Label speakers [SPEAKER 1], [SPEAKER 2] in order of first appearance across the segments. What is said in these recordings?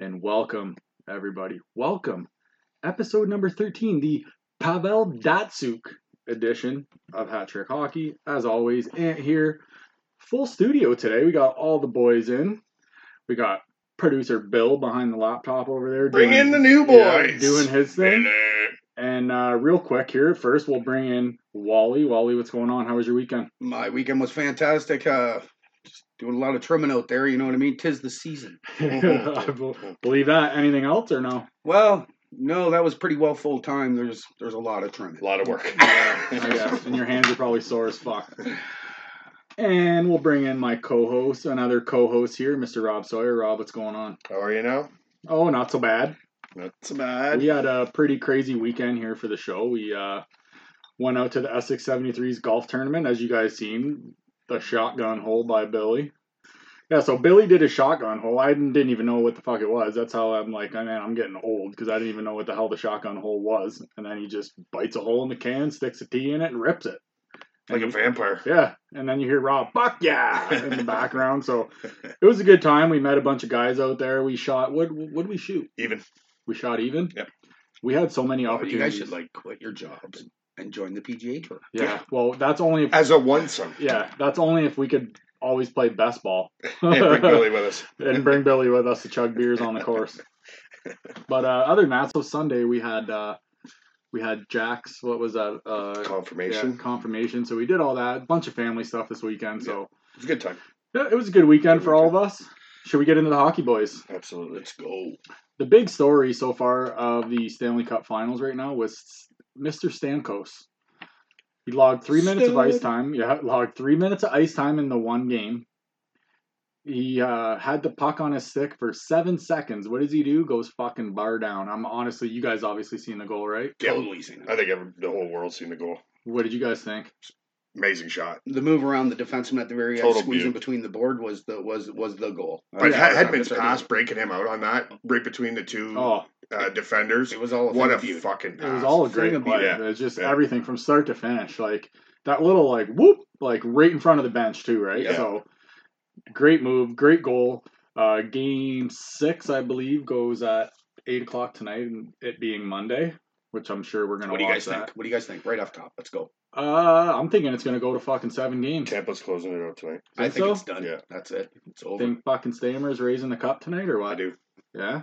[SPEAKER 1] Welcome, everybody. Welcome. Episode number 13, the Pavel Datsuk edition of Hat Trick Hockey. As always, Ant here. Full studio today. We got all the boys in. We got producer Bill behind the laptop over there.
[SPEAKER 2] Bring in the new boys.
[SPEAKER 1] doing his thing. And uh, real quick here, first we'll bring in Wally. Wally, what's going on? How was your weekend?
[SPEAKER 2] My weekend was fantastic. Uh, just doing a lot of trimming out there. You know what I mean? Tis the season.
[SPEAKER 1] I bel- believe that. Anything else or no?
[SPEAKER 2] well, no, that was pretty well full time. There's there's a lot of trimming.
[SPEAKER 3] A lot of work.
[SPEAKER 1] I guess. And your hands are probably sore as fuck. And we'll bring in my co-host, another co-host here, Mr. Rob Sawyer. Rob, what's going on?
[SPEAKER 3] How are you now?
[SPEAKER 1] Oh, not so bad.
[SPEAKER 2] That's bad.
[SPEAKER 1] We had a pretty crazy weekend here for the show. We uh, went out to the Essex 73s golf tournament, as you guys seen, the shotgun hole by Billy. Yeah, so Billy did a shotgun hole. I didn't, didn't even know what the fuck it was. That's how I'm like, I man, I'm getting old because I didn't even know what the hell the shotgun hole was. And then he just bites a hole in the can, sticks a tee in it, and rips it.
[SPEAKER 3] Like
[SPEAKER 1] Mm-hmm.
[SPEAKER 3] a vampire.
[SPEAKER 1] Yeah, and then you hear Rob, "Fuck yeah!" in the background. So it was a good time. We met a bunch of guys out there. We shot. What what did we shoot?
[SPEAKER 3] Even.
[SPEAKER 1] We shot even.
[SPEAKER 3] Yep.
[SPEAKER 1] We had so many
[SPEAKER 2] Oh, you guys
[SPEAKER 1] opportunities.
[SPEAKER 2] should like quit your jobs and, and join the PGA Tour.
[SPEAKER 1] yeah. Well, that's only if,
[SPEAKER 3] As a onesome.
[SPEAKER 1] yeah. That's only if we could always play best ball
[SPEAKER 3] And bring Billy with us.
[SPEAKER 1] and bring Billy with us to chug beers on the course. But uh, other than that, so Sunday we had uh, we had Jack's. What was that? Uh, yeah,
[SPEAKER 3] Confirmation.
[SPEAKER 1] confirmation. So we did all that. bunch of family stuff this weekend. So.
[SPEAKER 3] It's a good time.
[SPEAKER 1] Yeah, it was a good weekend for all of us. Should we get into the hockey boys?
[SPEAKER 3] Absolutely.
[SPEAKER 2] Let's go.
[SPEAKER 1] The big story so far of the Stanley Cup Finals right now was Mr. Stamkos. He logged three minutes of ice
[SPEAKER 2] Stan.
[SPEAKER 1] time. Yeah, logged three minutes of ice time in the one game. He uh, had the puck on his stick for seven seconds. What does he do? Goes fucking bar down. I'm honestly, you guys obviously seen the goal, right?
[SPEAKER 3] Yeah.
[SPEAKER 2] Totally seen it.
[SPEAKER 3] I think every, the whole world's seen the goal.
[SPEAKER 1] What did you guys think?
[SPEAKER 3] Amazing shot.
[SPEAKER 2] The move around the defenseman at the very end,
[SPEAKER 3] Total
[SPEAKER 2] squeezing
[SPEAKER 3] beaut.
[SPEAKER 2] between the board was the was was the goal.
[SPEAKER 1] Oh,
[SPEAKER 3] But
[SPEAKER 2] Yeah,
[SPEAKER 3] Hed- Hedman's
[SPEAKER 2] that's-
[SPEAKER 3] pass breaking him out on that, right between the two
[SPEAKER 1] Oh,
[SPEAKER 3] uh, defenders.
[SPEAKER 2] It was all
[SPEAKER 3] What a
[SPEAKER 2] beaut.
[SPEAKER 3] fucking pass.
[SPEAKER 1] It was all a
[SPEAKER 2] thing
[SPEAKER 1] great
[SPEAKER 2] of
[SPEAKER 1] play.
[SPEAKER 3] beauty.
[SPEAKER 1] It was just
[SPEAKER 3] Ah, Yeah.
[SPEAKER 1] everything from start to finish. Like that little like whoop, like right in front of the bench too, right?
[SPEAKER 2] Yeah.
[SPEAKER 1] So great move, great goal. Uh, game six, I believe, goes at eight o'clock tonight, and it being Monday, which I'm sure we're gonna.
[SPEAKER 2] What do you
[SPEAKER 1] watch
[SPEAKER 2] guys think?
[SPEAKER 1] that.
[SPEAKER 2] What do you guys think? Right off top, let's go.
[SPEAKER 1] Uh, I'm thinking it's gonna go to fucking seven games.
[SPEAKER 3] Tampa's closing it out tonight.
[SPEAKER 2] I
[SPEAKER 1] Think
[SPEAKER 2] think
[SPEAKER 1] so?
[SPEAKER 2] it's done.
[SPEAKER 3] Yeah.
[SPEAKER 2] That's it. It's over.
[SPEAKER 1] Think fucking Stammers raising the cup tonight or what?
[SPEAKER 3] I do.
[SPEAKER 1] Yeah.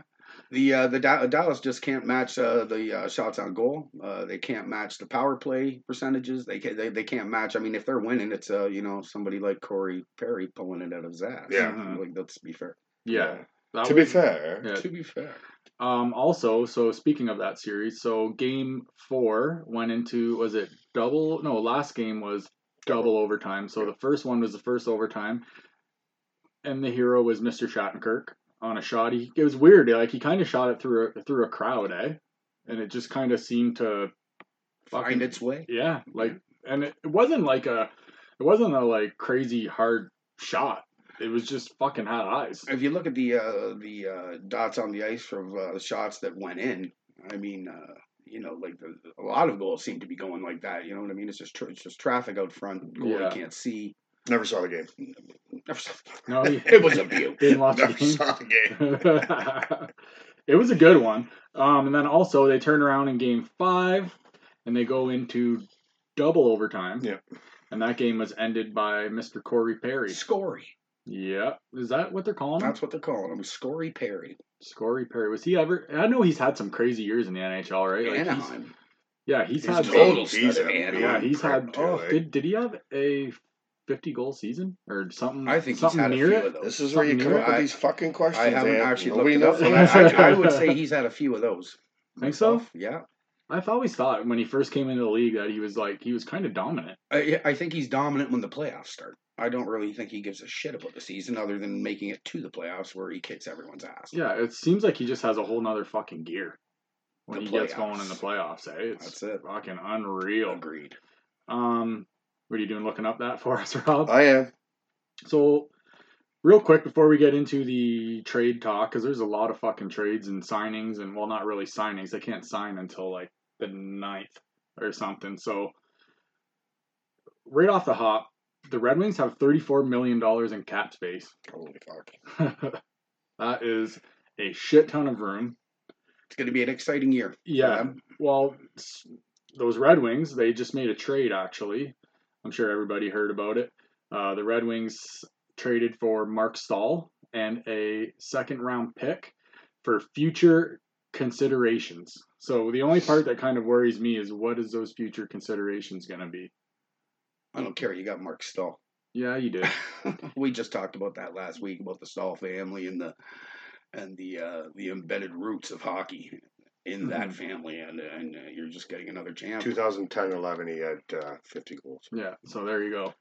[SPEAKER 2] The uh, the Da- Dallas just can't match uh, the uh, shots on goal. Uh, they can't match the power play percentages. They can, they they can't match. I mean, if they're winning, it's uh, you know somebody like Corey Perry pulling it out of his ass.
[SPEAKER 3] Yeah.
[SPEAKER 1] Mhm.
[SPEAKER 2] like let's be fair.
[SPEAKER 1] Yeah. That
[SPEAKER 3] To be
[SPEAKER 1] was-
[SPEAKER 3] fair,
[SPEAKER 1] Yeah.
[SPEAKER 2] Uh-huh. To be fair,
[SPEAKER 1] Um, also, so speaking of that series, so game four went into was it double? No, last game was double overtime. So the first one was the first overtime, and the hero was Mr. Shattenkirk on a shot. He it was weird, like he kind of shot it through a, through a crowd, eh? And it just kind of seemed to
[SPEAKER 2] find its way.
[SPEAKER 1] yeah, like and it, it wasn't like a it wasn't a like crazy hard shot. It was just fucking hot eyes.
[SPEAKER 2] If you look at the uh, the uh, dots on the ice of uh, shots that went in, I mean, uh, you know, like the, a lot of goals seem to be going like that. You know what I mean? It's just tr it's just traffic out front. Goalie
[SPEAKER 1] Yeah.
[SPEAKER 2] can't see.
[SPEAKER 3] never saw the game.
[SPEAKER 1] No, he
[SPEAKER 2] it was a beaut.
[SPEAKER 1] didn't watch the
[SPEAKER 3] Never
[SPEAKER 1] game.
[SPEAKER 3] saw the game.
[SPEAKER 1] it was a good one. Um, and then also they turn around in game five and they go into double overtime.
[SPEAKER 3] Yep.
[SPEAKER 1] And that game was ended by Mr. Corey Perry.
[SPEAKER 2] Scory.
[SPEAKER 1] Yep. Is that what they're calling him?
[SPEAKER 2] That's what they're calling him. Scory Perry.
[SPEAKER 1] Corey Perry. Was he ever? I know he's had some crazy years in the NHL, right? Like, he's-
[SPEAKER 2] Anaheim.
[SPEAKER 1] yeah, he's,
[SPEAKER 3] He's
[SPEAKER 1] had.
[SPEAKER 2] total
[SPEAKER 3] big. He's
[SPEAKER 2] stud,
[SPEAKER 3] a
[SPEAKER 2] man.
[SPEAKER 3] big
[SPEAKER 1] yeah, he's
[SPEAKER 3] crap
[SPEAKER 1] had.
[SPEAKER 3] too,
[SPEAKER 1] Oh,
[SPEAKER 3] eh?
[SPEAKER 1] did did he have a fifty goal season or something?
[SPEAKER 2] I think he's
[SPEAKER 1] something
[SPEAKER 2] had a
[SPEAKER 1] near
[SPEAKER 2] few
[SPEAKER 1] it.
[SPEAKER 2] of those.
[SPEAKER 3] This is where you
[SPEAKER 1] Something
[SPEAKER 3] come
[SPEAKER 1] new.
[SPEAKER 3] up with these fucking questions.
[SPEAKER 2] I haven't
[SPEAKER 3] Ant.
[SPEAKER 2] actually
[SPEAKER 3] Nobody
[SPEAKER 2] looked it
[SPEAKER 3] knows
[SPEAKER 2] up.
[SPEAKER 1] knows
[SPEAKER 2] but
[SPEAKER 1] that.
[SPEAKER 2] I, I would say he's had a few of those.
[SPEAKER 1] Think so?
[SPEAKER 2] Myself, Yeah.
[SPEAKER 1] I've always thought when he first came into the league that he was like he was kind of dominant.
[SPEAKER 2] I, I think he's dominant when the playoffs start. I don't really think he gives a shit about the season other than making it to the playoffs where he kicks everyone's ass.
[SPEAKER 1] Yeah, it seems like he just has a whole nother fucking gear when
[SPEAKER 2] The
[SPEAKER 1] he gets going in the playoffs. Eh? It's
[SPEAKER 2] That's it.
[SPEAKER 1] fucking unreal.
[SPEAKER 2] Agreed.
[SPEAKER 1] Um, what are you doing looking up that for us, Rob?
[SPEAKER 3] I am.
[SPEAKER 1] so, real quick before we get into the trade talk, because there's a lot of fucking trades and signings, and well, not really signings. They can't sign until like the 9th or something. So, right off the hop, the Red Wings have $34 million in cap space.
[SPEAKER 3] Holy fuck.
[SPEAKER 1] that is a shit ton of room.
[SPEAKER 2] It's going to be an exciting year. for
[SPEAKER 1] Yeah.
[SPEAKER 2] them.
[SPEAKER 1] Well, s- those Red Wings, they just made a trade, actually. I'm sure everybody heard about it. Uh, the Red Wings traded for Mark Stahl and a second round pick for future considerations. So the only part that kind of worries me is what is those future considerations going to be?
[SPEAKER 2] I don't care. You got Mark Stahl.
[SPEAKER 1] Yeah, you did.
[SPEAKER 2] we just talked about that last week about the Stahl family and the and the uh, the embedded roots of hockey in that
[SPEAKER 1] Mhm.
[SPEAKER 2] family, and and uh, you're just getting another champ.
[SPEAKER 3] 2010-11, he had uh, 50 goals.
[SPEAKER 1] Yeah, so there you go.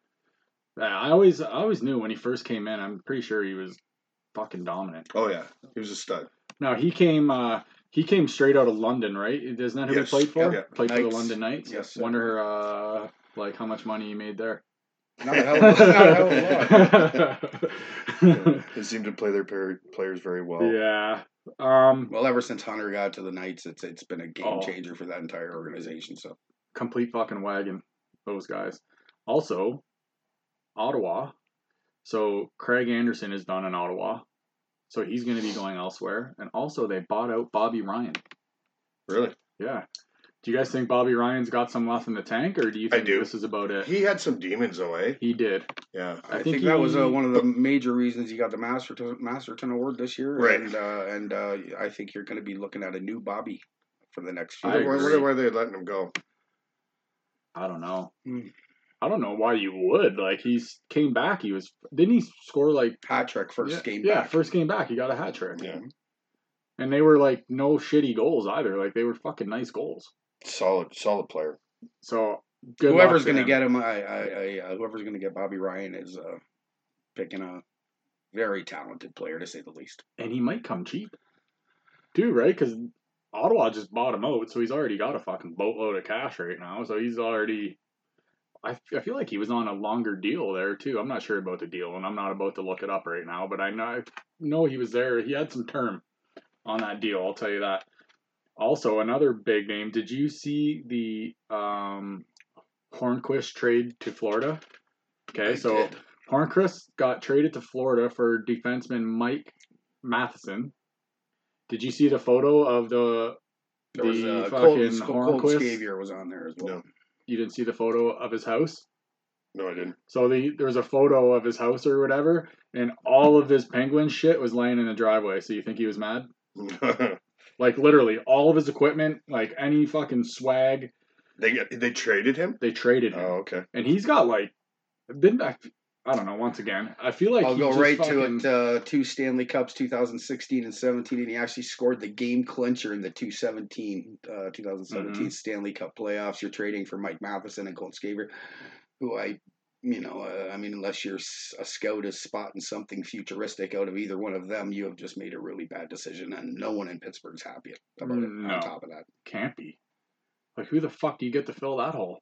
[SPEAKER 1] Yeah, I always I always knew when he first came in, I'm pretty sure he was fucking dominant.
[SPEAKER 3] Oh yeah, he was a stud.
[SPEAKER 1] Now he came uh he came straight out of London, right? Isn't that who
[SPEAKER 3] Yes,
[SPEAKER 1] he played for?
[SPEAKER 3] yeah, yeah.
[SPEAKER 1] Played for the
[SPEAKER 2] Knights.
[SPEAKER 1] London Knights.
[SPEAKER 2] Yes, sir.
[SPEAKER 1] Wonder uh like how much money he made there.
[SPEAKER 2] Not a hell of a- not a hell of a lot.
[SPEAKER 3] Yeah. they seemed to play their pair, players very well.
[SPEAKER 1] yeah. Um
[SPEAKER 2] Well, ever since Hunter got to the Knights, it's it's been a game
[SPEAKER 1] Oh.
[SPEAKER 2] changer for that entire organization. So
[SPEAKER 1] complete fucking wagon, those guys. Also, Ottawa. So Craig Anderson is done in Ottawa. So he's gonna be going elsewhere. And also they bought out Bobby Ryan.
[SPEAKER 3] Really,
[SPEAKER 1] Yeah. Do you guys think Bobby Ryan's got some left in the tank, or do you
[SPEAKER 3] I
[SPEAKER 1] think
[SPEAKER 3] do.
[SPEAKER 1] this is about it?
[SPEAKER 3] he had some demons though, eh?
[SPEAKER 1] He did.
[SPEAKER 3] Yeah,
[SPEAKER 2] I,
[SPEAKER 1] think
[SPEAKER 2] think, that was uh,
[SPEAKER 1] he-
[SPEAKER 2] one of the major reasons you got the Masterton, Masterton Award this year,
[SPEAKER 3] Right.
[SPEAKER 2] and uh, and uh, I think you're going to be looking at a new Bobby for the next
[SPEAKER 1] I
[SPEAKER 2] year.
[SPEAKER 3] I wonder,
[SPEAKER 1] agree.
[SPEAKER 3] wonder why they're letting him go.
[SPEAKER 1] I don't know.
[SPEAKER 2] Hmm.
[SPEAKER 1] I don't know why you would. Like he's came back. He was didn't he score like
[SPEAKER 2] Hat trick first
[SPEAKER 1] yeah,
[SPEAKER 2] game.
[SPEAKER 1] Yeah,
[SPEAKER 2] back.
[SPEAKER 1] first game back. He got a hat trick.
[SPEAKER 3] Yeah.
[SPEAKER 1] And they were like no shitty goals either. Like they were fucking nice goals.
[SPEAKER 3] Solid, solid player.
[SPEAKER 1] So good luck
[SPEAKER 2] whoever's
[SPEAKER 1] to
[SPEAKER 2] going to
[SPEAKER 1] him.
[SPEAKER 2] get him, I, I, I, uh, whoever's going to get Bobby Ryan is uh, picking a very talented player to say the least.
[SPEAKER 1] and he might come cheap, too, right? Because Ottawa just bought him out, so he's already got a fucking boatload of cash right now. So he's already. I, I feel like he was on a longer deal there too. I'm not sure about the deal, and I'm not about to look it up right now. But I know I know he was there. He had some term on that deal. I'll tell you that. Also, another big name. Did you see the um, Hornquist trade to Florida? Okay,
[SPEAKER 2] I
[SPEAKER 1] so
[SPEAKER 2] did.
[SPEAKER 1] Hornquist got traded to Florida for defenseman Mike Matheson. Did you see the photo of the?
[SPEAKER 2] there was
[SPEAKER 1] the
[SPEAKER 2] uh,
[SPEAKER 1] fucking
[SPEAKER 2] Colton, Colton
[SPEAKER 1] Hornquist-
[SPEAKER 2] Scavier was on there as well.
[SPEAKER 3] No,
[SPEAKER 1] You didn't see the photo of his house.
[SPEAKER 3] no, I didn't.
[SPEAKER 1] So the there was a photo of his house or whatever, and all of his penguin shit was laying in the driveway. So you think he was mad? Like literally, all of his equipment, like any fucking swag,
[SPEAKER 3] they got- they traded him.
[SPEAKER 1] they traded him,
[SPEAKER 3] Oh, okay.
[SPEAKER 1] and he's got like, didn't I? I don't know. Once again, I feel like
[SPEAKER 2] I'll
[SPEAKER 1] he
[SPEAKER 2] go
[SPEAKER 1] just
[SPEAKER 2] right
[SPEAKER 1] fucking-
[SPEAKER 2] to it. Uh, two Stanley Cups, 2016 and 17, and he actually scored the game clincher in the 217, uh, 2017
[SPEAKER 1] Mm-hmm.
[SPEAKER 2] Stanley Cup playoffs. You're trading for Mike Matheson and Colton Scaver, who I, you know, uh, I mean, unless you're s- a scout is spotting something futuristic out of either one of them, you have just made a really bad decision, and no one in Pittsburgh's happy about it.
[SPEAKER 1] Mm, No.
[SPEAKER 2] On top of that,
[SPEAKER 1] can't be. Like who the fuck do you get to fill that hole?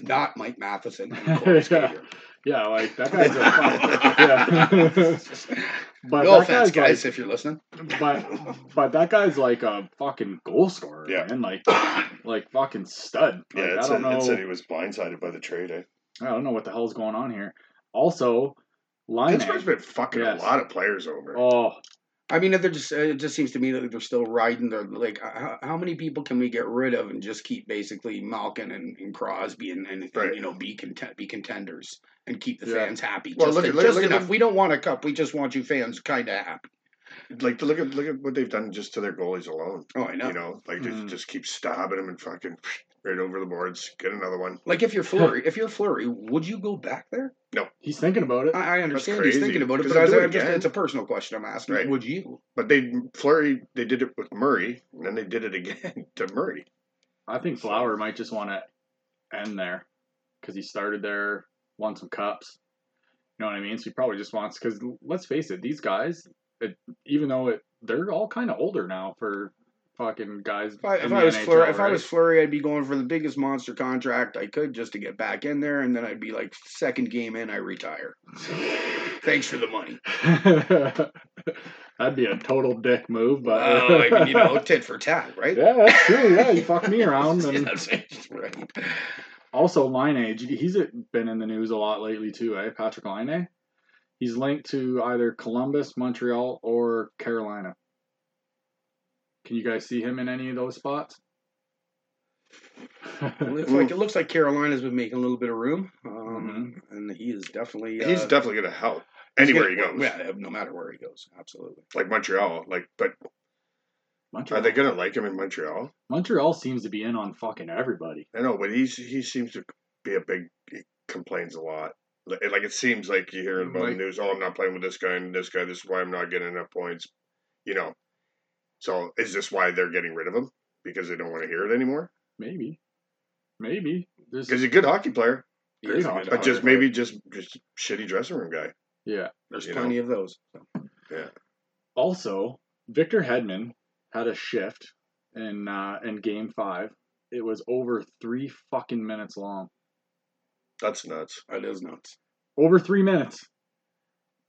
[SPEAKER 2] not Mike Matheson and Colton
[SPEAKER 1] Yeah.
[SPEAKER 2] Scaver.
[SPEAKER 1] Yeah, like that guy's a fuck. Yeah. But
[SPEAKER 2] no
[SPEAKER 1] that
[SPEAKER 2] offense,
[SPEAKER 1] guy's
[SPEAKER 2] guys, if you're listening.
[SPEAKER 1] Like, but but that guy's like a fucking goal scorer,
[SPEAKER 3] Yeah.
[SPEAKER 1] man. Like like fucking stud. Like,
[SPEAKER 3] Yeah, it
[SPEAKER 1] I
[SPEAKER 3] said,
[SPEAKER 1] don't
[SPEAKER 3] it said he
[SPEAKER 1] know.
[SPEAKER 3] was blindsided by the trade. Eh?
[SPEAKER 1] I don't know what the hell's going on here. Also, line
[SPEAKER 3] Pittsburgh's been fucking
[SPEAKER 1] Yes.
[SPEAKER 3] a lot of players over.
[SPEAKER 1] Oh,
[SPEAKER 2] I mean, they're just it just seems to me that they're still riding their like. How, how many people can we get rid of and just keep basically Malkin and, and Crosby and, and, and,
[SPEAKER 3] Right.
[SPEAKER 2] you know be content be contenders and keep the
[SPEAKER 1] Yeah.
[SPEAKER 2] fans happy?
[SPEAKER 3] Well,
[SPEAKER 2] just
[SPEAKER 3] look at- look at-
[SPEAKER 2] just
[SPEAKER 3] look at
[SPEAKER 2] enough.
[SPEAKER 3] the-
[SPEAKER 2] we don't want a cup. We just want you fans kind of happy.
[SPEAKER 3] Like look at look at what they've done just to their goalies alone.
[SPEAKER 2] Oh, I know.
[SPEAKER 3] You know, like
[SPEAKER 1] Mm.
[SPEAKER 3] just just keep stabbing them and fucking right over the boards. Get another one.
[SPEAKER 2] Like if you're Flurry, if you're Flurry, would you go back there?
[SPEAKER 1] he's thinking about it.
[SPEAKER 2] I, I understand he's
[SPEAKER 3] crazy,
[SPEAKER 2] thinking about it,
[SPEAKER 3] 'cause
[SPEAKER 2] but I was,
[SPEAKER 3] they'll do
[SPEAKER 2] I
[SPEAKER 3] it
[SPEAKER 2] just,
[SPEAKER 3] again.
[SPEAKER 2] it's a personal question I'm asking.
[SPEAKER 3] Right.
[SPEAKER 2] Would you?
[SPEAKER 3] But they Flurry they did it with Murray, and then they did it again to Murray.
[SPEAKER 1] I think Flower might just want to end there because he started there, won some cups. You know what I mean? So he probably just wants because let's face it, these guys, it, even though it, they're all kind of older now for fucking guys.
[SPEAKER 2] If I, if
[SPEAKER 1] in the
[SPEAKER 2] I was
[SPEAKER 1] NHL,
[SPEAKER 2] Flurry, if I
[SPEAKER 1] right?
[SPEAKER 2] was Flurry, I'd be going for the biggest monster contract I could just to get back in there, and then I'd be like, second game in, I retire. Thanks for the money.
[SPEAKER 1] That'd be a total dick move, but
[SPEAKER 2] Well, Oh, I mean, you know, tit for tat, right?
[SPEAKER 1] yeah, that's true. Yeah, you fuck me around. And
[SPEAKER 2] Yes, that's right.
[SPEAKER 1] also, Line, he's been in the news a lot lately too, eh? Patrick Line. He's linked to either Columbus, Montreal, or Carolina. Can you guys see him in any of those spots?
[SPEAKER 2] It looks like it looks like Carolina's been making a little bit of room, um, and he is definitely uh,
[SPEAKER 3] He's definitely going to help anywhere he
[SPEAKER 2] he's gonna-
[SPEAKER 3] goes.
[SPEAKER 2] Yeah, no matter where he goes, absolutely.
[SPEAKER 3] Like Montreal. Like, but are
[SPEAKER 1] Montreal.
[SPEAKER 3] they going to like him in Montreal?
[SPEAKER 1] Montreal seems to be in on fucking everybody.
[SPEAKER 3] I know, but he's he seems to be a big. He complains a lot. Like like, it seems like you hear about
[SPEAKER 2] Like-
[SPEAKER 3] the news. Oh, I'm not playing with this guy and this guy. This is why I'm not getting enough points. You know. So is this why they're getting rid of him because they don't want to hear it anymore?
[SPEAKER 1] Maybe, maybe. There's,
[SPEAKER 3] Because he's a good hockey player,
[SPEAKER 2] He
[SPEAKER 1] There
[SPEAKER 2] is
[SPEAKER 1] you
[SPEAKER 2] a
[SPEAKER 1] go.
[SPEAKER 2] good
[SPEAKER 3] but just
[SPEAKER 2] player.
[SPEAKER 3] maybe just just shitty dressing room guy.
[SPEAKER 1] yeah.
[SPEAKER 2] there's
[SPEAKER 3] you
[SPEAKER 2] plenty of those.
[SPEAKER 1] Also, Victor Hedman had a shift in uh, in Game Five. It was over three fucking minutes long.
[SPEAKER 3] That's nuts.
[SPEAKER 2] That is nuts.
[SPEAKER 1] Over three minutes.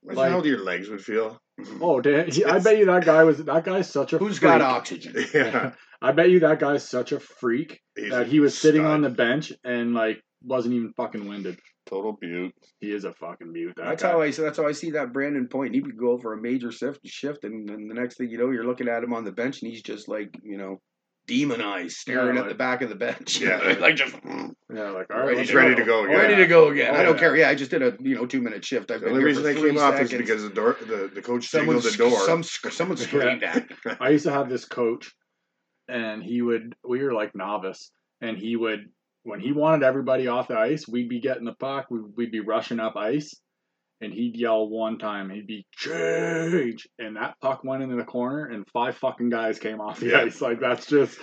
[SPEAKER 3] Imagine
[SPEAKER 1] Like-
[SPEAKER 3] how your legs would feel.
[SPEAKER 1] Oh damn! he- I bet you that guy was that guy's such a
[SPEAKER 2] Who's
[SPEAKER 1] freak.
[SPEAKER 2] got oxygen?
[SPEAKER 3] yeah,
[SPEAKER 1] I bet you that guy's such a freak
[SPEAKER 3] He's
[SPEAKER 1] that
[SPEAKER 3] a
[SPEAKER 1] he was sitting
[SPEAKER 3] stud.
[SPEAKER 1] on the bench and like wasn't even fucking winded.
[SPEAKER 3] total butte.
[SPEAKER 1] He is a fucking mute. That
[SPEAKER 2] That's
[SPEAKER 1] guy.
[SPEAKER 2] how I that's how I see that Brandon Point. He could go for a major shift, shift, and then the next thing you know, you're looking at him on the bench, and he's just like you know, demonized, staring
[SPEAKER 1] Yeah,
[SPEAKER 2] at
[SPEAKER 1] like-
[SPEAKER 2] the back of the bench.
[SPEAKER 3] Yeah.
[SPEAKER 2] like just
[SPEAKER 1] yeah, like all right,
[SPEAKER 2] Alright,
[SPEAKER 3] He's
[SPEAKER 1] let's
[SPEAKER 3] ready to go again.
[SPEAKER 2] ready to go again.
[SPEAKER 1] Oh,
[SPEAKER 2] I don't
[SPEAKER 1] yeah.
[SPEAKER 2] care. Yeah, I just did a you know two minute shift. I've
[SPEAKER 3] The
[SPEAKER 2] been
[SPEAKER 3] only
[SPEAKER 2] here
[SPEAKER 3] reason
[SPEAKER 2] for
[SPEAKER 3] they
[SPEAKER 2] three
[SPEAKER 3] came off
[SPEAKER 2] seconds.
[SPEAKER 3] is because the door, the, the coach
[SPEAKER 2] someone
[SPEAKER 3] signaled the door.
[SPEAKER 2] Some, sc- someone screamed at me.
[SPEAKER 1] I used to have this coach, and he would. We were like novice, and he would. When he wanted everybody off the ice, we'd be getting the puck. We'd, we'd be rushing up ice, and he'd yell one time. He'd be change, and that puck went into the corner, and five fucking guys came off the
[SPEAKER 3] Yeah.
[SPEAKER 1] ice. Like that's just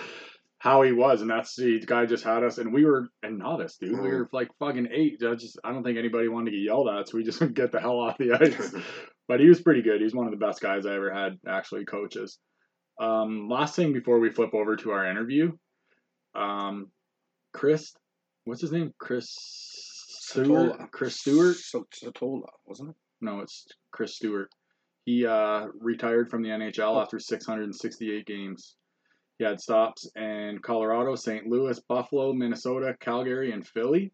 [SPEAKER 1] how he was, and that's the guy just had us, and we were and novice, dude. We
[SPEAKER 3] Mhm.
[SPEAKER 1] were like fucking eight. I just I don't think anybody wanted to get yelled at, so we just would get the hell off the ice. But he was pretty good. He was one of the best guys I ever had, actually, coaches. Um, last thing before we flip over to our interview, um, Chris, what's his name? Chris Stewart.
[SPEAKER 2] Satola.
[SPEAKER 1] Chris Stewart.
[SPEAKER 2] So, Satola, wasn't it?
[SPEAKER 1] No, it's Chris Stewart. He uh, retired from the NHL after 668 games. He had stops in Colorado, St. Louis, Buffalo, Minnesota, Calgary, and Philly.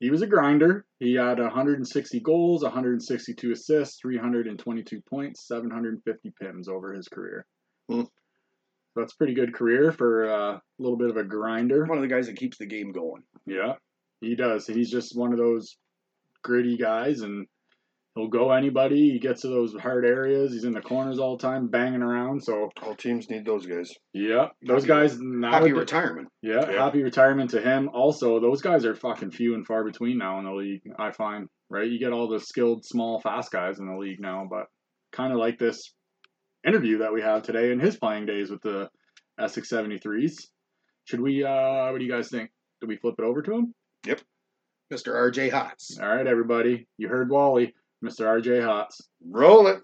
[SPEAKER 1] He was a grinder. He had 160 goals, 162 assists, 322 points, 750 pims over his career.
[SPEAKER 3] Hmm.
[SPEAKER 1] That's a pretty good career for uh, a little bit of a grinder.
[SPEAKER 2] One of the guys that keeps the game going.
[SPEAKER 1] Yeah, he does. He's just one of those gritty guys, and he'll go anybody. He gets to those hard areas. He's in the corners all the time, banging around. So
[SPEAKER 3] All teams need those guys.
[SPEAKER 1] yeah, those
[SPEAKER 2] Happy-
[SPEAKER 1] guys
[SPEAKER 2] Happy
[SPEAKER 1] nowadays.
[SPEAKER 2] retirement.
[SPEAKER 1] yeah,
[SPEAKER 3] Yeah.
[SPEAKER 1] happy retirement to him. Also, those guys are fucking few and far between now in the league. I find right. You get all the skilled, small, fast guys in the league now, but kind of like this interview that we have today in his playing days with the Essex 73s. Should we? uh What do you guys think? Do we flip it over to him?
[SPEAKER 2] Mr. RJ Hotz.
[SPEAKER 1] All right, everybody. You heard Wally, Mr. RJ Hotz.
[SPEAKER 3] Roll it.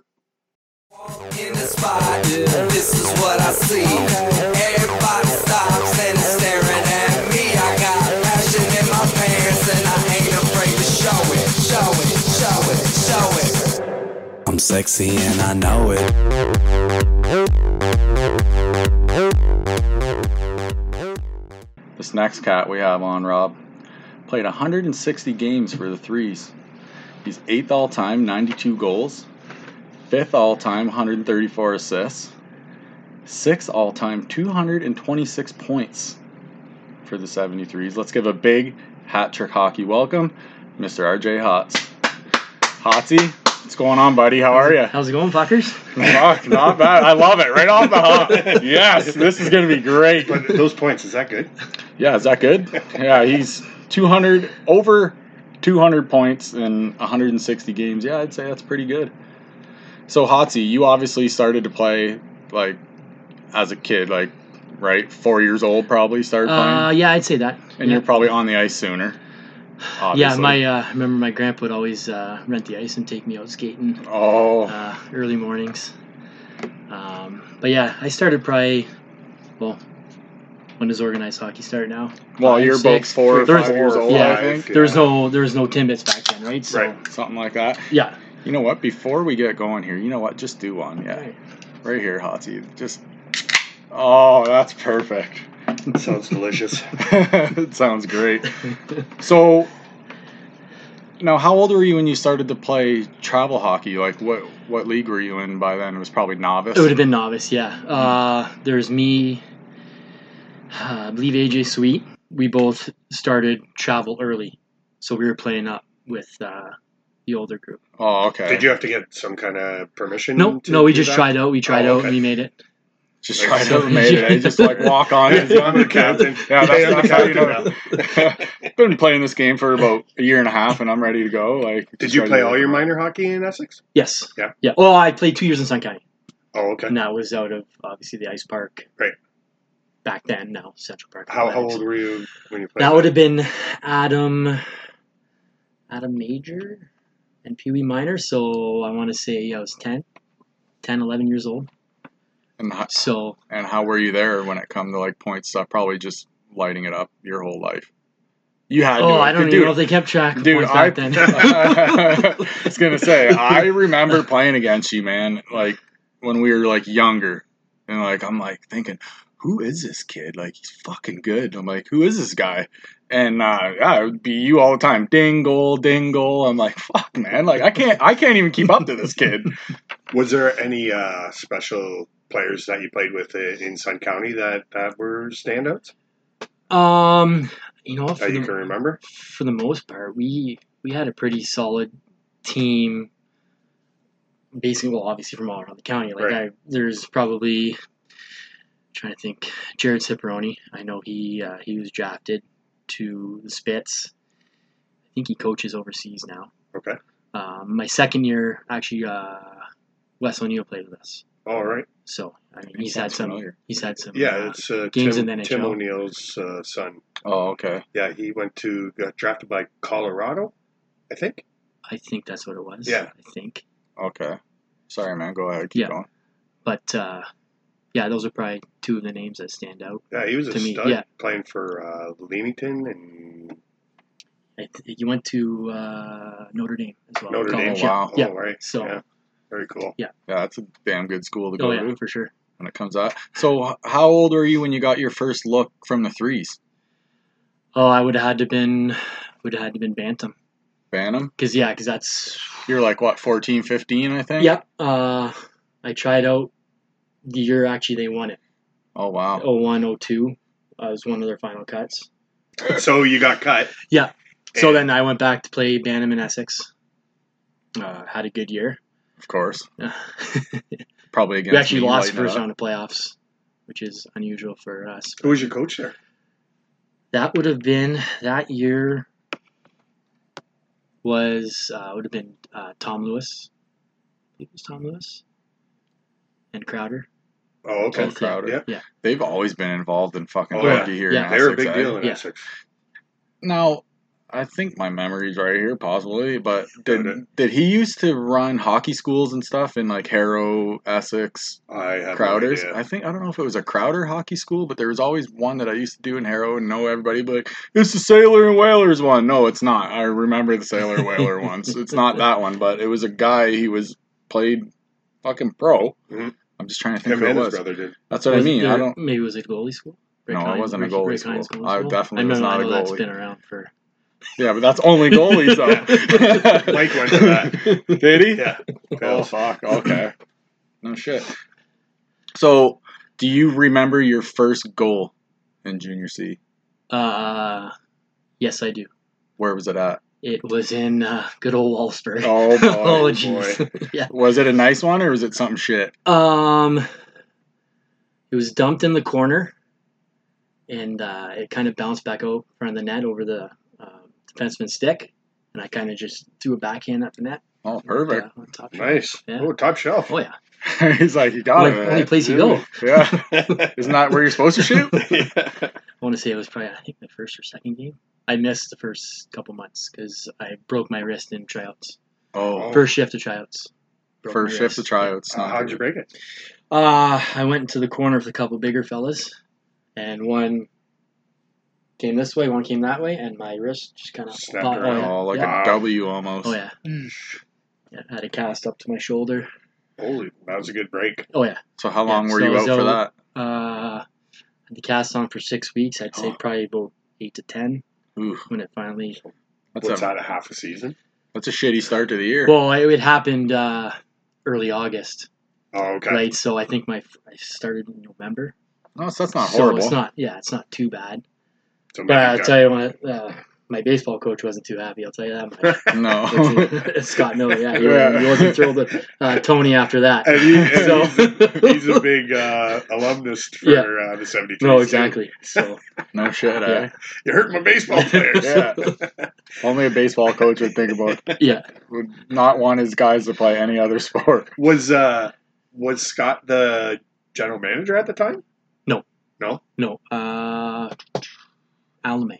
[SPEAKER 4] In the spot, this is what I see. Everybody stops and is staring at me. I got passion in my pants and I ain't afraid to show it, show it, show it, show it. I'm sexy and I know it.
[SPEAKER 1] This next cat we have on, Rob, played 160 games for the threes. He's eighth all time, 92 goals, fifth all time, 134 assists, sixth all time, 226 points for the 73s. Let's give a big hat trick hockey welcome, Mr. RJ Hotz. Hotsy, what's going on, buddy? How are you?
[SPEAKER 5] How's it going, fuckers?
[SPEAKER 1] Fuck, not bad. I love it. Right off the hop. Yes, this is gonna be great.
[SPEAKER 3] But those points, is that good?
[SPEAKER 1] Yeah, is that good? Yeah, he's 200 over 200 points in 160 games. Yeah, I'd say that's pretty good. So Hotsy, you obviously started to play like as a kid, like right four years old, probably started
[SPEAKER 5] Uh, yeah, I'd say that.
[SPEAKER 1] playing, and
[SPEAKER 5] yeah.
[SPEAKER 1] you're probably on the ice sooner.
[SPEAKER 5] yeah,
[SPEAKER 1] obviously.
[SPEAKER 5] my uh, I remember my grandpa would always uh, rent the ice and take me out skating
[SPEAKER 1] oh
[SPEAKER 5] uh, early mornings. Um, but yeah, I started probably well. When does organized hockey start now?
[SPEAKER 1] well,
[SPEAKER 5] five,
[SPEAKER 1] you're both
[SPEAKER 5] six,
[SPEAKER 1] four or
[SPEAKER 5] three,
[SPEAKER 1] five
[SPEAKER 5] four,
[SPEAKER 1] years old,
[SPEAKER 5] yeah.
[SPEAKER 1] I think.
[SPEAKER 5] There was no there was no timbits back then, right? So
[SPEAKER 3] Right.
[SPEAKER 1] Something like that.
[SPEAKER 5] yeah,
[SPEAKER 1] You know what? Before we get going here, you know what? Just do one. Yeah.
[SPEAKER 5] Right.
[SPEAKER 1] Right here, Hotsy. Just. Oh, that's perfect.
[SPEAKER 3] Sounds delicious.
[SPEAKER 1] it sounds great. So, Now, how old were you when you started to play travel hockey? Like, what what league were you in by then? It was probably novice.
[SPEAKER 5] It would have been novice, yeah. Uh, there's me, uh, I believe AJ Sweet. We both started travel early, so we were playing up with uh, the older group.
[SPEAKER 1] Oh, okay.
[SPEAKER 3] Did you have to get some kind of permission?
[SPEAKER 5] No,
[SPEAKER 3] to
[SPEAKER 5] no, we
[SPEAKER 3] do
[SPEAKER 5] just
[SPEAKER 3] that?
[SPEAKER 5] tried out. We tried
[SPEAKER 3] Oh,
[SPEAKER 5] out and
[SPEAKER 3] okay.
[SPEAKER 5] we made it.
[SPEAKER 1] just
[SPEAKER 3] Like,
[SPEAKER 1] try
[SPEAKER 5] so-
[SPEAKER 1] to made it? eh? Just like walk on it.
[SPEAKER 3] Yeah, I'm the captain.
[SPEAKER 1] Yeah,
[SPEAKER 3] Hey, I'm
[SPEAKER 1] that's, that's
[SPEAKER 3] the
[SPEAKER 1] how you
[SPEAKER 3] captain
[SPEAKER 1] know.
[SPEAKER 3] now.
[SPEAKER 1] been playing this game for about a year and a half, and I'm ready to go. Like,
[SPEAKER 3] Did
[SPEAKER 1] just
[SPEAKER 3] you
[SPEAKER 1] ready
[SPEAKER 3] play
[SPEAKER 1] to-
[SPEAKER 3] all your minor hockey in Essex?
[SPEAKER 5] Yes.
[SPEAKER 3] Yeah.
[SPEAKER 5] Yeah. Well, I played two years in Sun County,
[SPEAKER 3] Oh, okay.
[SPEAKER 5] and that was out of obviously the ice park.
[SPEAKER 3] Right.
[SPEAKER 5] Back then, now Central Park.
[SPEAKER 3] How, how
[SPEAKER 5] Athletics.
[SPEAKER 3] old were you when you played?
[SPEAKER 5] That would have been Adam, Adam Major, and Pee Wee Minor. So I want to say I was 10, 10, 11 years old.
[SPEAKER 1] And how,
[SPEAKER 5] So
[SPEAKER 1] and how were you there when it come to like point stuff? Probably just lighting it up your whole life. You had.
[SPEAKER 5] oh,
[SPEAKER 1] to,
[SPEAKER 5] I don't
[SPEAKER 1] dude,
[SPEAKER 5] even know if they kept track. Of
[SPEAKER 1] dude,
[SPEAKER 5] points
[SPEAKER 1] I-
[SPEAKER 5] back then.
[SPEAKER 1] I was gonna say I remember playing against you, man. Like when we were like younger, and like I'm like thinking, who is this kid? Like he's fucking good. I'm like, who is this guy? And uh, yeah, it would be you all the time, dingle, dingle. I'm like, fuck, man. Like I can't, I can't even keep up to this kid.
[SPEAKER 3] Was there any uh, special players that you played with uh, in Sun County that, that were standouts
[SPEAKER 5] um, you know, for
[SPEAKER 3] that you
[SPEAKER 5] the,
[SPEAKER 3] can remember?
[SPEAKER 5] for the most part, we we had a pretty solid team. Basically, well, obviously from all around the county. Like
[SPEAKER 3] Right.
[SPEAKER 5] I, there's probably I'm trying to think. Jared Ciperoni. I know he uh, he was drafted to the Spits. I think he coaches overseas now.
[SPEAKER 3] Okay.
[SPEAKER 5] Um, my second year, actually, uh, Wes O'Neill played with us.
[SPEAKER 3] All right.
[SPEAKER 5] So I mean,
[SPEAKER 1] He
[SPEAKER 5] he's had
[SPEAKER 1] sounds
[SPEAKER 5] some.
[SPEAKER 1] familiar.
[SPEAKER 5] He's had some.
[SPEAKER 3] Yeah,
[SPEAKER 5] uh,
[SPEAKER 3] it's uh,
[SPEAKER 5] Games
[SPEAKER 3] Tim,
[SPEAKER 5] in the
[SPEAKER 3] Tim
[SPEAKER 5] NHL.
[SPEAKER 3] O'Neill's uh, son.
[SPEAKER 1] Oh, okay.
[SPEAKER 3] Yeah, he went to got drafted by Colorado, I think.
[SPEAKER 5] I think that's what it was.
[SPEAKER 3] Yeah.
[SPEAKER 5] I think.
[SPEAKER 1] Okay. Sorry, man. Go ahead. Keep
[SPEAKER 5] Yeah.
[SPEAKER 1] going.
[SPEAKER 5] But uh, yeah, those are probably two of the names that stand out.
[SPEAKER 3] Yeah, he was a
[SPEAKER 5] To me,
[SPEAKER 3] stud
[SPEAKER 5] yeah.
[SPEAKER 3] playing for uh, Leamington and
[SPEAKER 5] I th- you went to uh, Notre Dame as well.
[SPEAKER 3] Notre Dame.
[SPEAKER 5] college,
[SPEAKER 1] Oh,
[SPEAKER 5] yeah.
[SPEAKER 1] wow.
[SPEAKER 5] Yeah.
[SPEAKER 3] Oh, right.
[SPEAKER 5] So,
[SPEAKER 3] Yeah. Very cool.
[SPEAKER 1] Yeah, that's a damn good school to go
[SPEAKER 5] oh yeah,
[SPEAKER 1] to
[SPEAKER 5] for sure.
[SPEAKER 1] when it comes out. So, h- how old were you when you got your first look from the threes?
[SPEAKER 5] Oh, I would have had to been would have had to been Bantam
[SPEAKER 1] Bantam?
[SPEAKER 5] because yeah, because that's
[SPEAKER 1] You're like, what, 14, 15, I think?
[SPEAKER 5] yep. Uh, I tried out the year actually they won it.
[SPEAKER 1] Oh, wow.
[SPEAKER 5] Oh one, oh two. I was one of their final cuts.
[SPEAKER 3] So you got cut.
[SPEAKER 5] Yeah. So
[SPEAKER 3] And-
[SPEAKER 5] then I went back to play Bantam in Essex. Uh, had a good year.
[SPEAKER 1] Of course.
[SPEAKER 5] we
[SPEAKER 1] Probably against
[SPEAKER 5] actually
[SPEAKER 1] me,
[SPEAKER 5] lost
[SPEAKER 1] lighten it
[SPEAKER 5] first
[SPEAKER 1] up.
[SPEAKER 5] round of playoffs, which is unusual for us.
[SPEAKER 3] Who was your coach there?
[SPEAKER 5] That would have been that year was uh, would have been uh, Tom Lewis. I think it was Tom Lewis and Crowder.
[SPEAKER 3] Oh, okay.
[SPEAKER 1] Ted Crowder.
[SPEAKER 3] Yeah.
[SPEAKER 5] Yeah.
[SPEAKER 1] They've always been involved in fucking
[SPEAKER 3] Oh, yeah.
[SPEAKER 1] hockey here.
[SPEAKER 5] Yeah.
[SPEAKER 1] in
[SPEAKER 3] They were a
[SPEAKER 1] Essex,
[SPEAKER 3] big
[SPEAKER 1] eh?
[SPEAKER 3] deal in
[SPEAKER 5] Yeah.
[SPEAKER 3] Essex.
[SPEAKER 1] Now, I think my memory's right here, possibly. But
[SPEAKER 3] Okay.
[SPEAKER 1] did did he used to run hockey schools and stuff in like Harrow, Essex,
[SPEAKER 3] I have no
[SPEAKER 1] Crowders?
[SPEAKER 3] idea.
[SPEAKER 1] I think I don't know if it was a Crowder hockey school, but there was always one that I used to do in Harrow and know everybody. But like, it's the Sailor and Whalers one. No, it's not. I remember the Sailor and Whaler ones. It's not that one, but it was a guy. He was played fucking pro.
[SPEAKER 3] Mhm.
[SPEAKER 1] I'm just trying to think
[SPEAKER 3] Him
[SPEAKER 1] who it
[SPEAKER 3] and his
[SPEAKER 1] was.
[SPEAKER 3] brother did.
[SPEAKER 1] That's what I
[SPEAKER 5] Was it
[SPEAKER 1] mean. I
[SPEAKER 5] there-
[SPEAKER 1] don't.
[SPEAKER 5] Maybe it was it goalie school?
[SPEAKER 1] No, it
[SPEAKER 5] Hine-
[SPEAKER 1] wasn't a
[SPEAKER 5] Rick-
[SPEAKER 1] goalie
[SPEAKER 5] Rick
[SPEAKER 1] school.
[SPEAKER 5] Hine's
[SPEAKER 1] I definitely was
[SPEAKER 5] know-
[SPEAKER 1] not
[SPEAKER 5] I
[SPEAKER 1] a
[SPEAKER 5] know That's
[SPEAKER 1] goalie.
[SPEAKER 5] been around for.
[SPEAKER 1] Yeah, but that's only goalies though.
[SPEAKER 3] Mike went to that.
[SPEAKER 1] Did he?
[SPEAKER 3] Yeah.
[SPEAKER 1] Oh fuck. Okay. No shit. So, do you remember your first goal in junior C?
[SPEAKER 5] Uh, yes, I do.
[SPEAKER 1] Where was it at?
[SPEAKER 5] It was in uh, good old Wallsburg.
[SPEAKER 1] Oh boy.
[SPEAKER 5] Oh,
[SPEAKER 3] boy.
[SPEAKER 5] jeez. yeah.
[SPEAKER 1] Was it a nice one or was it something shit?
[SPEAKER 5] Um, it was dumped in the corner, and uh, it kind of bounced back out in front of the net over the uh, defenseman's stick, and I kind of just threw a backhand at the net.
[SPEAKER 1] Oh, perfect.
[SPEAKER 5] Uh, on top shelf.
[SPEAKER 3] Nice.
[SPEAKER 5] Yeah.
[SPEAKER 3] Oh, top shelf.
[SPEAKER 5] Oh yeah.
[SPEAKER 1] He's like, you got
[SPEAKER 5] Only,
[SPEAKER 1] it.
[SPEAKER 5] only
[SPEAKER 1] man."
[SPEAKER 5] place you go. I
[SPEAKER 1] Yeah. Isn't that where you're supposed to shoot?
[SPEAKER 5] want to say it was probably I think the first or second game. I missed the first couple months because I broke my wrist in tryouts.
[SPEAKER 1] Oh,
[SPEAKER 5] First shift of tryouts. broke my
[SPEAKER 1] first shift
[SPEAKER 5] wrist.
[SPEAKER 1] of tryouts.
[SPEAKER 3] Uh,
[SPEAKER 1] not
[SPEAKER 3] how'd you break it?
[SPEAKER 5] Uh, I went into the corner with a couple bigger fellas, and one came this way, one came that way, and my wrist just kind of
[SPEAKER 3] Snapped
[SPEAKER 5] Oh,
[SPEAKER 3] around.
[SPEAKER 5] yeah.
[SPEAKER 1] Oh, like
[SPEAKER 5] yeah.
[SPEAKER 1] a W almost.
[SPEAKER 5] Oh, yeah. yeah. I had a cast up to my shoulder.
[SPEAKER 3] Holy, that was a good break.
[SPEAKER 5] Oh, yeah.
[SPEAKER 1] So how long
[SPEAKER 5] Yeah,
[SPEAKER 1] were
[SPEAKER 5] so
[SPEAKER 1] you
[SPEAKER 5] I
[SPEAKER 1] out
[SPEAKER 5] was
[SPEAKER 1] for that?
[SPEAKER 5] out- Uh, the cast on for six weeks. I'd say
[SPEAKER 1] Oh.
[SPEAKER 5] probably about eight to ten
[SPEAKER 1] Ooh,
[SPEAKER 5] when it finally.
[SPEAKER 1] that's
[SPEAKER 3] What's
[SPEAKER 1] a,
[SPEAKER 3] that, a half a season?
[SPEAKER 1] That's a shitty start to the year.
[SPEAKER 5] Well, it, it happened uh, early August,
[SPEAKER 3] Oh, okay.
[SPEAKER 5] right? So I think my I started in November.
[SPEAKER 1] no, so that's not
[SPEAKER 5] so
[SPEAKER 1] horrible.
[SPEAKER 5] it's not. Yeah, it's not too bad.
[SPEAKER 3] So maybe
[SPEAKER 5] But I'll
[SPEAKER 3] got-
[SPEAKER 5] tell you what, uh, my baseball coach wasn't too happy. I'll tell you that much.
[SPEAKER 1] no.
[SPEAKER 3] Oh.
[SPEAKER 5] Scott, no, yeah, he,
[SPEAKER 1] Yeah.
[SPEAKER 5] wasn't- he wasn't thrilled with uh, Tony after that.
[SPEAKER 3] And he- and
[SPEAKER 5] so,
[SPEAKER 3] He's a big uh, alumnus for
[SPEAKER 5] Yeah.
[SPEAKER 3] uh, the 73.
[SPEAKER 5] no, exactly. So,
[SPEAKER 1] no shit, eh?
[SPEAKER 3] You hurt my baseball players.
[SPEAKER 1] Yeah. Only a baseball coach would think about
[SPEAKER 5] yeah,
[SPEAKER 1] would not want his guys to play any other sport.
[SPEAKER 3] Was uh, was Scott the general manager at the time?
[SPEAKER 5] no, uh, Alame,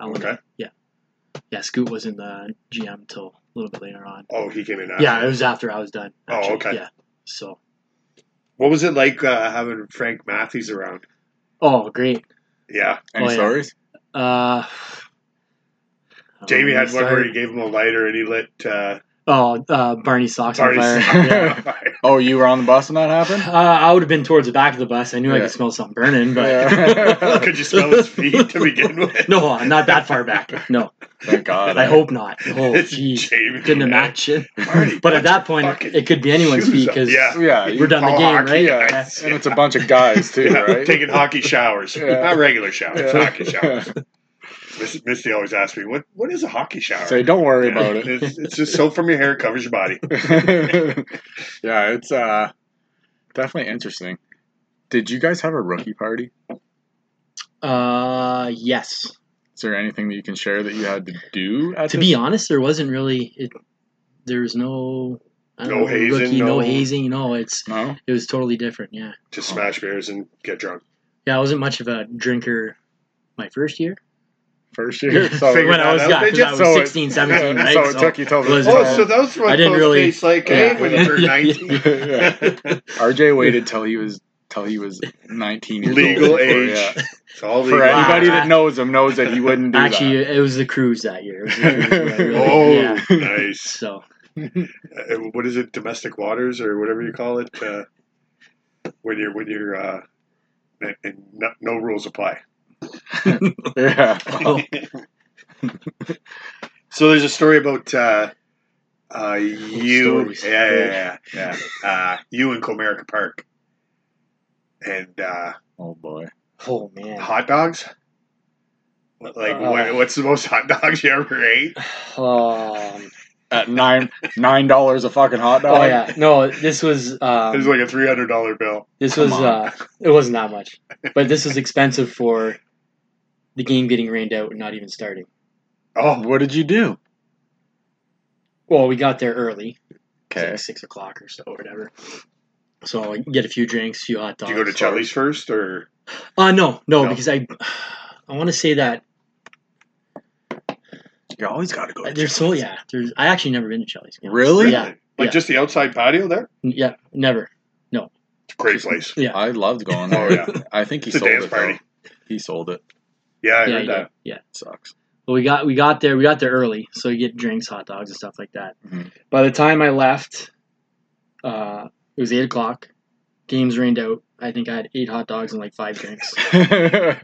[SPEAKER 5] Alame,
[SPEAKER 3] Okay.
[SPEAKER 5] yeah. Scoot was in the GM till a little bit later on.
[SPEAKER 3] Oh, he came in after.
[SPEAKER 5] Yeah, it was after I was done.
[SPEAKER 3] Oh,
[SPEAKER 5] Actually.
[SPEAKER 3] okay.
[SPEAKER 5] Yeah. So,
[SPEAKER 3] What was it like uh, having Frank Matthews around?
[SPEAKER 5] oh, great.
[SPEAKER 3] Yeah.
[SPEAKER 1] Any
[SPEAKER 5] Oh, yeah.
[SPEAKER 1] stories?
[SPEAKER 5] Uh,
[SPEAKER 3] Jamie
[SPEAKER 5] um,
[SPEAKER 3] had one where
[SPEAKER 5] sorry.
[SPEAKER 3] he gave him a lighter and he lit uh,
[SPEAKER 5] Oh, uh, Barney socks on
[SPEAKER 3] Barney
[SPEAKER 5] fire.
[SPEAKER 3] Sanders
[SPEAKER 5] Yeah.
[SPEAKER 3] on fire.
[SPEAKER 1] Oh, you were on the bus when that
[SPEAKER 5] Uh,
[SPEAKER 1] happened?
[SPEAKER 5] I would have been towards the back of the bus. I knew I
[SPEAKER 1] Yeah.
[SPEAKER 5] could smell something burning, but
[SPEAKER 1] Yeah.
[SPEAKER 3] Could you smell his feet to begin with?
[SPEAKER 5] no, I'm not that far back. No,
[SPEAKER 1] Thank God.
[SPEAKER 5] I
[SPEAKER 1] eh?
[SPEAKER 5] hope not. Oh,
[SPEAKER 3] It's
[SPEAKER 5] jeez,
[SPEAKER 3] Jamie.
[SPEAKER 5] couldn't imagine.
[SPEAKER 3] Barney,
[SPEAKER 5] But at
[SPEAKER 3] put
[SPEAKER 5] that
[SPEAKER 3] your
[SPEAKER 5] point,
[SPEAKER 3] fucking
[SPEAKER 5] it could be anyone's
[SPEAKER 3] shoes
[SPEAKER 5] feet
[SPEAKER 3] up.
[SPEAKER 5] because
[SPEAKER 3] Yeah.
[SPEAKER 1] Yeah, you-
[SPEAKER 5] we're done the
[SPEAKER 3] Paul
[SPEAKER 5] game,
[SPEAKER 3] Hockey,
[SPEAKER 5] right?
[SPEAKER 3] yeah.
[SPEAKER 5] Yeah.
[SPEAKER 1] and it's a bunch of guys too,
[SPEAKER 3] Yeah,
[SPEAKER 1] right?
[SPEAKER 3] Taking hockey showers,
[SPEAKER 1] Yeah.
[SPEAKER 3] not regular showers,
[SPEAKER 1] Yeah.
[SPEAKER 3] hockey showers. Miss, Misty always asks me, "What what is a hockey shower?"
[SPEAKER 1] So don't worry
[SPEAKER 3] Yeah,
[SPEAKER 1] about it.
[SPEAKER 3] It's, it's just soap from your hair covers your body.
[SPEAKER 1] yeah, it's uh definitely interesting. Did you guys have a rookie party?
[SPEAKER 5] Uh, yes.
[SPEAKER 1] Is there anything that you can share that you had to do? At
[SPEAKER 5] To
[SPEAKER 1] this?
[SPEAKER 5] be honest, there wasn't really. It, there was no. I don't
[SPEAKER 3] No
[SPEAKER 5] know,
[SPEAKER 3] hazing,
[SPEAKER 5] rookie,
[SPEAKER 3] no-
[SPEAKER 5] no hazing. No, it's
[SPEAKER 1] no.
[SPEAKER 5] it was totally different. Yeah,
[SPEAKER 3] Just
[SPEAKER 1] Uh-huh.
[SPEAKER 3] smash beers and get drunk.
[SPEAKER 5] yeah. I wasn't much of a drinker. My first year,
[SPEAKER 1] First year, so,
[SPEAKER 3] Figured
[SPEAKER 5] when I was
[SPEAKER 3] that out. They
[SPEAKER 5] yeah, 'cause I
[SPEAKER 1] just-
[SPEAKER 5] was
[SPEAKER 1] so it-
[SPEAKER 5] 16, 17, right?
[SPEAKER 1] so it took you till the
[SPEAKER 5] was
[SPEAKER 1] Oh,
[SPEAKER 5] all-
[SPEAKER 1] so
[SPEAKER 3] those were
[SPEAKER 5] I didn't really-
[SPEAKER 3] like,
[SPEAKER 5] yeah. Yeah.
[SPEAKER 1] yeah. RJ waited till he was till he was 19 years
[SPEAKER 3] Legal
[SPEAKER 1] old.
[SPEAKER 3] age.
[SPEAKER 1] Yeah.
[SPEAKER 3] It's all
[SPEAKER 1] For
[SPEAKER 3] legal.
[SPEAKER 1] anybody that knows him knows that he wouldn't do
[SPEAKER 5] Actually, it was the cruise that year. It was the cruise where I really-
[SPEAKER 3] Oh,
[SPEAKER 5] yeah.
[SPEAKER 3] nice.
[SPEAKER 5] So
[SPEAKER 3] Uh, What is it? Domestic waters or whatever you call it. Uh, when you're when you're uh, and, and no, no rules apply.
[SPEAKER 1] that. Yeah.
[SPEAKER 5] oh,
[SPEAKER 3] So there's a story about uh, uh, you,
[SPEAKER 5] stories.
[SPEAKER 3] yeah, yeah, yeah, yeah. Uh, you in Comerica Park, and uh,
[SPEAKER 1] Oh boy.
[SPEAKER 5] oh man.
[SPEAKER 3] hot dogs. What- Like, what,
[SPEAKER 5] Uh.
[SPEAKER 3] what's the most hot dogs you ever ate?
[SPEAKER 5] Um,
[SPEAKER 1] At nine nine dollars a fucking hot dog.
[SPEAKER 5] oh yeah, no. This was
[SPEAKER 3] It was
[SPEAKER 5] um,
[SPEAKER 3] like a three hundred dollar bill.
[SPEAKER 5] this
[SPEAKER 1] come
[SPEAKER 5] was
[SPEAKER 1] on.
[SPEAKER 5] uh, it wasn't that much, but this was expensive for the game getting rained out and not even starting.
[SPEAKER 3] Oh,
[SPEAKER 1] What did you do?
[SPEAKER 5] Well, we got there early, it was
[SPEAKER 1] Okay.
[SPEAKER 5] like six o'clock or so, or whatever. So I get a few drinks, few hot
[SPEAKER 3] do
[SPEAKER 5] dogs.
[SPEAKER 3] you go to Chelly's first or
[SPEAKER 5] Uh, no, no,
[SPEAKER 3] No?
[SPEAKER 5] because I, I want to say that
[SPEAKER 1] You always got to go.
[SPEAKER 5] there's so yeah. There's I actually never been to Chelly's. to be honest.
[SPEAKER 1] Really?
[SPEAKER 5] Yeah,
[SPEAKER 3] like
[SPEAKER 5] yeah.
[SPEAKER 3] just the outside patio there?
[SPEAKER 5] yeah, never.
[SPEAKER 3] It's a great place.
[SPEAKER 5] Yeah,
[SPEAKER 1] I loved going
[SPEAKER 3] Oh
[SPEAKER 1] there.
[SPEAKER 3] yeah,
[SPEAKER 1] I think he
[SPEAKER 3] It's a
[SPEAKER 1] sold
[SPEAKER 3] dance
[SPEAKER 1] it.
[SPEAKER 3] party.
[SPEAKER 1] though. He sold it.
[SPEAKER 3] yeah, I
[SPEAKER 5] yeah,
[SPEAKER 3] heard
[SPEAKER 5] you
[SPEAKER 3] that.
[SPEAKER 5] do. yeah.
[SPEAKER 1] Sucks.
[SPEAKER 5] But we got we got there we got there early, so you get drinks, hot dogs, and stuff like that.
[SPEAKER 1] Mhm.
[SPEAKER 5] By the time I left, uh, it was eight o'clock. Games rained out. I think I had eight hot dogs and like five drinks. And Game,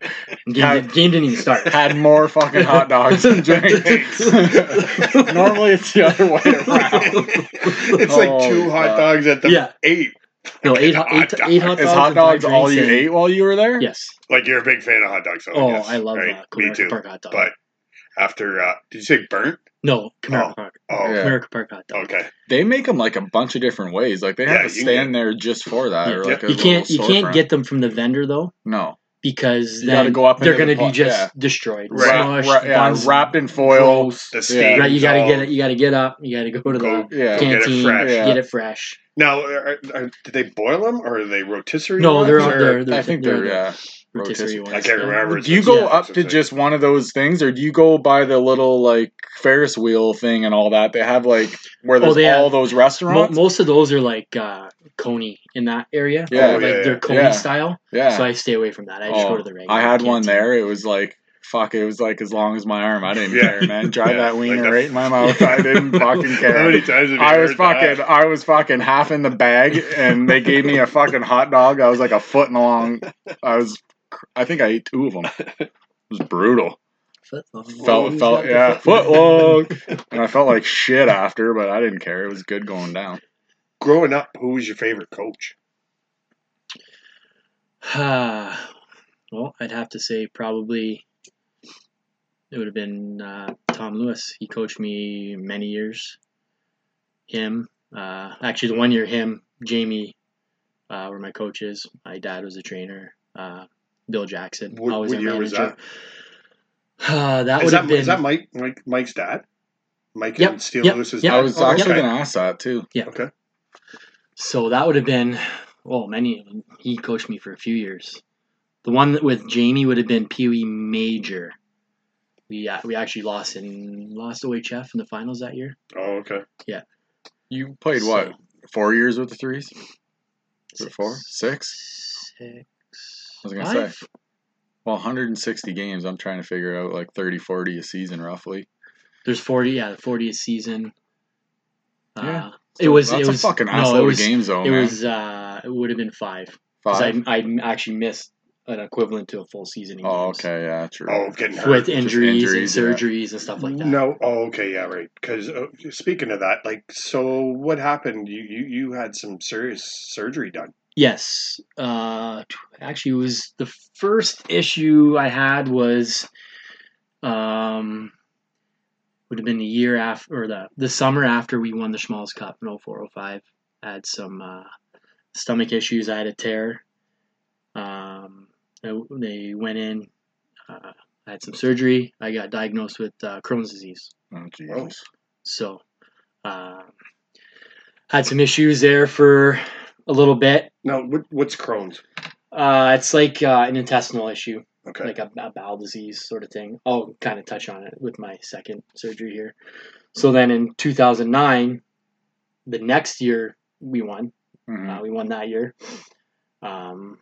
[SPEAKER 1] Yeah.
[SPEAKER 5] did, game didn't even start.
[SPEAKER 1] Had more fucking hot dogs and drinks. Normally it's the other way around.
[SPEAKER 3] it's like
[SPEAKER 1] Oh,
[SPEAKER 3] two hot
[SPEAKER 1] God.
[SPEAKER 3] dogs at the
[SPEAKER 5] Yeah.
[SPEAKER 3] eight.
[SPEAKER 5] No, eight,
[SPEAKER 3] Hot
[SPEAKER 5] hot eight, eight hot dogs.
[SPEAKER 1] Is hot
[SPEAKER 5] and five
[SPEAKER 1] dogs all you
[SPEAKER 5] drinks and-
[SPEAKER 1] ate while you were there?
[SPEAKER 5] Yes.
[SPEAKER 3] Like you're a big fan of hot dogs. so
[SPEAKER 5] Oh,
[SPEAKER 3] yes,
[SPEAKER 5] I love
[SPEAKER 3] right?
[SPEAKER 5] uh,
[SPEAKER 3] Me
[SPEAKER 5] Comerica
[SPEAKER 3] too.
[SPEAKER 5] Park hot dog.
[SPEAKER 3] But after uh, did you say burnt?
[SPEAKER 5] no, Comerica Park.
[SPEAKER 3] Oh,
[SPEAKER 1] Yeah.
[SPEAKER 5] Comerica Park hot dog.
[SPEAKER 3] okay.
[SPEAKER 1] They make them like a bunch of different ways. Like they have
[SPEAKER 3] Yeah, you
[SPEAKER 1] to
[SPEAKER 3] can
[SPEAKER 1] stand there just for that.
[SPEAKER 5] Yeah.
[SPEAKER 1] Or like a
[SPEAKER 5] You can't you
[SPEAKER 1] little
[SPEAKER 5] can't
[SPEAKER 1] storefront.
[SPEAKER 5] get them from the vendor though
[SPEAKER 1] no
[SPEAKER 5] because
[SPEAKER 1] You
[SPEAKER 5] then
[SPEAKER 1] gotta go up
[SPEAKER 5] they're
[SPEAKER 1] into
[SPEAKER 5] going
[SPEAKER 1] the
[SPEAKER 5] to be
[SPEAKER 1] pla-
[SPEAKER 5] just
[SPEAKER 1] yeah.
[SPEAKER 5] destroyed,
[SPEAKER 3] Right.
[SPEAKER 5] smushed,
[SPEAKER 1] Ra- yeah,
[SPEAKER 5] buns
[SPEAKER 1] wrapped in foil.
[SPEAKER 5] gross.
[SPEAKER 3] The
[SPEAKER 1] Yeah.
[SPEAKER 3] steam.
[SPEAKER 5] Right, you gotta
[SPEAKER 3] all-
[SPEAKER 5] get it. You gotta get up. You gotta go to
[SPEAKER 3] Go-
[SPEAKER 5] the
[SPEAKER 1] Yeah,
[SPEAKER 3] Go get it
[SPEAKER 5] canteen.
[SPEAKER 3] fresh.
[SPEAKER 1] Yeah.
[SPEAKER 5] Get it fresh.
[SPEAKER 3] Now, are, are, did they boil them or are they rotisserie?
[SPEAKER 5] No,
[SPEAKER 3] ones,
[SPEAKER 5] they're
[SPEAKER 3] or-
[SPEAKER 5] on there.
[SPEAKER 1] I think they're yeah. rotisserie.
[SPEAKER 5] rotisserie ones.
[SPEAKER 3] I can't
[SPEAKER 5] yeah.
[SPEAKER 3] remember. It's
[SPEAKER 1] Do you
[SPEAKER 3] just-
[SPEAKER 1] go
[SPEAKER 5] Yeah,
[SPEAKER 1] up to
[SPEAKER 3] it's a-
[SPEAKER 1] just one of those things, or do you go by the little like Ferris wheel thing and all that? They have like where
[SPEAKER 5] Oh,
[SPEAKER 1] there's
[SPEAKER 5] they
[SPEAKER 1] all
[SPEAKER 5] have-
[SPEAKER 1] those
[SPEAKER 5] Mo-
[SPEAKER 1] restaurants.
[SPEAKER 5] most of those are like uh, Coney in that area.
[SPEAKER 1] Yeah. Oh,
[SPEAKER 5] like
[SPEAKER 3] yeah, yeah.
[SPEAKER 5] they're Coney
[SPEAKER 1] Yeah.
[SPEAKER 5] style.
[SPEAKER 1] yeah,
[SPEAKER 5] So I stay away from that. I just
[SPEAKER 1] Oh,
[SPEAKER 5] go to the regular.
[SPEAKER 1] I had one
[SPEAKER 5] canteen.
[SPEAKER 1] there. It was like fuck. It was like as long as my arm. I didn't
[SPEAKER 3] Yeah.
[SPEAKER 1] care, man. Drive
[SPEAKER 3] Yeah,
[SPEAKER 1] that
[SPEAKER 3] like
[SPEAKER 1] wiener
[SPEAKER 3] that-
[SPEAKER 1] right in my mouth. I didn't fucking
[SPEAKER 3] How
[SPEAKER 1] care.
[SPEAKER 3] many times have you
[SPEAKER 1] I was
[SPEAKER 3] heard that?
[SPEAKER 1] fucking, I was fucking half in the bag, and they gave me a fucking hot dog. I was like a foot long. I was, I think I ate two of them. It was brutal.
[SPEAKER 5] foot long.
[SPEAKER 1] Felt,
[SPEAKER 2] he's got
[SPEAKER 1] felt,
[SPEAKER 2] the
[SPEAKER 1] yeah,
[SPEAKER 2] foot-
[SPEAKER 1] foot long. and I felt like shit after, but I didn't care. It was good going down.
[SPEAKER 3] Growing up, who was your favorite coach?
[SPEAKER 5] well, I'd have to say probably it would have been uh, Tom Lewis. He coached me many years. Him, uh, actually, the one year him, Jamie, uh, were my coaches. My dad was a trainer. Uh, Bill Jackson.
[SPEAKER 3] What-
[SPEAKER 5] I was
[SPEAKER 3] what
[SPEAKER 5] a
[SPEAKER 3] year was
[SPEAKER 5] manager. Uh, that
[SPEAKER 3] Is
[SPEAKER 5] would
[SPEAKER 3] that,
[SPEAKER 5] have been
[SPEAKER 3] is that Mike, Mike Mike's dad? Mike
[SPEAKER 5] Yep,
[SPEAKER 3] and Steel
[SPEAKER 5] yep,
[SPEAKER 3] Lewis's
[SPEAKER 5] yep.
[SPEAKER 3] dad?
[SPEAKER 1] I was
[SPEAKER 3] Oh,
[SPEAKER 1] actually
[SPEAKER 3] okay.
[SPEAKER 1] going to ask that too.
[SPEAKER 5] So that would have been, well, many of them. He coached me for a few years. The one that with Jamie would have been Pee Wee Major. We uh, we actually lost in lost OHF in the finals that year.
[SPEAKER 3] Oh, okay.
[SPEAKER 1] You played what?
[SPEAKER 5] So-
[SPEAKER 1] Four years with the threes? Is it
[SPEAKER 5] Six-
[SPEAKER 1] four? Six?
[SPEAKER 5] six-
[SPEAKER 1] I was gonna
[SPEAKER 5] five?
[SPEAKER 1] say. Well, 160 games. I'm trying to figure out like 30, 40 a season roughly.
[SPEAKER 5] There's forty. Yeah, the fortieth season.
[SPEAKER 1] Yeah.
[SPEAKER 5] Uh, it was.
[SPEAKER 1] That's
[SPEAKER 5] it
[SPEAKER 1] a
[SPEAKER 5] was,
[SPEAKER 1] fucking
[SPEAKER 5] no,
[SPEAKER 1] ass
[SPEAKER 5] it
[SPEAKER 1] load
[SPEAKER 5] was,
[SPEAKER 1] of games, though,
[SPEAKER 5] It
[SPEAKER 1] man.
[SPEAKER 5] was. Uh, it would have been five because I
[SPEAKER 1] Five.
[SPEAKER 5] I actually missed an equivalent to a full season. In
[SPEAKER 1] Oh,
[SPEAKER 5] games.
[SPEAKER 1] okay. Yeah, true.
[SPEAKER 3] Oh, getting hurt.
[SPEAKER 5] With injuries,
[SPEAKER 1] injuries, yeah.
[SPEAKER 5] and surgeries and stuff like that.
[SPEAKER 3] No. Oh, okay. Yeah, right. Because uh, speaking of that, like, so what happened? You you you had some serious surgery done.
[SPEAKER 5] Yes. Uh, t- actually, it was the first issue I had was um, would have been the year after or the the summer after we won the Schmalz Cup in 0405. I had some uh, stomach issues. I had a tear. Um, I- they went in. Uh, I had some surgery. I got diagnosed with uh, Crohn's disease.
[SPEAKER 1] Oh, Jesus.
[SPEAKER 5] So, uh, had some issues there for a little bit.
[SPEAKER 3] Now, what, what's Crohn's?
[SPEAKER 5] Uh, it's like uh, an intestinal issue,
[SPEAKER 3] Okay.
[SPEAKER 5] like a, a bowel disease sort of thing. I'll kind of touch on it with my second surgery here. So then in 2009, the next year we won.
[SPEAKER 1] Mhm.
[SPEAKER 5] Uh, we won that year. Um,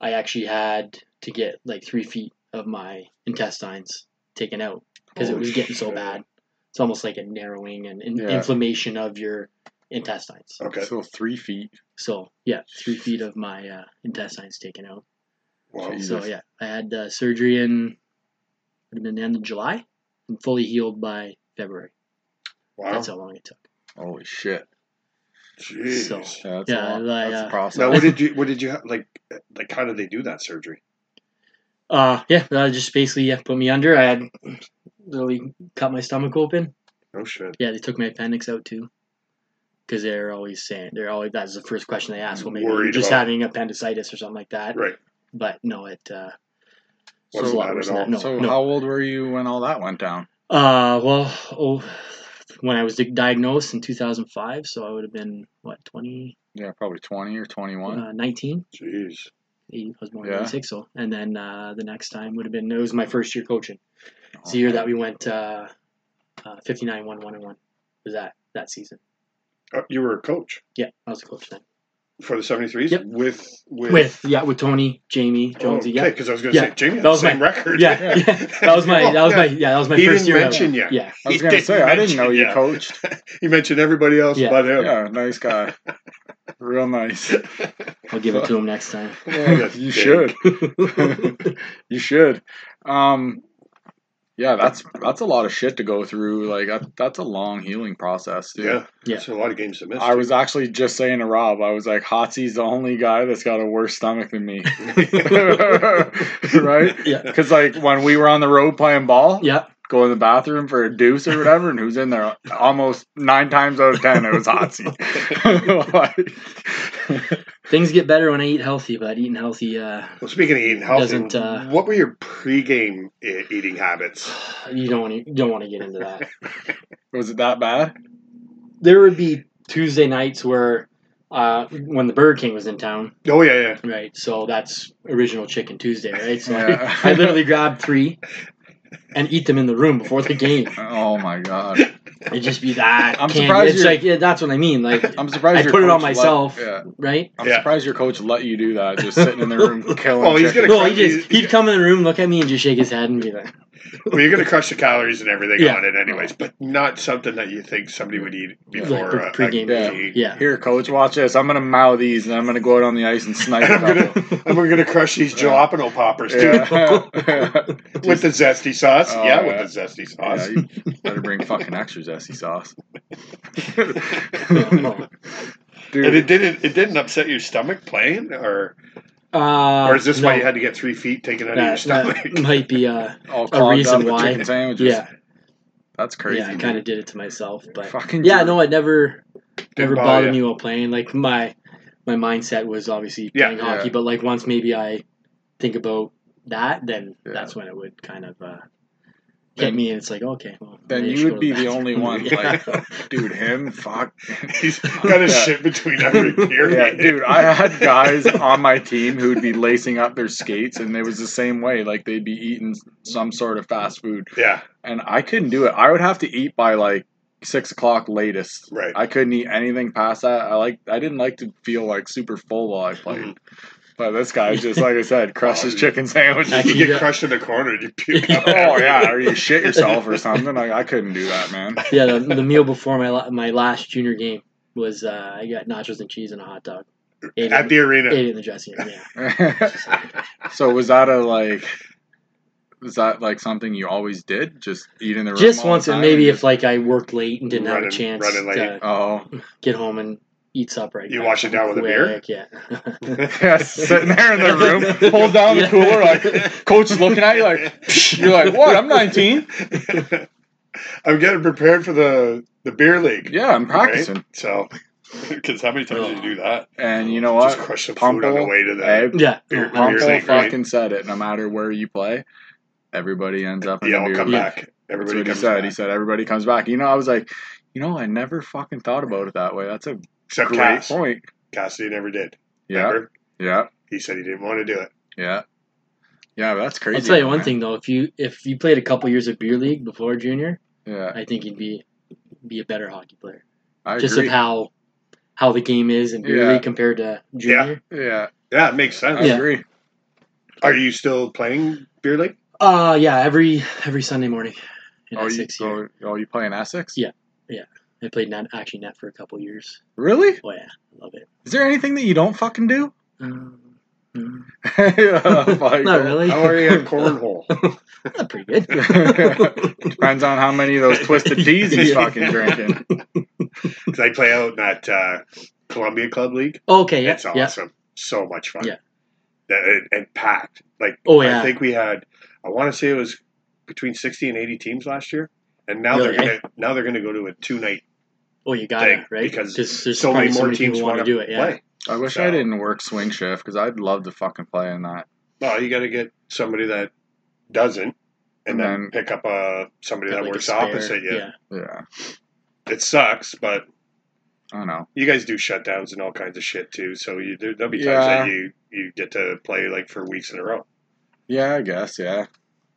[SPEAKER 5] I actually had to get like three feet of my intestines taken out because it
[SPEAKER 1] Holy
[SPEAKER 5] was getting so
[SPEAKER 1] shit.
[SPEAKER 5] bad. It's almost like a narrowing and in-
[SPEAKER 1] Yeah.
[SPEAKER 5] inflammation of your intestines.
[SPEAKER 3] Okay.
[SPEAKER 1] So three feet.
[SPEAKER 5] So yeah, three feet of my uh, intestines taken out.
[SPEAKER 3] Wow.
[SPEAKER 1] Jeez.
[SPEAKER 5] So
[SPEAKER 1] Jesus.
[SPEAKER 5] yeah, I had uh, surgery in would have been the end of July. I'm fully healed by February.
[SPEAKER 3] Wow.
[SPEAKER 5] That's how long it took.
[SPEAKER 1] Holy shit.
[SPEAKER 3] Jeez.
[SPEAKER 5] So-
[SPEAKER 1] Yeah, that's,
[SPEAKER 5] Yeah,
[SPEAKER 1] a, lot.
[SPEAKER 5] like,
[SPEAKER 1] that's a
[SPEAKER 5] uh,
[SPEAKER 1] process.
[SPEAKER 3] Now, what did you what did you have, like like how did they do that surgery?
[SPEAKER 5] Uh, yeah, that just basically yeah, put me under. I had literally cut my stomach open.
[SPEAKER 3] Oh shit.
[SPEAKER 5] Yeah, they took my appendix out too. Because they're always saying they're always that's the first question they ask. Well, maybe you're
[SPEAKER 3] Worried
[SPEAKER 5] just
[SPEAKER 3] about-
[SPEAKER 5] having appendicitis or something like that.
[SPEAKER 3] Right.
[SPEAKER 5] But no, it uh,
[SPEAKER 1] So-
[SPEAKER 5] was a lot
[SPEAKER 3] Wasn't
[SPEAKER 5] worse
[SPEAKER 3] that
[SPEAKER 5] than
[SPEAKER 3] at
[SPEAKER 5] that.
[SPEAKER 3] all?
[SPEAKER 5] No,
[SPEAKER 1] so
[SPEAKER 5] no.
[SPEAKER 1] how old were you when all that went down?
[SPEAKER 5] Uh, well, oh, when I was di- diagnosed in 2005, so I would have been what 20,
[SPEAKER 1] Yeah, probably 20 or 21.
[SPEAKER 5] uh, 19.
[SPEAKER 3] Jeez.
[SPEAKER 5] he was born
[SPEAKER 1] Yeah.
[SPEAKER 5] in six so and then uh, the next time would have been it was my first year coaching it's the
[SPEAKER 1] Oh,
[SPEAKER 5] year that we went uh, uh, 59 1 1 and 1 was that that season
[SPEAKER 3] Uh, you were a coach
[SPEAKER 5] yeah i was a coach then
[SPEAKER 3] for the 73s
[SPEAKER 5] Yep.
[SPEAKER 3] with with,
[SPEAKER 5] with yeah with tony jamie jonesy yeah
[SPEAKER 3] because I was going to
[SPEAKER 5] Yeah.
[SPEAKER 3] say Jamie had
[SPEAKER 5] That
[SPEAKER 3] the
[SPEAKER 5] was my-
[SPEAKER 3] same record.
[SPEAKER 5] yeah, yeah. that was my
[SPEAKER 3] Oh,
[SPEAKER 5] that was
[SPEAKER 3] yeah.
[SPEAKER 5] my yeah that was my
[SPEAKER 3] He
[SPEAKER 5] 1st
[SPEAKER 3] didn't
[SPEAKER 5] year
[SPEAKER 3] mention
[SPEAKER 5] that,
[SPEAKER 3] you.
[SPEAKER 5] yeah
[SPEAKER 1] I was
[SPEAKER 3] He
[SPEAKER 1] gonna
[SPEAKER 3] didn't
[SPEAKER 1] say I didn't know you
[SPEAKER 3] mention
[SPEAKER 1] coached.
[SPEAKER 3] He mentioned everybody else
[SPEAKER 5] Yeah.
[SPEAKER 3] but him.
[SPEAKER 1] Yeah, nice guy, real nice.
[SPEAKER 5] i'll give it to him next time
[SPEAKER 1] Yeah,
[SPEAKER 3] That's
[SPEAKER 1] you
[SPEAKER 3] big.
[SPEAKER 1] should. you should. Um, yeah, that's that's a lot of shit to go through. Like that, that's a long healing process. Dude.
[SPEAKER 3] Yeah.
[SPEAKER 5] Yeah.
[SPEAKER 3] That's a lot of games to miss.
[SPEAKER 1] I was actually just saying to Rob, I was like, Hotsy's the only guy that's got a worse stomach than me, right?
[SPEAKER 5] yeah
[SPEAKER 1] Because like when we were on the road playing ball,
[SPEAKER 5] yeah
[SPEAKER 1] go in the bathroom for a deuce or whatever, and who's in there almost nine times out of ten, it was Hotsy. Like-
[SPEAKER 5] things get better when i eat healthy but eating healthy uh,
[SPEAKER 3] Well, speaking of eating healthy,
[SPEAKER 5] Doesn't, uh,
[SPEAKER 3] what were your pregame e- eating habits?
[SPEAKER 5] you don't want to you don't want to get into that
[SPEAKER 1] was it that bad?
[SPEAKER 5] there would be tuesday nights where uh, when the burger king was in town
[SPEAKER 3] Oh yeah, yeah.
[SPEAKER 5] Right. So that's original Chicken Tuesday, right? So
[SPEAKER 1] Yeah.
[SPEAKER 5] I literally grab three and eat them in the room before the game.
[SPEAKER 1] Oh my god!
[SPEAKER 5] It'd just be that.
[SPEAKER 1] I'm
[SPEAKER 5] candy.
[SPEAKER 1] surprised
[SPEAKER 5] It's
[SPEAKER 1] you're-
[SPEAKER 5] like yeah, that's what I mean. Like
[SPEAKER 1] I'm surprised.
[SPEAKER 5] I
[SPEAKER 1] your
[SPEAKER 5] put it on
[SPEAKER 1] coach let-
[SPEAKER 5] myself.
[SPEAKER 1] yeah.
[SPEAKER 5] right.
[SPEAKER 1] I'm
[SPEAKER 3] Yeah.
[SPEAKER 1] surprised your coach let you do that. Just sitting in the room killing.
[SPEAKER 3] Oh, he's
[SPEAKER 1] chicken.
[SPEAKER 3] gonna-
[SPEAKER 5] No, he just
[SPEAKER 3] Yeah.
[SPEAKER 5] he'd come in the room, look at me, and just shake his head and be like,
[SPEAKER 3] Well, you're going to crush the calories and everything
[SPEAKER 5] Yeah.
[SPEAKER 3] on it, anyways, but not something that you think somebody would eat before uh,
[SPEAKER 5] pre-
[SPEAKER 3] a- a
[SPEAKER 5] pre-game
[SPEAKER 3] game.
[SPEAKER 1] meal.
[SPEAKER 5] Yeah.
[SPEAKER 1] Here, coach, watch this. I'm gonna mow these, and I'm gonna go out on the ice and snipe.
[SPEAKER 3] And
[SPEAKER 1] a
[SPEAKER 3] I'm gonna,
[SPEAKER 1] couple.
[SPEAKER 3] and we're gonna crush these jalapeno poppers, dude,
[SPEAKER 1] Yeah.
[SPEAKER 3] with the zesty sauce.
[SPEAKER 1] Oh,
[SPEAKER 3] yeah,
[SPEAKER 1] yeah.
[SPEAKER 3] with the zesty
[SPEAKER 1] Yeah,
[SPEAKER 3] sauce.
[SPEAKER 1] you better bring fucking extra zesty sauce.
[SPEAKER 3] And
[SPEAKER 1] Dude,
[SPEAKER 3] it didn't. It didn't upset your stomach playing, or
[SPEAKER 5] Uh,
[SPEAKER 3] or is this
[SPEAKER 5] no,
[SPEAKER 3] why you had to get three feet taken out of your
[SPEAKER 5] Uh, that,
[SPEAKER 3] stomach?
[SPEAKER 5] that might be uh
[SPEAKER 1] all
[SPEAKER 5] a
[SPEAKER 1] clogged
[SPEAKER 5] reason
[SPEAKER 1] up with
[SPEAKER 5] why.
[SPEAKER 1] chicken sandwiches.
[SPEAKER 5] yeah
[SPEAKER 1] That's crazy.
[SPEAKER 5] yeah I kind of did it to myself but
[SPEAKER 1] dude. fucking
[SPEAKER 5] yeah
[SPEAKER 1] jerk.
[SPEAKER 5] no it never never
[SPEAKER 3] bother
[SPEAKER 5] bothered
[SPEAKER 3] ya.
[SPEAKER 5] me while playing like my my mindset was obviously
[SPEAKER 3] Yeah,
[SPEAKER 5] playing
[SPEAKER 1] yeah.
[SPEAKER 5] hockey but like once maybe I think about that then
[SPEAKER 1] Yeah.
[SPEAKER 5] that's when it would kind of uh, hit
[SPEAKER 1] Then-
[SPEAKER 5] me and it's like okay well,
[SPEAKER 1] Then
[SPEAKER 5] maybe I
[SPEAKER 1] you
[SPEAKER 5] should
[SPEAKER 1] would
[SPEAKER 5] go to
[SPEAKER 1] be the
[SPEAKER 5] bathroom.
[SPEAKER 1] only one,
[SPEAKER 5] yeah.
[SPEAKER 1] like, dude, him, fuck.
[SPEAKER 3] He's got
[SPEAKER 1] Yeah.
[SPEAKER 3] a shit between every
[SPEAKER 1] Yeah,
[SPEAKER 3] period.
[SPEAKER 1] dude, I had guys on my team who'd be lacing up their skates, and it was the same way. Like they'd be eating some sort of fast food,
[SPEAKER 3] Yeah,
[SPEAKER 1] and I couldn't do it. I would have to eat by like six o'clock latest.
[SPEAKER 3] right.
[SPEAKER 1] I couldn't eat anything past that. I like I didn't like to feel like super full while I played. But this guy just like I said, crushed his chicken sandwiches.
[SPEAKER 5] I
[SPEAKER 3] you
[SPEAKER 5] can-
[SPEAKER 3] get crushed in the corner and you puke up.
[SPEAKER 1] oh yeah, or you shit yourself or something. Like I couldn't do that, man.
[SPEAKER 5] yeah the, the meal before my la- my last junior game was uh, I got nachos and cheese and a hot dog ate it,
[SPEAKER 3] at the arena.
[SPEAKER 5] ate it in the dressing room yeah
[SPEAKER 1] so was that a like? Was that like something you always did? Just eat in the room.
[SPEAKER 5] just
[SPEAKER 1] all
[SPEAKER 5] once
[SPEAKER 1] the
[SPEAKER 5] and
[SPEAKER 1] time
[SPEAKER 5] maybe
[SPEAKER 1] and
[SPEAKER 5] if like I worked late and didn't have a
[SPEAKER 3] Running-
[SPEAKER 5] chance
[SPEAKER 3] running late.
[SPEAKER 5] to
[SPEAKER 1] just- oh
[SPEAKER 5] get home and eat supper. I
[SPEAKER 3] You
[SPEAKER 5] guess.
[SPEAKER 3] wash it down with a beer?
[SPEAKER 5] Quick, Yeah.
[SPEAKER 1] yeah, sitting there in the room, hold down the
[SPEAKER 5] Yeah.
[SPEAKER 1] cooler. Like coach is looking at you, like you're like what? I'm 19.
[SPEAKER 3] I'm getting prepared for the the beer league.
[SPEAKER 1] Yeah, I'm practicing.
[SPEAKER 3] Right? So, because how many times do you do that?
[SPEAKER 1] And you know what?
[SPEAKER 3] Just crush the food on the
[SPEAKER 1] Pumple,
[SPEAKER 3] way to the
[SPEAKER 1] egg,
[SPEAKER 5] yeah.
[SPEAKER 3] Beer-
[SPEAKER 5] no,
[SPEAKER 3] beer's
[SPEAKER 5] I'm-
[SPEAKER 1] Pumple
[SPEAKER 3] ain't great.
[SPEAKER 1] fucking said it. No matter where you play, everybody ends up in
[SPEAKER 3] Yeah,
[SPEAKER 1] the
[SPEAKER 3] I'll
[SPEAKER 1] beer
[SPEAKER 3] come
[SPEAKER 1] league.
[SPEAKER 3] back.
[SPEAKER 1] That's
[SPEAKER 3] Everybody
[SPEAKER 1] what he
[SPEAKER 3] comes
[SPEAKER 1] said. He
[SPEAKER 3] back.
[SPEAKER 1] said everybody comes back. You know, I was like, you know, I never fucking thought about it that way. That's a
[SPEAKER 3] Except
[SPEAKER 1] great
[SPEAKER 3] Cass.
[SPEAKER 1] point.
[SPEAKER 3] Cassidy never did.
[SPEAKER 1] Yeah,
[SPEAKER 3] Remember?
[SPEAKER 1] yeah,
[SPEAKER 3] He said he didn't want to do it.
[SPEAKER 1] yeah, yeah. but That's crazy.
[SPEAKER 5] I'll tell you
[SPEAKER 1] though,
[SPEAKER 5] one
[SPEAKER 1] man.
[SPEAKER 5] thing though. If you if you played a couple years of beer league before junior,
[SPEAKER 1] Yeah,
[SPEAKER 5] I think you'd be be a better hockey player.
[SPEAKER 1] I
[SPEAKER 5] just
[SPEAKER 1] agree.
[SPEAKER 5] of how how the game is in beer
[SPEAKER 1] Yeah.
[SPEAKER 5] league compared to junior.
[SPEAKER 1] yeah,
[SPEAKER 3] Yeah, it makes sense.
[SPEAKER 1] I agree.
[SPEAKER 3] Are you still playing beer league?
[SPEAKER 5] Uh yeah. Every every Sunday morning. In
[SPEAKER 1] Oh, you,
[SPEAKER 5] Essex here.
[SPEAKER 1] oh, oh, you play in Essex?
[SPEAKER 5] Yeah. I played net, actually net for a couple years.
[SPEAKER 1] Really?
[SPEAKER 5] Oh yeah, love it.
[SPEAKER 1] Is there anything that you don't fucking do? Oh,
[SPEAKER 5] Um, mm,
[SPEAKER 1] Not
[SPEAKER 5] not really.
[SPEAKER 3] How are you at cornhole?
[SPEAKER 5] Not pretty good.
[SPEAKER 1] Depends on how many of those twisted teas he's
[SPEAKER 5] Yeah.
[SPEAKER 1] fucking drinking.
[SPEAKER 3] Because I play out in that uh, Columbia Club League.
[SPEAKER 5] Oh, okay. Yeah.
[SPEAKER 3] It's
[SPEAKER 5] yeah.
[SPEAKER 3] awesome. So much fun.
[SPEAKER 5] Yeah.
[SPEAKER 3] That, and, and packed. Like,
[SPEAKER 5] Oh, yeah.
[SPEAKER 3] I think we had, I want to say it was between 60 and 80 teams last year. And now
[SPEAKER 5] Really,
[SPEAKER 3] they're
[SPEAKER 5] eh?
[SPEAKER 3] gonna now they're gonna go to a two night
[SPEAKER 5] Oh, you got it
[SPEAKER 3] thing,
[SPEAKER 5] right
[SPEAKER 3] because
[SPEAKER 5] Just- there's
[SPEAKER 3] so
[SPEAKER 5] probably
[SPEAKER 3] many more
[SPEAKER 5] people
[SPEAKER 3] teams
[SPEAKER 5] wanna
[SPEAKER 3] want to
[SPEAKER 5] do it. Yeah.
[SPEAKER 3] Play.
[SPEAKER 1] I wish I
[SPEAKER 3] So-
[SPEAKER 1] didn't work swing shift because I'd love to fucking play in that.
[SPEAKER 3] Well, you got to get somebody that doesn't, and
[SPEAKER 1] And
[SPEAKER 3] then,
[SPEAKER 1] then-
[SPEAKER 3] pick up a somebody that
[SPEAKER 5] Like a
[SPEAKER 3] works
[SPEAKER 5] spare,
[SPEAKER 3] opposite you.
[SPEAKER 5] Yeah.
[SPEAKER 1] Yeah,
[SPEAKER 3] It sucks, but
[SPEAKER 1] I know.
[SPEAKER 3] you guys do shutdowns and all kinds of shit too. So you, there, there'll be times
[SPEAKER 1] Yeah.
[SPEAKER 3] that you you get to play like for weeks in a row.
[SPEAKER 1] Yeah, I guess. Yeah,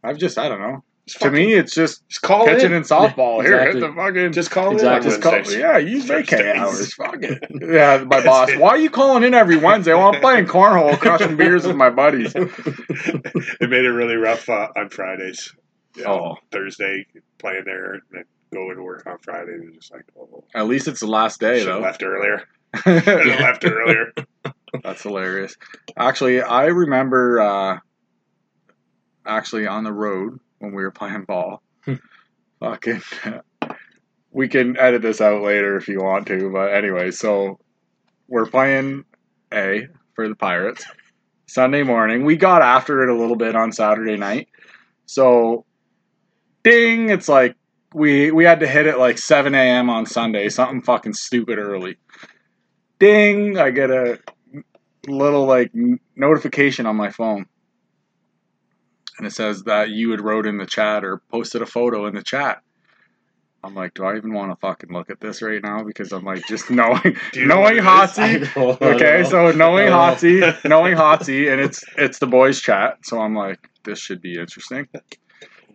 [SPEAKER 1] I've just I don't know.
[SPEAKER 3] It's
[SPEAKER 1] To
[SPEAKER 3] fucking-
[SPEAKER 1] me, it's just
[SPEAKER 3] just call
[SPEAKER 1] pitching
[SPEAKER 3] in.
[SPEAKER 1] and softball. Here,
[SPEAKER 5] Exactly.
[SPEAKER 1] hit the fucking.
[SPEAKER 3] Just call
[SPEAKER 5] Exactly.
[SPEAKER 3] in.
[SPEAKER 1] Just call, yeah, use vacay
[SPEAKER 3] Thursdays.
[SPEAKER 1] hours. Fuck it. Yeah, my boss. Why are you calling in every Wednesday? Well, I'm playing cornhole, crushing beers with my buddies.
[SPEAKER 3] it made it really rough uh, on Fridays. Yeah,
[SPEAKER 1] Oh,
[SPEAKER 3] Thursday playing there and then going to work on Friday. And just like, oh,
[SPEAKER 1] at least it's the last day
[SPEAKER 3] should have
[SPEAKER 1] though.
[SPEAKER 3] left earlier. Should have left earlier.
[SPEAKER 1] That's hilarious. Actually, I remember uh, actually on the road when we were playing ball. fucking, we can edit this out later if you want to. But anyway, so we're playing A for the Pirates Sunday morning. We got after it a little bit on Saturday night. So, ding! It's like we we had to hit it like 7 a.m. on Sunday. Something fucking stupid early. Ding! I get a little like n- notification on my phone and it says that you had wrote in the chat or posted a photo in the chat i'm like do i even want to fucking look at this right now because i'm like just knowing
[SPEAKER 3] Do you know what
[SPEAKER 1] knowing
[SPEAKER 3] it is?
[SPEAKER 5] I
[SPEAKER 1] hotsy
[SPEAKER 5] know, I
[SPEAKER 1] okay
[SPEAKER 5] know.
[SPEAKER 1] so knowing
[SPEAKER 5] Oh.
[SPEAKER 1] hotsy knowing hotsy and it's it's the boys chat so i'm like this should be interesting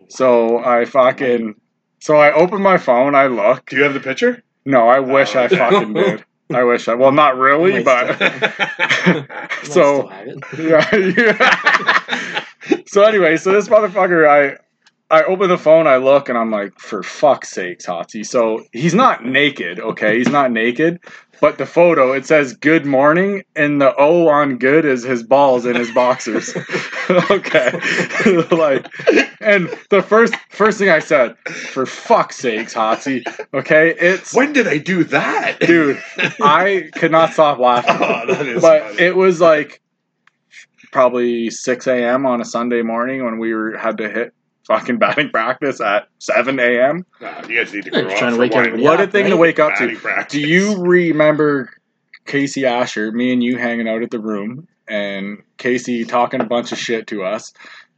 [SPEAKER 1] so i fucking so i open my phone i look
[SPEAKER 3] Do you have the picture?
[SPEAKER 1] no i wish i fucking did i wish i well not really
[SPEAKER 5] Nice
[SPEAKER 1] but
[SPEAKER 5] I might
[SPEAKER 1] so
[SPEAKER 5] still have it.
[SPEAKER 1] yeah, yeah. so anyway, so this motherfucker, I I open the phone, I look, and I'm like, for fuck's sake, Totsi. So he's not naked, okay? He's not naked, but the photo it says "Good morning," and the O on "good" is his balls in his boxers. okay, like, and the first first thing I said, for fuck's sake, Totsi. Okay, it's
[SPEAKER 3] When did I do that,
[SPEAKER 1] dude, I could not stop laughing
[SPEAKER 3] oh, that is
[SPEAKER 1] but
[SPEAKER 3] funny.
[SPEAKER 1] it was like probably 6 a.m. on a Sunday morning when we were had to hit fucking batting practice at 7 a.m.
[SPEAKER 3] Nah, you guys need to
[SPEAKER 5] Yeah,
[SPEAKER 3] grow
[SPEAKER 5] just
[SPEAKER 3] up
[SPEAKER 5] trying to
[SPEAKER 3] for
[SPEAKER 5] wake
[SPEAKER 3] one.
[SPEAKER 5] everybody
[SPEAKER 1] What a
[SPEAKER 5] Yeah,
[SPEAKER 1] thing to
[SPEAKER 5] right.
[SPEAKER 1] wake up to.
[SPEAKER 3] Batting practice.
[SPEAKER 1] Do you remember Casey Asher, me and you hanging out at the room, and Casey talking a bunch of shit to us?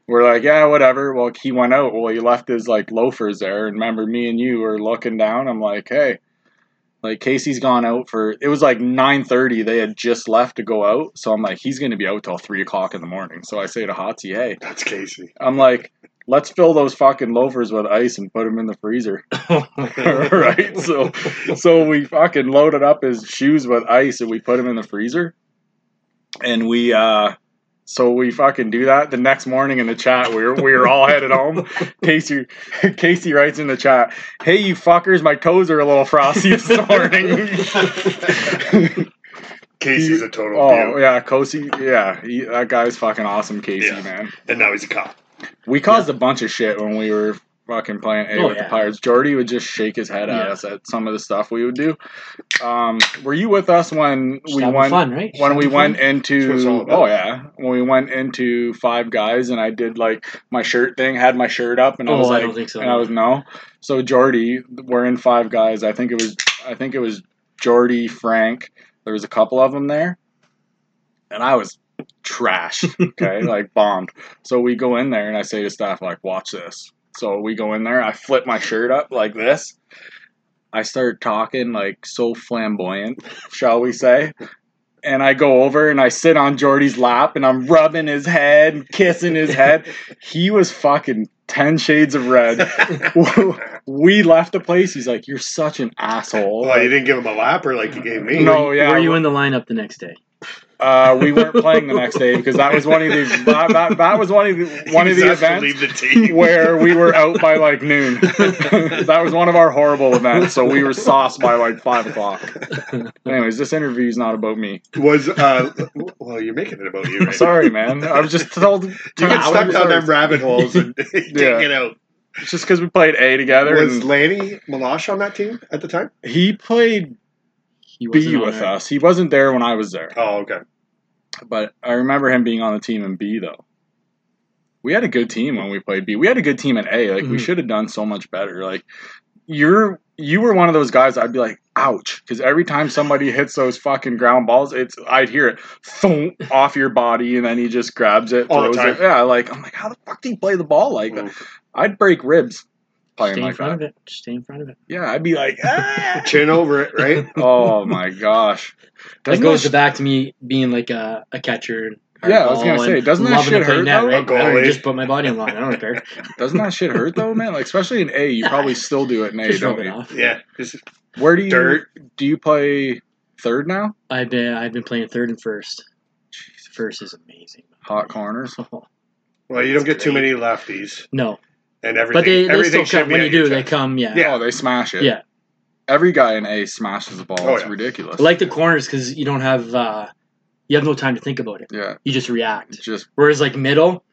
[SPEAKER 1] We're like, yeah, whatever. Well, he went out. Well, he left his like loafers there. And remember, me and you were looking down. I'm like, hey, like Casey's gone out for. It was like 9:30. They had just left to go out. So I'm like, he's going to be out till three o'clock in the morning. So I say to Hotsy, hey,
[SPEAKER 3] That's Casey.
[SPEAKER 1] I'm like, let's fill those fucking loafers with ice and put them in the freezer. right? So, so we fucking loaded up his shoes with ice and we put him in the freezer. And we, uh, so we fucking do that. The next morning in the chat, we were, we were all headed home. Casey, Casey writes in the chat, "Hey, you fuckers, my toes are a little frosty this morning."
[SPEAKER 3] Casey's a total
[SPEAKER 1] oh
[SPEAKER 3] oh,
[SPEAKER 1] yeah, Casey, yeah, he, that guy's fucking awesome, Casey
[SPEAKER 3] Yeah.
[SPEAKER 1] man.
[SPEAKER 3] and now he's a cop.
[SPEAKER 1] We caused a bunch of shit when we were fucking playing A
[SPEAKER 5] Oh,
[SPEAKER 1] with
[SPEAKER 5] yeah.
[SPEAKER 1] the Pirates. Jordy would just shake his head at
[SPEAKER 5] Yeah.
[SPEAKER 1] us at some of the stuff we would do. Um, were you with us when
[SPEAKER 5] Just
[SPEAKER 1] we
[SPEAKER 5] having
[SPEAKER 1] went
[SPEAKER 5] fun, right? Just
[SPEAKER 1] when we
[SPEAKER 5] having
[SPEAKER 1] went
[SPEAKER 5] fun.
[SPEAKER 3] That's what it's all
[SPEAKER 1] into
[SPEAKER 3] about.
[SPEAKER 1] oh yeah when we went into Five Guys and I did like my shirt thing, had my shirt up, and I
[SPEAKER 5] Oh,
[SPEAKER 1] was
[SPEAKER 5] I
[SPEAKER 1] like,
[SPEAKER 5] don't think so,
[SPEAKER 1] and I
[SPEAKER 5] no.
[SPEAKER 1] was no. So Jordy, we're in Five Guys. I think it was I think it was Jordy Frank. There was a couple of them there, and I was trash. Okay, like bombed. So we go in there, and I say to staff, like, watch this. So we go in there. I flip my shirt up like this. I start talking like so flamboyant, shall we say. And I go over and I sit on Jordy's lap and I'm rubbing his head and kissing his head. He was fucking 10 shades of red. we left the place. He's like, You're such an asshole.
[SPEAKER 3] Well, you didn't give him a lapper like you gave me.
[SPEAKER 1] Oh. No, yeah.
[SPEAKER 5] Were you in the lineup the next day?
[SPEAKER 1] Uh, we weren't playing the next day because that was one of the that, that, that was one of the
[SPEAKER 3] He
[SPEAKER 1] one of
[SPEAKER 3] was
[SPEAKER 1] the
[SPEAKER 3] asked
[SPEAKER 1] events
[SPEAKER 3] To leave the team.
[SPEAKER 1] where we were out by like noon. that was one of our horrible events, so we were sauced by like five o'clock. Anyways, this interview is not about me.
[SPEAKER 3] was uh, well, you're making it about you. Right?
[SPEAKER 1] Sorry, man. I was just told
[SPEAKER 3] you get
[SPEAKER 1] I was
[SPEAKER 3] stuck down
[SPEAKER 1] sorry.
[SPEAKER 3] them rabbit holes and taking
[SPEAKER 1] Yeah.
[SPEAKER 3] it out.
[SPEAKER 1] It's just because we played A together.
[SPEAKER 3] Was
[SPEAKER 1] and
[SPEAKER 3] Lanny Malosh on that team at the time?
[SPEAKER 1] he played
[SPEAKER 5] He wasn't
[SPEAKER 1] B
[SPEAKER 5] on
[SPEAKER 1] with
[SPEAKER 5] our-
[SPEAKER 1] us. He wasn't there when I was there,
[SPEAKER 3] Oh, okay.
[SPEAKER 1] but I remember him being on the team in B though. We had a good team when we played B. We had a good team in A. Like we
[SPEAKER 5] Mhm.
[SPEAKER 1] should have done so much better. Like you're you were one of those guys I'd be like, ouch, because every time somebody hits those fucking ground balls, it's I'd hear it thump off your body, and then he just grabs it,
[SPEAKER 3] All the
[SPEAKER 1] throws
[SPEAKER 3] time.
[SPEAKER 1] it. Yeah, like I'm like, how the fuck do you play the ball like that? I'd break ribs playing
[SPEAKER 5] Stay in
[SPEAKER 1] like
[SPEAKER 5] front
[SPEAKER 1] that.
[SPEAKER 5] of it. Just Stay in front of it.
[SPEAKER 1] Yeah, I'd be like, ah.
[SPEAKER 3] Chin over it, right?
[SPEAKER 1] oh my gosh.
[SPEAKER 5] That
[SPEAKER 1] Doesn't
[SPEAKER 5] goes
[SPEAKER 1] that sh-
[SPEAKER 5] back to me being like a, a catcher. and hard
[SPEAKER 1] Yeah, I was
[SPEAKER 5] ball
[SPEAKER 1] gonna
[SPEAKER 5] and
[SPEAKER 1] say, doesn't that
[SPEAKER 5] loving
[SPEAKER 1] shit
[SPEAKER 5] to play
[SPEAKER 1] hurt,
[SPEAKER 5] net,
[SPEAKER 1] though?
[SPEAKER 5] right?
[SPEAKER 3] Oh,
[SPEAKER 5] I would
[SPEAKER 3] golly.
[SPEAKER 5] just put my body in line. I don't care.
[SPEAKER 1] doesn't that shit hurt though, man? Like especially in A, you probably still do it in A,
[SPEAKER 5] Just rub
[SPEAKER 1] don't
[SPEAKER 5] it
[SPEAKER 1] you?
[SPEAKER 5] off.
[SPEAKER 3] yeah. Just
[SPEAKER 1] Where do you
[SPEAKER 3] Dirt.
[SPEAKER 1] do you play third now?
[SPEAKER 5] I've been I've been playing third and first. First is amazing.
[SPEAKER 1] Hot corners.
[SPEAKER 3] well, you don't get
[SPEAKER 5] That's
[SPEAKER 3] too
[SPEAKER 5] great.
[SPEAKER 3] many lefties,
[SPEAKER 5] No,
[SPEAKER 3] and everything.
[SPEAKER 5] but they, they
[SPEAKER 3] everything
[SPEAKER 5] still
[SPEAKER 3] should
[SPEAKER 5] come
[SPEAKER 3] be
[SPEAKER 5] when
[SPEAKER 3] at
[SPEAKER 5] you do.
[SPEAKER 3] your
[SPEAKER 5] They
[SPEAKER 3] chest.
[SPEAKER 5] come, yeah.
[SPEAKER 3] Yeah.
[SPEAKER 1] Oh, they smash it.
[SPEAKER 5] Yeah.
[SPEAKER 1] Every guy in A smashes the ball.
[SPEAKER 3] Oh,
[SPEAKER 1] it's
[SPEAKER 3] yeah.
[SPEAKER 1] ridiculous.
[SPEAKER 5] I like the corners because you don't have uh, you have no time to think about it.
[SPEAKER 1] yeah,
[SPEAKER 5] You just
[SPEAKER 1] it's
[SPEAKER 5] react.
[SPEAKER 1] just
[SPEAKER 5] Whereas like middle,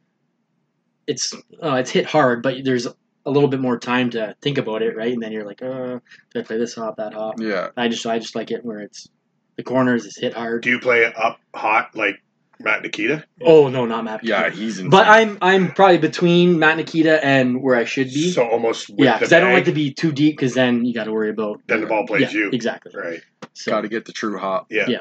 [SPEAKER 5] it's uh, it's hit hard, but there's a little bit more time to think about it, right? And then you're like, uh, did I play this hop, that hop?
[SPEAKER 1] yeah.
[SPEAKER 5] I just I just like it where it's the corners is hit hard.
[SPEAKER 3] Do you play it up hot like Matt Nikita?
[SPEAKER 5] Oh no, not Matt.
[SPEAKER 1] Yeah,
[SPEAKER 5] Nikita.
[SPEAKER 1] he's insane.
[SPEAKER 5] but I'm I'm probably between Matt Nikita and where I should be.
[SPEAKER 3] So almost with
[SPEAKER 5] yeah,
[SPEAKER 3] the
[SPEAKER 5] because I don't
[SPEAKER 3] bag,
[SPEAKER 5] like to be too deep because then you got to worry about
[SPEAKER 3] then the ball plays
[SPEAKER 5] yeah,
[SPEAKER 3] you.
[SPEAKER 5] exactly.
[SPEAKER 3] Right.
[SPEAKER 5] So
[SPEAKER 1] got to get the true hop.
[SPEAKER 3] Yeah.
[SPEAKER 5] Yeah.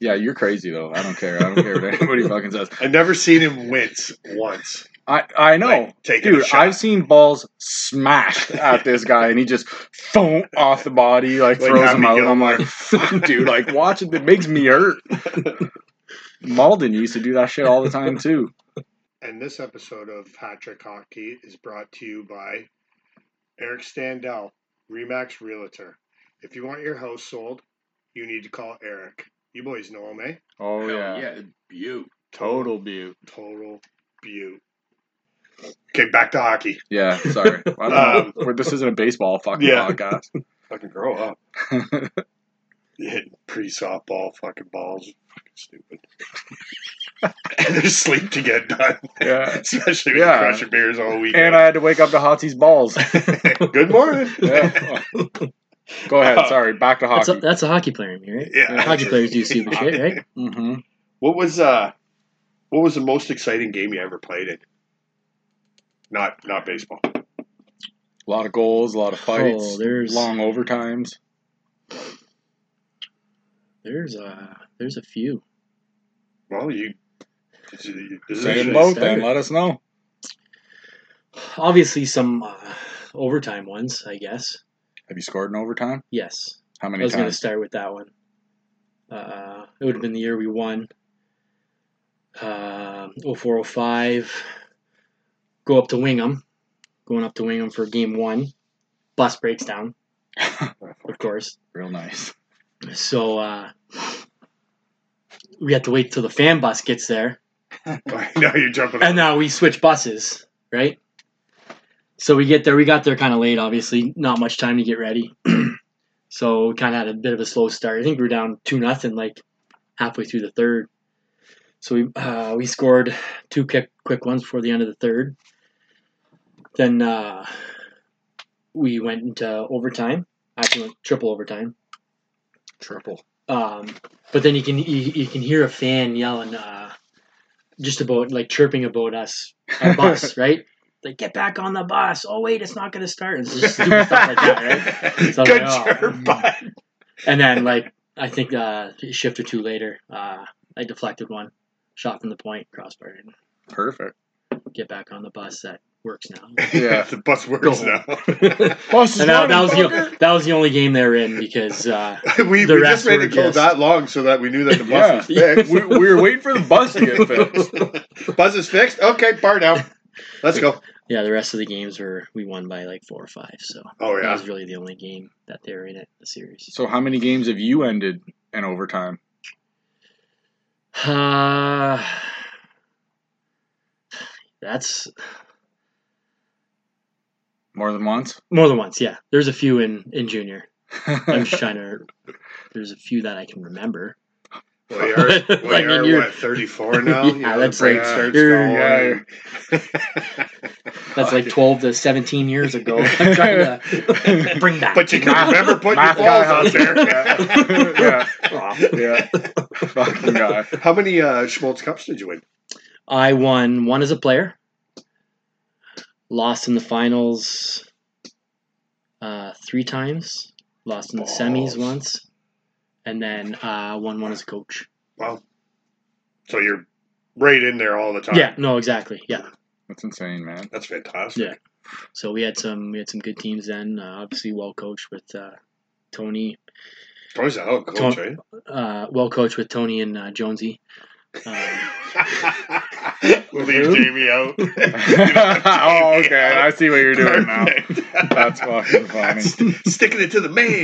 [SPEAKER 1] Yeah, you're crazy though. I don't care. I don't care what anybody fucking says.
[SPEAKER 3] I've never seen him wince once.
[SPEAKER 1] I I know.
[SPEAKER 3] like, taking
[SPEAKER 1] Dude,
[SPEAKER 3] a shot.
[SPEAKER 1] I've seen balls smashed at this guy, and he just thump off the body, like,
[SPEAKER 3] Like
[SPEAKER 1] throws
[SPEAKER 3] Happy
[SPEAKER 1] him out. I'm
[SPEAKER 3] Gilmore.
[SPEAKER 1] like, fuck, dude, like, watch it. It makes me hurt. Malden used to do that shit all the time too.
[SPEAKER 3] And this episode of Patrick Hockey is brought to you by Eric Standell, Remax Realtor. If you want your house sold, you need to call Eric. You boys know him, eh?
[SPEAKER 1] Oh
[SPEAKER 2] Hell yeah, you.
[SPEAKER 1] total beaut.
[SPEAKER 3] Total beaut. Okay, back to hockey.
[SPEAKER 1] Yeah, sorry. I don't know. We're- this isn't a baseball fucking
[SPEAKER 3] Um, Yeah.
[SPEAKER 1] podcast.
[SPEAKER 2] Fucking grow up.
[SPEAKER 3] Hitting pre softball fucking balls. Fucking stupid. and there's sleep to get done,
[SPEAKER 1] yeah.
[SPEAKER 3] especially when
[SPEAKER 1] Yeah.
[SPEAKER 3] you crush your beers all
[SPEAKER 1] And
[SPEAKER 3] weekend.
[SPEAKER 1] I had to wake up to Hotsy's balls.
[SPEAKER 3] Good morning.
[SPEAKER 1] Yeah. Go ahead.
[SPEAKER 3] Uh,
[SPEAKER 1] Sorry. Back to
[SPEAKER 5] That's a,
[SPEAKER 1] hockey.
[SPEAKER 5] that's a hockey player in me, right?
[SPEAKER 3] Yeah.
[SPEAKER 5] Hockey players do stupid shit, right?
[SPEAKER 1] hmm
[SPEAKER 3] What was uh, what was the most exciting game you ever played in? Not not baseball.
[SPEAKER 1] A lot of goals, a lot of fights,
[SPEAKER 5] Oh, there's-
[SPEAKER 1] long overtimes.
[SPEAKER 5] There's a there's a few.
[SPEAKER 3] Well, you. This is- this is
[SPEAKER 1] Say
[SPEAKER 5] Should
[SPEAKER 1] them
[SPEAKER 5] I
[SPEAKER 1] both,
[SPEAKER 5] start?
[SPEAKER 1] then let us know.
[SPEAKER 5] Obviously, some uh, overtime ones, I guess.
[SPEAKER 1] Have you scored in overtime?
[SPEAKER 5] Yes,
[SPEAKER 1] How
[SPEAKER 5] I
[SPEAKER 1] many
[SPEAKER 5] was going to
[SPEAKER 1] times?
[SPEAKER 5] start with that one. Uh, it would have been the year we won. Um, 0405. Go up to Wingham. Going up to Wingham for game one. Bus breaks down, of course.
[SPEAKER 1] Real nice.
[SPEAKER 5] So uh, we have to wait till the fan bus gets there,
[SPEAKER 3] now you're jumping.
[SPEAKER 5] and now we switch buses, right? So we get there. We got there kind of late, obviously. Not much time to get ready, so we kind of had a bit of a slow start. I think we were down two nothing, like halfway through the third. So we uh, we scored two quick quick ones before the end of the third. Then uh, we went into overtime. Actually, went triple overtime.
[SPEAKER 1] Triple.
[SPEAKER 5] Um, but then you can you, you can hear a fan yelling, uh, just about like chirping about us, our bus, right? Like get back on the bus. Oh wait, it's not going to start. It's just stupid stuff like that, right? So I was
[SPEAKER 3] Good
[SPEAKER 5] like, oh.
[SPEAKER 3] chirp, bud.
[SPEAKER 5] And then like I think uh, a shift or two later, uh, I deflected one, shot from the point, crossbar, and
[SPEAKER 1] Perfect.
[SPEAKER 5] get back on the bus. That works now.
[SPEAKER 1] Yeah.
[SPEAKER 3] the bus
[SPEAKER 5] Go
[SPEAKER 3] works
[SPEAKER 5] home.
[SPEAKER 3] now.
[SPEAKER 1] Plus,
[SPEAKER 5] And that, that was the that was the only game they were in because uh,
[SPEAKER 3] we
[SPEAKER 5] The
[SPEAKER 3] we
[SPEAKER 5] rest
[SPEAKER 3] just made
[SPEAKER 5] were
[SPEAKER 3] it go
[SPEAKER 5] just-
[SPEAKER 3] that long so that we knew that the bus
[SPEAKER 5] Yeah.
[SPEAKER 3] was
[SPEAKER 1] we, we were waiting for the bus to get fixed.
[SPEAKER 3] fixed. bus is fixed. Okay, bar down. Let's go.
[SPEAKER 5] yeah, the rest of the games were we won by like four or five. So
[SPEAKER 3] Oh
[SPEAKER 5] that
[SPEAKER 3] yeah.
[SPEAKER 5] was really the only game that they were in it the series.
[SPEAKER 1] So, how many games have you ended in overtime?
[SPEAKER 5] Uh, that's
[SPEAKER 1] More than once?
[SPEAKER 5] more than once. Yeah, there's a few in in junior. I'm just trying to. There's a few that I can remember.
[SPEAKER 3] Well, you're,
[SPEAKER 5] Like,
[SPEAKER 3] well, you're,
[SPEAKER 5] and you're-
[SPEAKER 3] what, 34 now? You
[SPEAKER 5] Yeah,
[SPEAKER 3] know,
[SPEAKER 5] that's
[SPEAKER 3] the brain
[SPEAKER 1] like-
[SPEAKER 3] starts
[SPEAKER 5] you're-
[SPEAKER 3] going.
[SPEAKER 5] That's like 12 to 17 years ago. I'm trying to bring back.
[SPEAKER 3] But you can remember putting your
[SPEAKER 1] Math
[SPEAKER 3] balls
[SPEAKER 1] guy
[SPEAKER 3] out
[SPEAKER 1] out
[SPEAKER 3] there.
[SPEAKER 1] yeah. Yeah. Fucking guy.
[SPEAKER 3] How many uh, Schmaltz Cups did you win?
[SPEAKER 5] I won one as a player. Lost in the finals uh, three times. Lost in the
[SPEAKER 3] Balls.
[SPEAKER 5] semis once, and then uh, won one as a coach.
[SPEAKER 3] Wow. So you're right in there all the time.
[SPEAKER 5] Yeah, no, exactly. Yeah.
[SPEAKER 1] That's insane, man.
[SPEAKER 3] That's fantastic.
[SPEAKER 5] Yeah. So we had some we had some good teams then. Uh, obviously, well coached with uh, Tony,
[SPEAKER 3] Tony's a hell of a coach, eh?
[SPEAKER 5] uh, well coached with Tony and uh, Jonesy. Um,
[SPEAKER 1] uh,
[SPEAKER 3] Leave
[SPEAKER 5] Who?
[SPEAKER 3] Jamie out.
[SPEAKER 1] oh, okay. I see what you're doing now.
[SPEAKER 3] Perfect.
[SPEAKER 1] That's fucking funny.
[SPEAKER 3] That's sticking it to the man.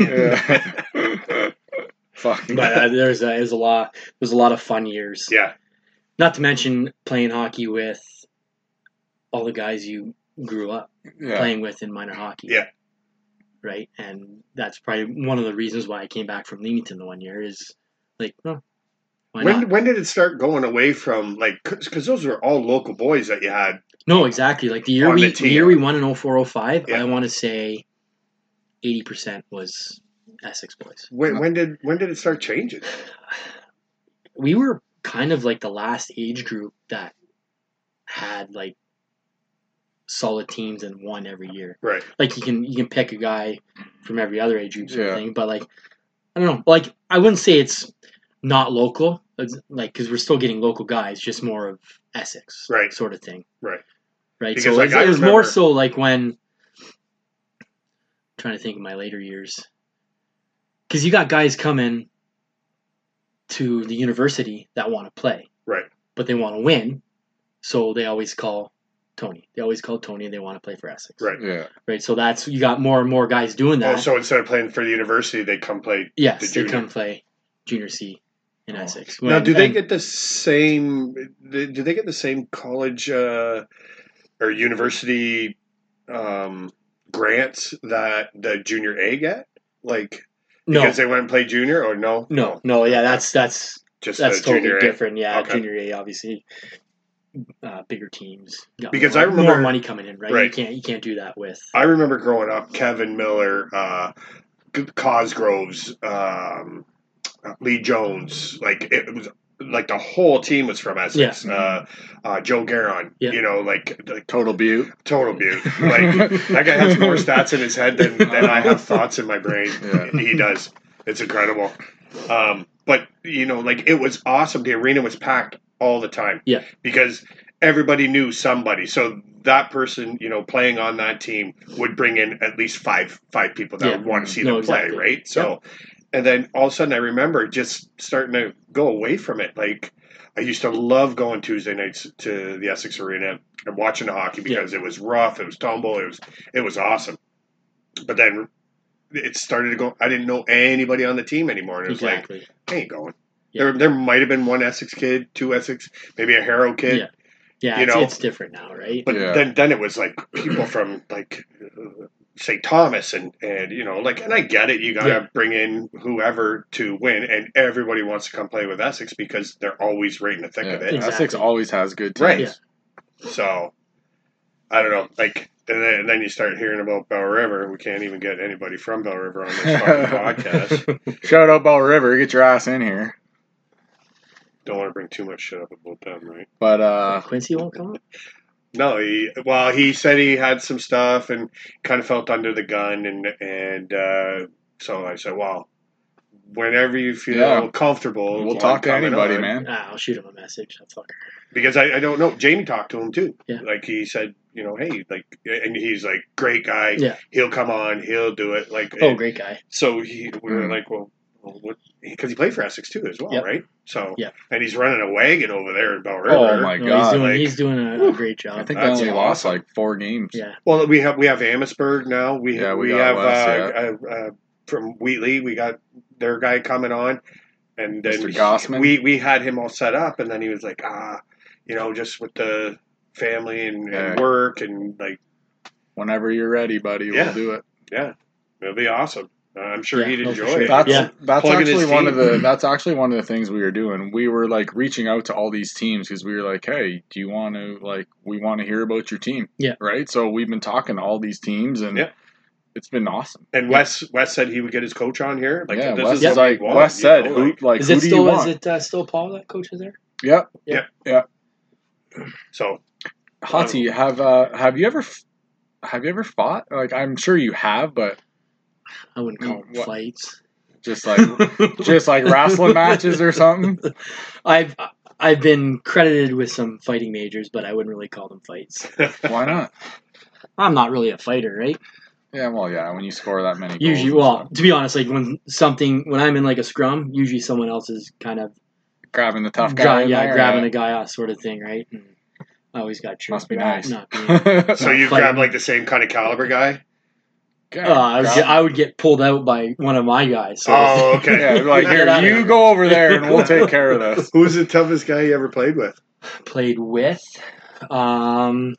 [SPEAKER 1] Yeah. fucking
[SPEAKER 5] but uh, there's a, there's a lot there's a lot of fun years.
[SPEAKER 3] Yeah.
[SPEAKER 5] Not to mention playing hockey with all the guys you grew up
[SPEAKER 1] yeah.
[SPEAKER 5] playing with in minor hockey.
[SPEAKER 3] Yeah.
[SPEAKER 5] Right, and that's probably one of the reasons why I came back from Leamington the one year is like, well, why
[SPEAKER 3] When,
[SPEAKER 5] not?
[SPEAKER 3] when did it start going away from like because those were all local boys that you had?
[SPEAKER 5] No, exactly. Like the year
[SPEAKER 3] On
[SPEAKER 5] we
[SPEAKER 3] the
[SPEAKER 5] the,
[SPEAKER 3] team.
[SPEAKER 5] year we won in 0405,
[SPEAKER 3] Yeah.
[SPEAKER 5] I want to say 80% was Essex boys.
[SPEAKER 3] When, when did when did it start changing?
[SPEAKER 5] We were kind of like the last age group that had like solid teams and won every year.
[SPEAKER 3] Right.
[SPEAKER 5] Like you can you can pick a guy from every other age group sort
[SPEAKER 1] Yeah.
[SPEAKER 5] of thing, but like I don't know. Like I wouldn't say it's not local, it's, like because we're still getting local guys, just more of Essex,
[SPEAKER 3] Right.
[SPEAKER 5] sort of thing,
[SPEAKER 3] Right.
[SPEAKER 5] right.
[SPEAKER 3] Because,
[SPEAKER 5] so
[SPEAKER 3] like,
[SPEAKER 5] it, was-
[SPEAKER 3] I
[SPEAKER 5] it was more
[SPEAKER 3] remember-
[SPEAKER 5] so like when I'm trying to think of my later years, because you got guys coming to the university that want to play,
[SPEAKER 3] Right.
[SPEAKER 5] but they want to win, so they always call Tony. They always call Tony. They want to play for Essex,
[SPEAKER 3] Right.
[SPEAKER 1] Yeah.
[SPEAKER 5] Right. So that's you got more and more guys doing that.
[SPEAKER 3] Oh, so instead of playing for the university, they come play.
[SPEAKER 5] Yes,
[SPEAKER 3] The
[SPEAKER 5] they
[SPEAKER 3] junior. Oh.
[SPEAKER 5] come play junior C in Essex.
[SPEAKER 3] now,
[SPEAKER 5] When-
[SPEAKER 3] do they
[SPEAKER 5] and
[SPEAKER 3] get the same? Do they get the same college uh, or university um, grants that the junior A get? Like
[SPEAKER 5] No,
[SPEAKER 3] because they went and played junior or no?
[SPEAKER 5] no, no. Yeah, that's that's
[SPEAKER 3] Just
[SPEAKER 5] that's
[SPEAKER 3] the
[SPEAKER 5] totally
[SPEAKER 3] junior A.
[SPEAKER 5] different. Yeah,
[SPEAKER 3] Okay.
[SPEAKER 5] junior A obviously uh, bigger teams got
[SPEAKER 3] Because
[SPEAKER 5] more,
[SPEAKER 3] I remember-
[SPEAKER 5] more money coming in, right? You
[SPEAKER 3] Right.
[SPEAKER 5] can't you can't do that with
[SPEAKER 3] I remember growing up, Kevin Miller, uh, G- Cosgroves, um, Lee Jones. Like it was like the whole team was from Essex. Uh, uh, Joe Garon,
[SPEAKER 5] Yeah.
[SPEAKER 3] you know, like, like
[SPEAKER 1] Total Butte.
[SPEAKER 3] total beaut. Like that guy has more stats in his head than, than I have thoughts in my brain.
[SPEAKER 1] Yeah.
[SPEAKER 3] He does. It's incredible. Um, but you know, like it was awesome. The arena was packed all the time.
[SPEAKER 5] Yeah.
[SPEAKER 3] Because everybody knew somebody. So that person, you know, playing on that team would bring in at least five five people that
[SPEAKER 5] Yeah.
[SPEAKER 3] would want to see
[SPEAKER 5] No,
[SPEAKER 3] them
[SPEAKER 5] exactly.
[SPEAKER 3] play, right? So and then all of a sudden I remember just starting to go away from it. Like I used to love going Tuesday nights to the Essex Arena and watching the hockey because it was rough, it was tumble, it was it was awesome. But then it started to go. I didn't know anybody on the team anymore, and it was
[SPEAKER 5] exactly.
[SPEAKER 3] like I ain't going.
[SPEAKER 5] Yeah.
[SPEAKER 3] There, there might have been one Essex kid, two Essex, maybe a Harrow kid.
[SPEAKER 5] Yeah. yeah,
[SPEAKER 3] you
[SPEAKER 5] it's,
[SPEAKER 3] know.
[SPEAKER 5] it's different now, right?
[SPEAKER 3] But
[SPEAKER 1] Yeah.
[SPEAKER 3] then, then it was like people from like uh, St. Thomas and and you know like and I get it. You gotta
[SPEAKER 5] Yeah.
[SPEAKER 3] bring in whoever to win, and everybody wants to come play with Essex because they're always right in the thick
[SPEAKER 1] Yeah.
[SPEAKER 3] of it.
[SPEAKER 1] Essex
[SPEAKER 5] Exactly.
[SPEAKER 1] always has good teams.
[SPEAKER 3] Right.
[SPEAKER 5] Yeah.
[SPEAKER 3] So I don't know, like. And then, and then you start hearing about Bell River. We can't even get anybody from Bell River on this fucking podcast.
[SPEAKER 1] Shout out Ball River, get your ass in here.
[SPEAKER 3] Don't want to bring too much shit up about them, right?
[SPEAKER 1] But uh,
[SPEAKER 5] Quincy won't come up.
[SPEAKER 3] No, he, well, he said he had some stuff and kind of felt under the gun, and and uh, so I said, well, whenever you feel
[SPEAKER 1] Yeah.
[SPEAKER 3] comfortable,
[SPEAKER 1] we'll
[SPEAKER 3] on
[SPEAKER 1] talk to
[SPEAKER 3] coming
[SPEAKER 1] anybody,
[SPEAKER 3] on.
[SPEAKER 1] man.
[SPEAKER 5] Ah, I'll shoot him a message. That fucker.
[SPEAKER 3] Because I, I don't know. Jamie talked to him too.
[SPEAKER 5] Yeah.
[SPEAKER 3] Like he said, you know, hey, like, and he's like, great guy.
[SPEAKER 5] Yeah.
[SPEAKER 3] He'll come on. He'll do it. Like,
[SPEAKER 5] Oh, great guy.
[SPEAKER 3] So he, we were
[SPEAKER 1] Mm.
[SPEAKER 3] like, well, well what? Because he played for Essex too, as well,
[SPEAKER 5] Yep.
[SPEAKER 3] right? So
[SPEAKER 5] Yep.
[SPEAKER 3] and he's running a wagon over there in Bell River.
[SPEAKER 1] Oh my
[SPEAKER 5] No, he's
[SPEAKER 1] god!
[SPEAKER 5] doing
[SPEAKER 3] like-
[SPEAKER 5] he's doing a, a great job.
[SPEAKER 1] I think they
[SPEAKER 3] That's
[SPEAKER 1] only lost
[SPEAKER 3] awesome.
[SPEAKER 1] like four games.
[SPEAKER 5] yeah,
[SPEAKER 3] Well, we have we have Amherstburg now. We
[SPEAKER 1] Yeah, we
[SPEAKER 3] we,
[SPEAKER 1] got
[SPEAKER 3] have
[SPEAKER 1] Wes,
[SPEAKER 3] uh, uh, uh, from Wheatley. We got their guy coming on, and then
[SPEAKER 1] Mr. Gossman.
[SPEAKER 3] we we had him all set up, and then he was like, ah, you know, just with the family and,
[SPEAKER 1] Yeah.
[SPEAKER 3] and work, and like
[SPEAKER 1] Whenever you're ready, buddy,
[SPEAKER 3] Yeah.
[SPEAKER 1] we'll do it.
[SPEAKER 3] it'll be awesome. Uh, I'm sure
[SPEAKER 5] Yeah,
[SPEAKER 3] he'd
[SPEAKER 5] no, for
[SPEAKER 3] enjoy
[SPEAKER 5] sure.
[SPEAKER 3] it.
[SPEAKER 1] That's
[SPEAKER 5] Yeah.
[SPEAKER 1] that's
[SPEAKER 3] Plugging his
[SPEAKER 1] actually one of
[SPEAKER 3] team.
[SPEAKER 1] the that's actually one of the things we were doing. We were like reaching out to all these teams because we were like, hey, do you want to like we want to hear about your team?
[SPEAKER 5] Yeah.
[SPEAKER 1] Right. So we've been talking to all these teams and
[SPEAKER 3] Yeah.
[SPEAKER 1] it's been awesome.
[SPEAKER 3] And Wes Wes said he would get his coach on here. Like
[SPEAKER 1] yeah.
[SPEAKER 3] this
[SPEAKER 1] Wes
[SPEAKER 3] is
[SPEAKER 1] is
[SPEAKER 3] what we
[SPEAKER 1] like
[SPEAKER 3] want,
[SPEAKER 1] Wes
[SPEAKER 3] you
[SPEAKER 1] said,
[SPEAKER 3] know,
[SPEAKER 1] who
[SPEAKER 3] like-
[SPEAKER 1] like
[SPEAKER 5] is
[SPEAKER 1] who
[SPEAKER 5] it
[SPEAKER 1] do
[SPEAKER 5] still
[SPEAKER 1] you want?
[SPEAKER 5] is it uh, still Paul that coaches there?
[SPEAKER 1] Yep.
[SPEAKER 3] so
[SPEAKER 1] Hati, have uh, have you ever f- have you ever fought? Like I'm sure you have, but
[SPEAKER 5] I wouldn't call
[SPEAKER 3] Mm,
[SPEAKER 5] them
[SPEAKER 1] What?
[SPEAKER 5] fights.
[SPEAKER 1] just like just like wrestling matches or something.
[SPEAKER 5] I've I've been credited with some fighting majors, but I wouldn't really call them fights.
[SPEAKER 1] Why not?
[SPEAKER 5] I'm not really a fighter, right?
[SPEAKER 1] Yeah, well, yeah. When you score that many, goals
[SPEAKER 5] Usually,
[SPEAKER 1] and
[SPEAKER 5] well,
[SPEAKER 1] stuff.
[SPEAKER 5] to be honest, like when something when I'm in like a scrum, usually someone else is kind of
[SPEAKER 1] grabbing the tough guy,
[SPEAKER 5] gra-
[SPEAKER 1] in
[SPEAKER 5] yeah,
[SPEAKER 1] there,
[SPEAKER 5] grabbing
[SPEAKER 1] yeah.
[SPEAKER 5] a guy off sort of thing, right? And I always got tricked
[SPEAKER 1] Must be
[SPEAKER 5] for
[SPEAKER 1] nice.
[SPEAKER 5] not, not being. uh,
[SPEAKER 3] so you
[SPEAKER 5] Fighting.
[SPEAKER 3] grab like the same kind of caliber guy.
[SPEAKER 1] Oh, Yeah,
[SPEAKER 5] Uh, I, was,
[SPEAKER 1] grab-
[SPEAKER 5] I would get puuld out by one of my guys. So
[SPEAKER 3] Oh, okay.
[SPEAKER 1] yeah, like
[SPEAKER 5] Get
[SPEAKER 1] here,
[SPEAKER 5] out of
[SPEAKER 1] you
[SPEAKER 5] here.
[SPEAKER 1] go over there, and we'll take care of this.
[SPEAKER 3] Who's the toughest guy you ever played with?
[SPEAKER 5] played with. Um,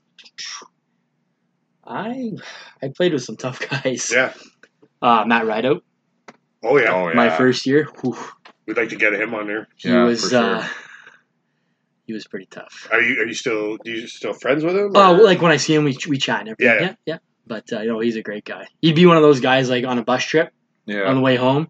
[SPEAKER 5] I I played with some tough guys.
[SPEAKER 3] Yeah.
[SPEAKER 5] Uh, Matt Rideout,
[SPEAKER 3] Oh yeah.
[SPEAKER 1] Oh yeah,
[SPEAKER 5] my first year, whew,
[SPEAKER 3] We'd like to get him on there.
[SPEAKER 5] he
[SPEAKER 1] Yeah,
[SPEAKER 5] was
[SPEAKER 1] for sure.
[SPEAKER 5] uh, he was pretty tough.
[SPEAKER 3] Are you are you still do you still friends with him?
[SPEAKER 5] Oh,
[SPEAKER 3] or-
[SPEAKER 5] like when I see him, we we chat and everything.
[SPEAKER 3] Yeah.
[SPEAKER 5] yeah. yeah. But uh, you know, he's a great guy. He'd be one of those guys like on a bus trip on
[SPEAKER 1] yeah.
[SPEAKER 5] the way home.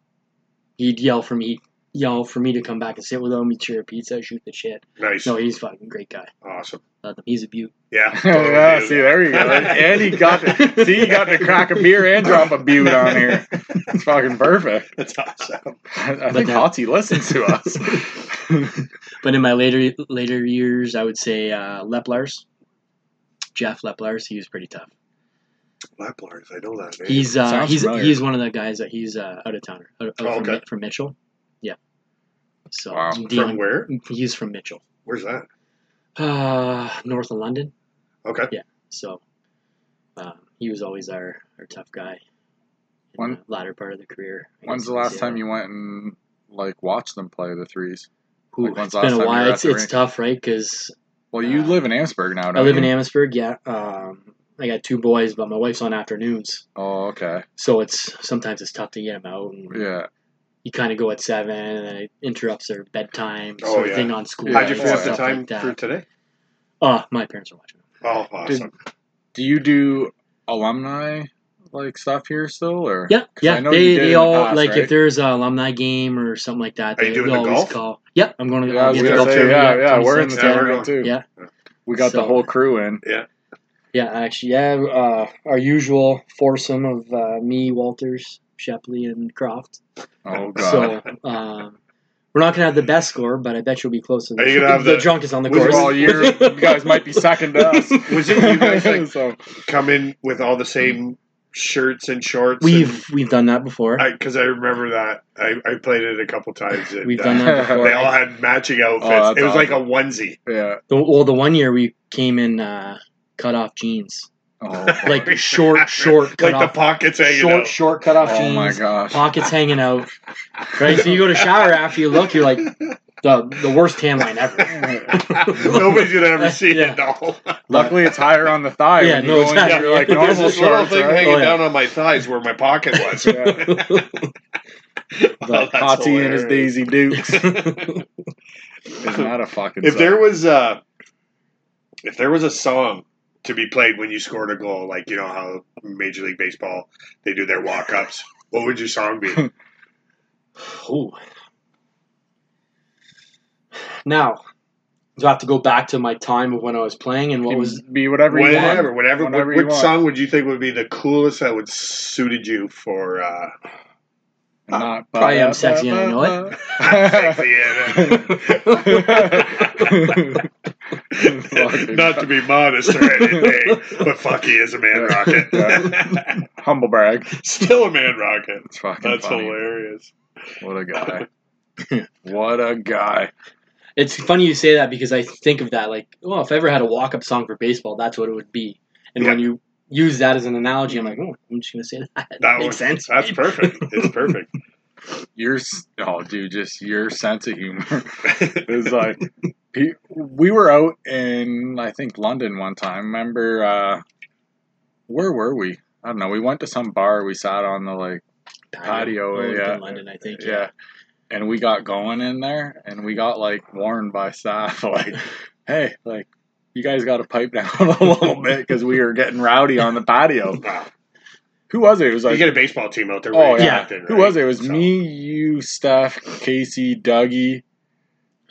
[SPEAKER 5] He'd yell for me, yell for me to come back and sit with him, eat your pizza, shoot the shit.
[SPEAKER 3] nice,
[SPEAKER 5] No, he's a fucking great guy.
[SPEAKER 3] awesome.
[SPEAKER 5] Love him. He's a beaut.
[SPEAKER 3] Yeah. totally
[SPEAKER 1] yeah,
[SPEAKER 3] do
[SPEAKER 1] see,
[SPEAKER 3] that.
[SPEAKER 1] there you go. And he got see, he got to crack a beer and drop a butte on here. It's fucking perfect.
[SPEAKER 3] That's awesome.
[SPEAKER 1] I, I
[SPEAKER 5] But
[SPEAKER 1] think
[SPEAKER 5] that-
[SPEAKER 1] Hotzi listens to us.
[SPEAKER 5] But in my later later years, I would say uh, Leplars, Jeff Leplars. He was pretty tough.
[SPEAKER 3] Laplars, I know that. name.
[SPEAKER 5] He's uh,
[SPEAKER 1] Sounds
[SPEAKER 5] he's
[SPEAKER 1] familiar.
[SPEAKER 5] he's one of the guys that he's uh, out of towner, out, out
[SPEAKER 3] Oh,
[SPEAKER 5] from,
[SPEAKER 3] okay.
[SPEAKER 5] from Mitchell. Yeah. So
[SPEAKER 1] Wow.
[SPEAKER 5] Dion-
[SPEAKER 3] from where?
[SPEAKER 5] he's from Mitchell,
[SPEAKER 3] Where's that?
[SPEAKER 5] uh, north of London.
[SPEAKER 3] Okay.
[SPEAKER 5] So um, he was always our, our tough guy. In
[SPEAKER 1] When-
[SPEAKER 5] the latter part of the career. I
[SPEAKER 1] When's
[SPEAKER 5] guess
[SPEAKER 1] the
[SPEAKER 5] you could
[SPEAKER 1] last
[SPEAKER 5] say
[SPEAKER 1] time
[SPEAKER 5] that.
[SPEAKER 1] you went and like watched them play the threes?
[SPEAKER 5] Ooh,
[SPEAKER 1] like, when's
[SPEAKER 5] it's
[SPEAKER 1] the last
[SPEAKER 5] been
[SPEAKER 1] time
[SPEAKER 5] a
[SPEAKER 1] you were
[SPEAKER 5] while.
[SPEAKER 1] at
[SPEAKER 5] It's,
[SPEAKER 1] the
[SPEAKER 5] it's
[SPEAKER 1] rink?
[SPEAKER 5] tough, right? Because
[SPEAKER 1] Well, you
[SPEAKER 5] Uh,
[SPEAKER 1] live in Amsburg now, don't
[SPEAKER 5] I live
[SPEAKER 1] you?
[SPEAKER 5] in Amherstburg. Yeah, um, I got two boys, but my wife's on afternoons,
[SPEAKER 1] Oh, okay.
[SPEAKER 5] so it's sometimes it's tough to get them out. And
[SPEAKER 1] Yeah.
[SPEAKER 5] You kind of go at seven, and then it interrupts their bedtime
[SPEAKER 3] Oh,
[SPEAKER 5] sort of
[SPEAKER 3] yeah.
[SPEAKER 5] thing on school.
[SPEAKER 1] Yeah,
[SPEAKER 3] How'd you
[SPEAKER 5] and
[SPEAKER 3] free up the
[SPEAKER 5] stuff
[SPEAKER 3] time
[SPEAKER 5] like that.
[SPEAKER 3] for today?
[SPEAKER 5] Uh, my parents are watching.
[SPEAKER 3] Oh, awesome.
[SPEAKER 1] Do you do alumni like stuff here still, or
[SPEAKER 5] Yeah,
[SPEAKER 1] 'Cause
[SPEAKER 5] yeah.
[SPEAKER 1] I know you
[SPEAKER 5] they
[SPEAKER 1] did in
[SPEAKER 5] they
[SPEAKER 1] the
[SPEAKER 5] all
[SPEAKER 1] past,
[SPEAKER 5] like
[SPEAKER 1] right?
[SPEAKER 5] if there's an alumni game or something like that.
[SPEAKER 3] Are
[SPEAKER 5] They,
[SPEAKER 3] you doing
[SPEAKER 5] they
[SPEAKER 3] the
[SPEAKER 5] always
[SPEAKER 3] golf?
[SPEAKER 5] call. Yeah, I'm going to.
[SPEAKER 1] Yeah, I
[SPEAKER 5] I'll
[SPEAKER 1] was
[SPEAKER 5] be at the
[SPEAKER 1] gonna
[SPEAKER 5] golf
[SPEAKER 1] say,
[SPEAKER 5] tournament.
[SPEAKER 1] yeah, yeah, we're in the
[SPEAKER 5] 26th.
[SPEAKER 3] Yeah, we're
[SPEAKER 1] tournament
[SPEAKER 3] going.
[SPEAKER 1] too.
[SPEAKER 5] Yeah.
[SPEAKER 1] We got the
[SPEAKER 5] So-
[SPEAKER 1] whole crew in.
[SPEAKER 5] Yeah, actually, yeah. Uh, our usual foursome of uh, me, Walters, Shepley, and Croft.
[SPEAKER 1] Oh god.
[SPEAKER 5] So um, we're not gonna have the best score, but I bet you'll be close. To
[SPEAKER 3] Are you gonna have the-
[SPEAKER 5] drunkest on the
[SPEAKER 3] Was it
[SPEAKER 5] course?
[SPEAKER 1] well, you're, you guys might be second to us.
[SPEAKER 3] Was it you guys, like-
[SPEAKER 1] so,
[SPEAKER 3] Come in with all the same shirts and shorts. and-
[SPEAKER 5] We've we've done that before.
[SPEAKER 3] because I, remember that I, I played it a couple times. And,
[SPEAKER 5] We've
[SPEAKER 3] uh,
[SPEAKER 5] done that before.
[SPEAKER 3] They all had matching outfits.
[SPEAKER 1] Oh, that's
[SPEAKER 3] it was like a onesie.
[SPEAKER 1] yeah.
[SPEAKER 5] The- well, the one year we came in uh, cut off jeans,
[SPEAKER 1] Oh,
[SPEAKER 5] like short, short, cut
[SPEAKER 3] like the
[SPEAKER 5] off,
[SPEAKER 3] pockets hanging
[SPEAKER 5] short,
[SPEAKER 3] out.
[SPEAKER 5] short cut off
[SPEAKER 1] oh
[SPEAKER 5] jeans.
[SPEAKER 1] my gosh.
[SPEAKER 5] pockets hanging out. Right, so you go to shower after you look, you're like the the worst tan line ever.
[SPEAKER 3] Nobody's gonna ever see
[SPEAKER 5] Yeah.
[SPEAKER 3] it. No.
[SPEAKER 1] Luckily, it's higher on the thigh.
[SPEAKER 5] Yeah,
[SPEAKER 1] when you
[SPEAKER 5] no,
[SPEAKER 1] go
[SPEAKER 5] it's
[SPEAKER 1] in,
[SPEAKER 5] not-
[SPEAKER 1] you're like
[SPEAKER 5] yeah.
[SPEAKER 3] There's
[SPEAKER 1] normal
[SPEAKER 3] this little
[SPEAKER 1] shorts,
[SPEAKER 3] thing
[SPEAKER 1] right?
[SPEAKER 3] hanging
[SPEAKER 5] Oh, yeah.
[SPEAKER 3] down on my thighs where my pocket was.
[SPEAKER 1] Yeah.
[SPEAKER 3] Well, that's
[SPEAKER 1] Hotsy and his
[SPEAKER 3] hilarious.
[SPEAKER 1] Daisy Dukes. Is not a fucking.
[SPEAKER 3] if
[SPEAKER 1] song.
[SPEAKER 3] there was uh if there was a song to be played when you scored a goal, like you know how Major League Baseball they do their walk ups, what would your song be?
[SPEAKER 5] Ooh. Now, do I have to go back to my time of when I was playing and what
[SPEAKER 1] Can
[SPEAKER 5] was?
[SPEAKER 1] be whatever you
[SPEAKER 3] Whatever,
[SPEAKER 1] want.
[SPEAKER 3] whatever.
[SPEAKER 1] Whenever
[SPEAKER 3] What,
[SPEAKER 1] you
[SPEAKER 3] which
[SPEAKER 1] want.
[SPEAKER 3] song would you think would be the coolest that would suited you for uh,
[SPEAKER 1] Not
[SPEAKER 5] Ah, Probably I'm sexy and I know
[SPEAKER 1] it.
[SPEAKER 3] sexy? and, uh,
[SPEAKER 1] Fucking-
[SPEAKER 3] Not to be modest or anything, but fuck, he is a man rocket.
[SPEAKER 1] Humble brag.
[SPEAKER 3] Still a man rocket.
[SPEAKER 1] It's fucking
[SPEAKER 3] That's
[SPEAKER 1] funny.
[SPEAKER 3] hilarious.
[SPEAKER 1] What a guy. what a guy.
[SPEAKER 5] It's funny you say that because I think of that like, well, if I ever had a walk-up song for baseball, that's what it would be. And when you use that as an analogy, I'm like, oh, I'm just gonna say that.
[SPEAKER 3] That
[SPEAKER 5] makes
[SPEAKER 3] one-
[SPEAKER 5] sense.
[SPEAKER 3] That's perfect. It's perfect.
[SPEAKER 1] Your s- oh, dude, just your sense of humor is like. pe- We were out in I think London one time. Remember uh, where were we? I don't know. We went to some bar. We sat on the like Patio,
[SPEAKER 5] Oh, it was
[SPEAKER 1] yeah.
[SPEAKER 5] in London, I think.
[SPEAKER 1] yeah, and we got going in there, and we got like warned by staff like, hey, like you guys got to pipe down a little bit because we are getting rowdy on the patio.
[SPEAKER 3] Wow.
[SPEAKER 1] Who was it? It was
[SPEAKER 3] you
[SPEAKER 1] like
[SPEAKER 3] get a baseball team out there.
[SPEAKER 1] Oh,
[SPEAKER 3] where you
[SPEAKER 5] yeah.
[SPEAKER 3] act in,
[SPEAKER 1] Who
[SPEAKER 3] right?
[SPEAKER 1] was it? It was
[SPEAKER 3] So-
[SPEAKER 1] me, you, Steph, Casey, Dougie.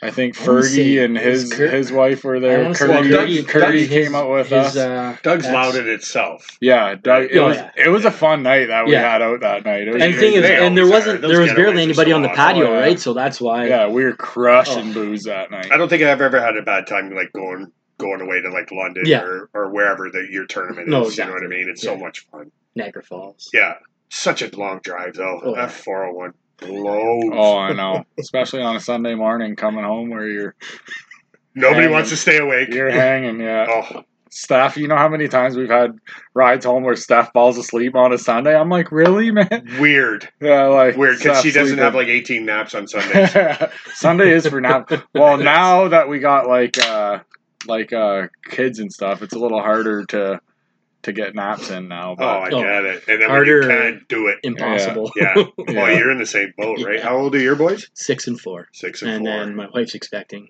[SPEAKER 1] I think
[SPEAKER 5] I wanna
[SPEAKER 1] Fergie
[SPEAKER 5] say
[SPEAKER 1] and
[SPEAKER 5] it was
[SPEAKER 1] his
[SPEAKER 5] Kurt-
[SPEAKER 1] his wife were
[SPEAKER 5] I
[SPEAKER 1] there.
[SPEAKER 5] wanna say
[SPEAKER 1] Curdy,
[SPEAKER 3] Dougie-
[SPEAKER 1] Dougie, Curdy
[SPEAKER 5] his-
[SPEAKER 1] came out with
[SPEAKER 5] his,
[SPEAKER 1] us.
[SPEAKER 5] uh,
[SPEAKER 3] Doug's
[SPEAKER 5] ex.
[SPEAKER 3] loud in itself.
[SPEAKER 1] yeah, Doug, it
[SPEAKER 5] Oh,
[SPEAKER 1] was
[SPEAKER 5] yeah.
[SPEAKER 1] it was a fun night that we
[SPEAKER 5] Yeah.
[SPEAKER 1] had out that night. It was
[SPEAKER 5] And the thing
[SPEAKER 1] crazy.
[SPEAKER 5] is,
[SPEAKER 3] They
[SPEAKER 5] and there
[SPEAKER 3] always are.
[SPEAKER 5] wasn't
[SPEAKER 3] Those
[SPEAKER 5] there was barely
[SPEAKER 3] getaways are
[SPEAKER 5] anybody
[SPEAKER 3] so
[SPEAKER 5] on the
[SPEAKER 3] awesome.
[SPEAKER 5] patio,
[SPEAKER 1] Oh, yeah.
[SPEAKER 5] right? So that's why.
[SPEAKER 1] yeah, we were crushing
[SPEAKER 5] Oh.
[SPEAKER 1] booze that night.
[SPEAKER 3] I don't think I've ever had a bad time like going going away to like London
[SPEAKER 5] Yeah.
[SPEAKER 3] or, or wherever the, your tournament is.
[SPEAKER 5] No,
[SPEAKER 3] You know what I
[SPEAKER 5] exactly.
[SPEAKER 3] mean? It's so
[SPEAKER 5] Yeah.
[SPEAKER 3] much fun.
[SPEAKER 5] Niagara Falls.
[SPEAKER 3] Yeah. Such a long drive though.
[SPEAKER 5] Oh,
[SPEAKER 3] That
[SPEAKER 5] yeah.
[SPEAKER 3] 401 blows.
[SPEAKER 1] Oh, I know. Especially on a Sunday morning coming home where you're
[SPEAKER 3] Nobody
[SPEAKER 1] Hanging.
[SPEAKER 3] wants to stay awake.
[SPEAKER 1] you're hanging, yeah.
[SPEAKER 3] Oh,
[SPEAKER 1] Steph, you know how many times we've had rides home where Steph falls asleep on a Sunday? I'm like, really, man?
[SPEAKER 3] weird.
[SPEAKER 1] Yeah, like
[SPEAKER 3] Weird because
[SPEAKER 1] Steph
[SPEAKER 3] she doesn't
[SPEAKER 1] sleeping.
[SPEAKER 3] have like 18 naps on Sundays.
[SPEAKER 1] Sunday is for nap. Well,
[SPEAKER 3] Yes.
[SPEAKER 1] now that we got like uh like uh kids and stuff, it's a little harder to to get naps in now.
[SPEAKER 3] oh, I
[SPEAKER 1] But
[SPEAKER 5] Oh.
[SPEAKER 3] get it. And then
[SPEAKER 5] Harder.
[SPEAKER 3] when you can't do it.
[SPEAKER 5] Impossible.
[SPEAKER 3] Yeah. Oh,
[SPEAKER 1] yeah.
[SPEAKER 3] you're in the same boat, right?
[SPEAKER 5] Yeah.
[SPEAKER 3] How old are your boys?
[SPEAKER 5] Six and four.
[SPEAKER 3] Six and,
[SPEAKER 5] And
[SPEAKER 3] four.
[SPEAKER 5] then my wife's expecting.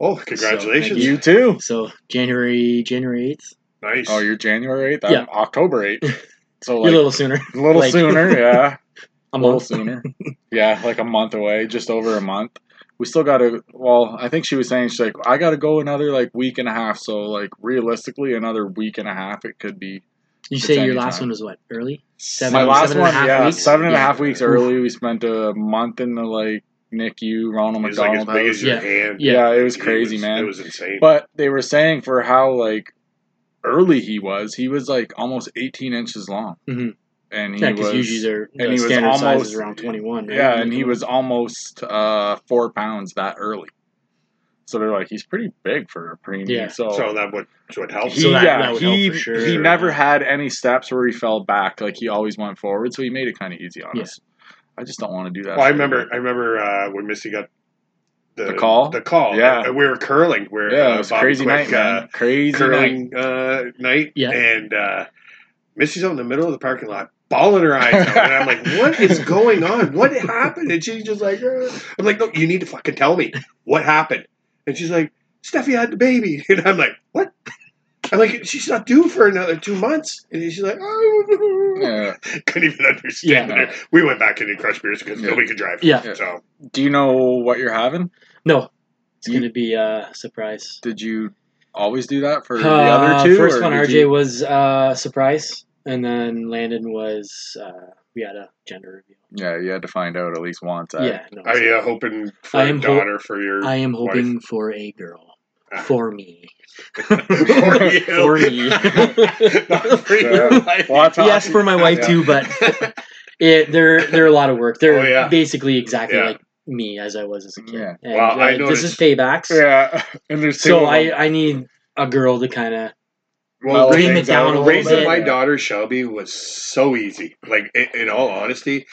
[SPEAKER 3] oh, congratulations.
[SPEAKER 1] you too.
[SPEAKER 5] So January January eighth.
[SPEAKER 3] nice.
[SPEAKER 1] Oh, you're January eighth.
[SPEAKER 5] Yeah.
[SPEAKER 1] October eighth. So like
[SPEAKER 5] a little sooner.
[SPEAKER 1] a little
[SPEAKER 5] like-
[SPEAKER 1] sooner, yeah. a
[SPEAKER 5] A
[SPEAKER 1] little
[SPEAKER 5] month.
[SPEAKER 1] sooner. Yeah, like a month away, just over a month. We still got to. Well, I think she was saying she's like, I got to go another like week and a half. So like realistically, another week and a half, it could be.
[SPEAKER 5] You
[SPEAKER 1] It's
[SPEAKER 5] say your
[SPEAKER 1] any
[SPEAKER 5] last
[SPEAKER 1] time.
[SPEAKER 5] one was what? Early? Seven-
[SPEAKER 1] My last
[SPEAKER 5] seven and a
[SPEAKER 1] one,
[SPEAKER 5] half
[SPEAKER 1] yeah,
[SPEAKER 5] weeks?
[SPEAKER 1] seven and a
[SPEAKER 5] Yeah.
[SPEAKER 1] half weeks
[SPEAKER 5] Oof.
[SPEAKER 1] early. We spent a month in the like NICU, Ronald
[SPEAKER 3] It's like as
[SPEAKER 1] McDonald
[SPEAKER 3] big
[SPEAKER 1] house.
[SPEAKER 3] as your
[SPEAKER 5] Yeah.
[SPEAKER 3] hand.
[SPEAKER 5] Yeah.
[SPEAKER 1] Yeah, it was crazy,
[SPEAKER 3] was-
[SPEAKER 1] man.
[SPEAKER 3] It was insane.
[SPEAKER 1] But they were saying for how like early he was, he was like almost 18 inches long,
[SPEAKER 5] Mhm.
[SPEAKER 1] and he
[SPEAKER 5] Yeah, because
[SPEAKER 1] was
[SPEAKER 5] usually their the
[SPEAKER 1] and he was
[SPEAKER 5] standard size
[SPEAKER 1] almost-
[SPEAKER 5] is around twenty one, right?
[SPEAKER 1] yeah, and he was almost uh, four pounds that early. So they're like, he's pretty big for a preemie.
[SPEAKER 5] Yeah.
[SPEAKER 1] So,
[SPEAKER 3] so that would that's what helps.
[SPEAKER 1] he,
[SPEAKER 5] So that-
[SPEAKER 1] yeah,
[SPEAKER 5] that would
[SPEAKER 1] he,
[SPEAKER 5] help for sure.
[SPEAKER 1] he never had any steps where he fell back. Like he always went forward. So he made it kind of easy on
[SPEAKER 5] Yeah.
[SPEAKER 1] us. I just don't want to do that.
[SPEAKER 3] well, I remember. I remember uh, when Misty got
[SPEAKER 1] The call?
[SPEAKER 3] The call.
[SPEAKER 1] Yeah.
[SPEAKER 3] And we were curling. We were,
[SPEAKER 1] Yeah,
[SPEAKER 3] uh,
[SPEAKER 1] it was a
[SPEAKER 3] Bobby
[SPEAKER 1] crazy
[SPEAKER 3] Quick,
[SPEAKER 1] night, man.
[SPEAKER 3] uh,
[SPEAKER 1] Crazy night.
[SPEAKER 3] curling uh, night.
[SPEAKER 5] Yeah.
[SPEAKER 3] And uh, Missy's out in the middle of the parking lot, bawling her eyes out. And I'm like, what is going on? What happened? And she's just like, uh, I'm like, no, you need to fucking tell me what happened. And she's like, Steffi had the baby. And I'm like, what? I'm like, she's not due for another two months. And she's like, oh.
[SPEAKER 1] Yeah.
[SPEAKER 3] Couldn't even understand
[SPEAKER 1] Yeah.
[SPEAKER 3] her. We went back into crushed beers because
[SPEAKER 1] Yeah.
[SPEAKER 3] nobody could drive.
[SPEAKER 5] Yeah.
[SPEAKER 1] Yeah.
[SPEAKER 3] So
[SPEAKER 1] Do you know what you're having?
[SPEAKER 5] No, it's
[SPEAKER 1] You-
[SPEAKER 5] gonna be a surprise.
[SPEAKER 1] Did you always do that for the
[SPEAKER 5] Uh,
[SPEAKER 1] other two?
[SPEAKER 5] first
[SPEAKER 1] or
[SPEAKER 5] one,
[SPEAKER 1] did
[SPEAKER 5] RJ
[SPEAKER 1] you-
[SPEAKER 5] was uh, surprise, and then Landon was uh, we had a gender reveal.
[SPEAKER 1] Yeah, you had to find out at least once. eh?
[SPEAKER 5] Yeah, no,
[SPEAKER 3] are you uh, hoping for
[SPEAKER 5] I
[SPEAKER 3] a
[SPEAKER 5] am ho-
[SPEAKER 3] daughter for your
[SPEAKER 5] I am hoping for a girl
[SPEAKER 3] Ah.
[SPEAKER 5] for me.
[SPEAKER 3] for you?
[SPEAKER 5] For me.
[SPEAKER 3] Not for you.
[SPEAKER 1] Yeah. Well, that's
[SPEAKER 5] yes,
[SPEAKER 1] awesome.
[SPEAKER 5] for my wife
[SPEAKER 1] Yeah.
[SPEAKER 5] too, but it, they're they're a lot of work. They're
[SPEAKER 3] Oh, yeah.
[SPEAKER 5] basically exactly
[SPEAKER 3] Yeah.
[SPEAKER 5] like me as I was as a kid.
[SPEAKER 1] Yeah.
[SPEAKER 5] And,
[SPEAKER 3] Wow, I
[SPEAKER 5] uh, this
[SPEAKER 3] noticed-
[SPEAKER 5] is paybacks.
[SPEAKER 1] Yeah. And there's two
[SPEAKER 5] So
[SPEAKER 1] of them.
[SPEAKER 5] I I need a girl to kind of
[SPEAKER 3] Well,
[SPEAKER 5] Tame it
[SPEAKER 3] raising-
[SPEAKER 5] down a little
[SPEAKER 3] raising
[SPEAKER 5] bit.
[SPEAKER 3] my
[SPEAKER 1] Yeah.
[SPEAKER 3] daughter Shelby was so easy. Like in, in all honesty,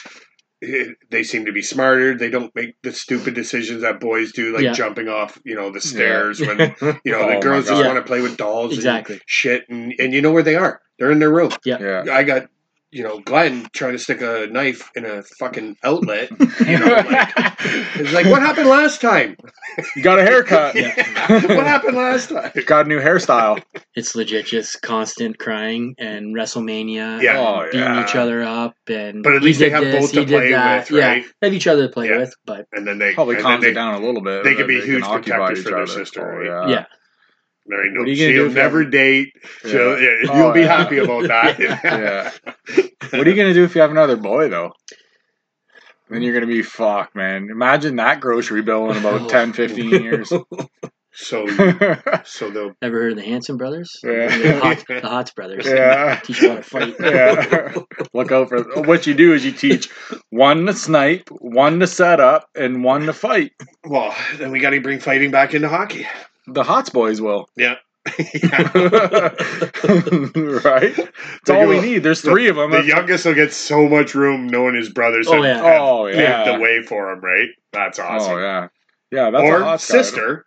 [SPEAKER 3] it, they seem to be smarter. They don't make the stupid decisions that boys do, like
[SPEAKER 5] Yeah.
[SPEAKER 3] jumping off, you know, the stairs when you know
[SPEAKER 1] Oh my
[SPEAKER 3] the girls just
[SPEAKER 5] God.
[SPEAKER 3] want to play with dolls
[SPEAKER 5] exactly.
[SPEAKER 3] and shit, and, and you know where they are. They're in their room.
[SPEAKER 1] Yeah.
[SPEAKER 3] I got you know Glenn trying to stick a knife in a fucking outlet. You know, like, it's like what happened last time?
[SPEAKER 1] You got a haircut.
[SPEAKER 5] Yeah.
[SPEAKER 3] what happened last time?
[SPEAKER 1] Got a new hairstyle.
[SPEAKER 5] It's legit just constant crying and WrestleMania
[SPEAKER 3] Yeah.
[SPEAKER 1] Oh,
[SPEAKER 5] and beating
[SPEAKER 1] yeah.
[SPEAKER 5] each other up and
[SPEAKER 3] But at
[SPEAKER 5] he
[SPEAKER 3] least they
[SPEAKER 5] did
[SPEAKER 3] have
[SPEAKER 5] this,
[SPEAKER 3] both
[SPEAKER 5] he
[SPEAKER 3] to
[SPEAKER 5] did
[SPEAKER 3] play with,
[SPEAKER 5] that.
[SPEAKER 3] right?
[SPEAKER 5] Yeah. They have each other to play
[SPEAKER 3] Yeah.
[SPEAKER 5] with, but
[SPEAKER 3] And then they
[SPEAKER 1] Probably
[SPEAKER 3] and
[SPEAKER 1] calms
[SPEAKER 3] then
[SPEAKER 1] it down a little bit.
[SPEAKER 3] they
[SPEAKER 1] that
[SPEAKER 3] could be huge
[SPEAKER 1] occupy
[SPEAKER 3] protectors
[SPEAKER 1] each
[SPEAKER 3] for their
[SPEAKER 1] other.
[SPEAKER 3] sister,
[SPEAKER 1] Oh,
[SPEAKER 3] right?
[SPEAKER 5] yeah.
[SPEAKER 3] There ain't no,
[SPEAKER 1] What are you gonna
[SPEAKER 3] she'll
[SPEAKER 1] do if you-
[SPEAKER 3] never date.
[SPEAKER 1] Yeah.
[SPEAKER 3] She'll, yeah,
[SPEAKER 1] Oh,
[SPEAKER 3] you'll be
[SPEAKER 1] yeah.
[SPEAKER 3] happy about that.
[SPEAKER 1] yeah. What are you gonna do if you have another boy though? Then you're gonna be fuck, man. Imagine that grocery bill in about 10, 15 years.
[SPEAKER 3] So, so they'll
[SPEAKER 5] Ever heard of the Hanson brothers?
[SPEAKER 1] Yeah.
[SPEAKER 5] The, Hot, the Hots brothers.
[SPEAKER 1] yeah.
[SPEAKER 5] Teach you how to fight.
[SPEAKER 1] Yeah. Look out for what you do is you teach one to snipe, one to set up, and one to fight.
[SPEAKER 3] well, then we got to bring fighting back into hockey.
[SPEAKER 1] The Hots boys will.
[SPEAKER 3] Yeah.
[SPEAKER 1] right? It's
[SPEAKER 3] They
[SPEAKER 1] all
[SPEAKER 3] go-
[SPEAKER 1] we need. There's three of them.
[SPEAKER 3] The youngest will get so much room knowing his brothers
[SPEAKER 5] Oh,
[SPEAKER 3] have,
[SPEAKER 5] yeah.
[SPEAKER 3] have
[SPEAKER 1] Oh, yeah.
[SPEAKER 3] paved the way for him, right? That's awesome.
[SPEAKER 1] Oh yeah, yeah. That's a
[SPEAKER 3] or
[SPEAKER 1] hot
[SPEAKER 3] sister,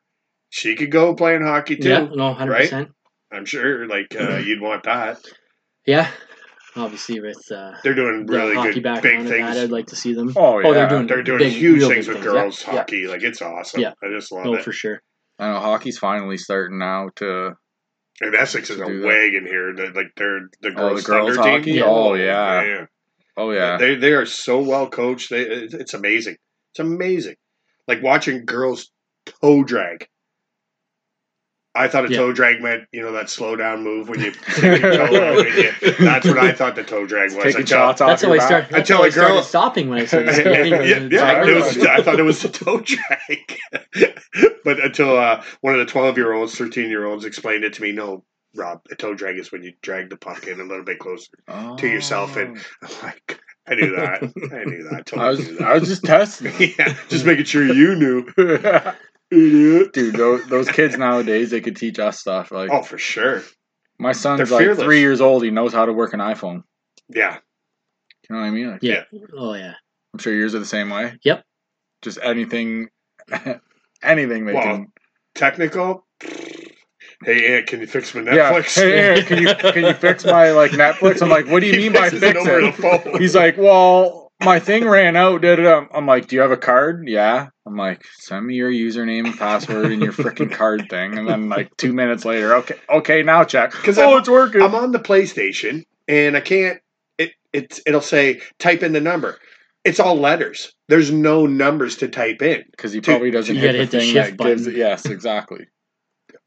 [SPEAKER 3] she could go playing hockey too.
[SPEAKER 5] Yeah, no, hundred percent.
[SPEAKER 3] I'm sure, like uh, you'd want that.
[SPEAKER 5] Yeah, obviously with uh,
[SPEAKER 3] They're doing
[SPEAKER 5] the
[SPEAKER 3] really
[SPEAKER 5] hockey
[SPEAKER 3] good, big
[SPEAKER 5] background of that,
[SPEAKER 3] things.
[SPEAKER 5] I'd like to see them.
[SPEAKER 1] Oh, yeah.
[SPEAKER 5] they're doing
[SPEAKER 3] They're doing
[SPEAKER 5] big,
[SPEAKER 3] huge
[SPEAKER 5] real
[SPEAKER 3] things
[SPEAKER 5] big
[SPEAKER 3] with
[SPEAKER 5] yeah,
[SPEAKER 3] girls
[SPEAKER 5] yeah.
[SPEAKER 3] hockey. Like it's awesome.
[SPEAKER 5] Yeah.
[SPEAKER 3] I just love
[SPEAKER 5] No,
[SPEAKER 3] it.
[SPEAKER 5] Oh, for sure.
[SPEAKER 1] I know hockey's finally starting now to.
[SPEAKER 3] And Essex is a
[SPEAKER 1] Do that. Oh,
[SPEAKER 3] wagon here. They're, like they're the girls,
[SPEAKER 1] girls
[SPEAKER 3] Thunder
[SPEAKER 1] hockey?
[SPEAKER 3] team.
[SPEAKER 5] Yeah.
[SPEAKER 1] Oh, yeah.
[SPEAKER 3] man.
[SPEAKER 1] Oh yeah,
[SPEAKER 3] They they are so well coached. They it- it's amazing. It's amazing. Like watching girls toe drag. I thought a
[SPEAKER 5] Yeah.
[SPEAKER 3] toe drag meant you know that slow down move when you stick your toe out. And you, that's what I thought the toe drag was.
[SPEAKER 1] Oh,
[SPEAKER 3] uh,
[SPEAKER 1] taking
[SPEAKER 3] Until-
[SPEAKER 1] shots off.
[SPEAKER 5] That's how
[SPEAKER 1] your
[SPEAKER 5] I
[SPEAKER 1] back.
[SPEAKER 5] started. That's
[SPEAKER 3] Until
[SPEAKER 5] how I
[SPEAKER 3] a girl-
[SPEAKER 5] started stopping when I started skipping.
[SPEAKER 3] yeah,
[SPEAKER 5] the- the
[SPEAKER 3] yeah,
[SPEAKER 5] drag
[SPEAKER 3] I,
[SPEAKER 5] race.
[SPEAKER 3] was, I thought it was the toe drag. but until uh, one of the 12 year olds, 13 year olds explained it to me, no, Rob, a toe drag is when you drag the puck in a little bit closer. Oh. to yourself and- I'm like, I knew that. I knew that. I
[SPEAKER 1] I
[SPEAKER 3] totally knew
[SPEAKER 1] was,
[SPEAKER 3] that.
[SPEAKER 1] I was just testing.
[SPEAKER 3] yeah, just making sure you knew.
[SPEAKER 1] Dude, those, those kids nowadays they could teach us stuff. Like
[SPEAKER 3] Oh, for sure.
[SPEAKER 1] my
[SPEAKER 3] they're
[SPEAKER 1] son's like
[SPEAKER 3] fearless.
[SPEAKER 1] three years old. He knows how to work an iPhone.
[SPEAKER 3] Yeah.
[SPEAKER 1] You know what I mean? Like,
[SPEAKER 5] yeah. Oh yeah.
[SPEAKER 1] I'm sure yours are the same way.
[SPEAKER 5] Yep.
[SPEAKER 1] Just anything, anything they
[SPEAKER 3] Well,
[SPEAKER 1] can.
[SPEAKER 3] Technical. Hey, Aunt, can you fix my
[SPEAKER 1] Yeah.
[SPEAKER 3] Netflix?
[SPEAKER 1] Hey, Aaron, can you can you fix my like Netflix? I'm like, what do you
[SPEAKER 3] He
[SPEAKER 1] mean by
[SPEAKER 3] fixes it
[SPEAKER 1] fix
[SPEAKER 3] over
[SPEAKER 1] it?
[SPEAKER 3] the phone.
[SPEAKER 1] He's like, well, my thing ran out. Da, da, da. I'm like, do you have a card? Yeah. I'm like, send me your username and password and your freaking card thing. And then like two minutes later, okay, okay, now check.
[SPEAKER 3] 'Cause
[SPEAKER 1] oh,
[SPEAKER 3] I'm-
[SPEAKER 1] it's working.
[SPEAKER 3] I'm on the PlayStation and I can't. It it's it'll say type in the number. It's all letters. There's no numbers to type in.
[SPEAKER 1] Because he
[SPEAKER 3] Dude,
[SPEAKER 1] probably doesn't
[SPEAKER 5] you
[SPEAKER 1] hit
[SPEAKER 5] gotta
[SPEAKER 1] the
[SPEAKER 5] hit the
[SPEAKER 1] thing
[SPEAKER 5] shift
[SPEAKER 1] that gives it.
[SPEAKER 5] button.
[SPEAKER 1] Yes, exactly.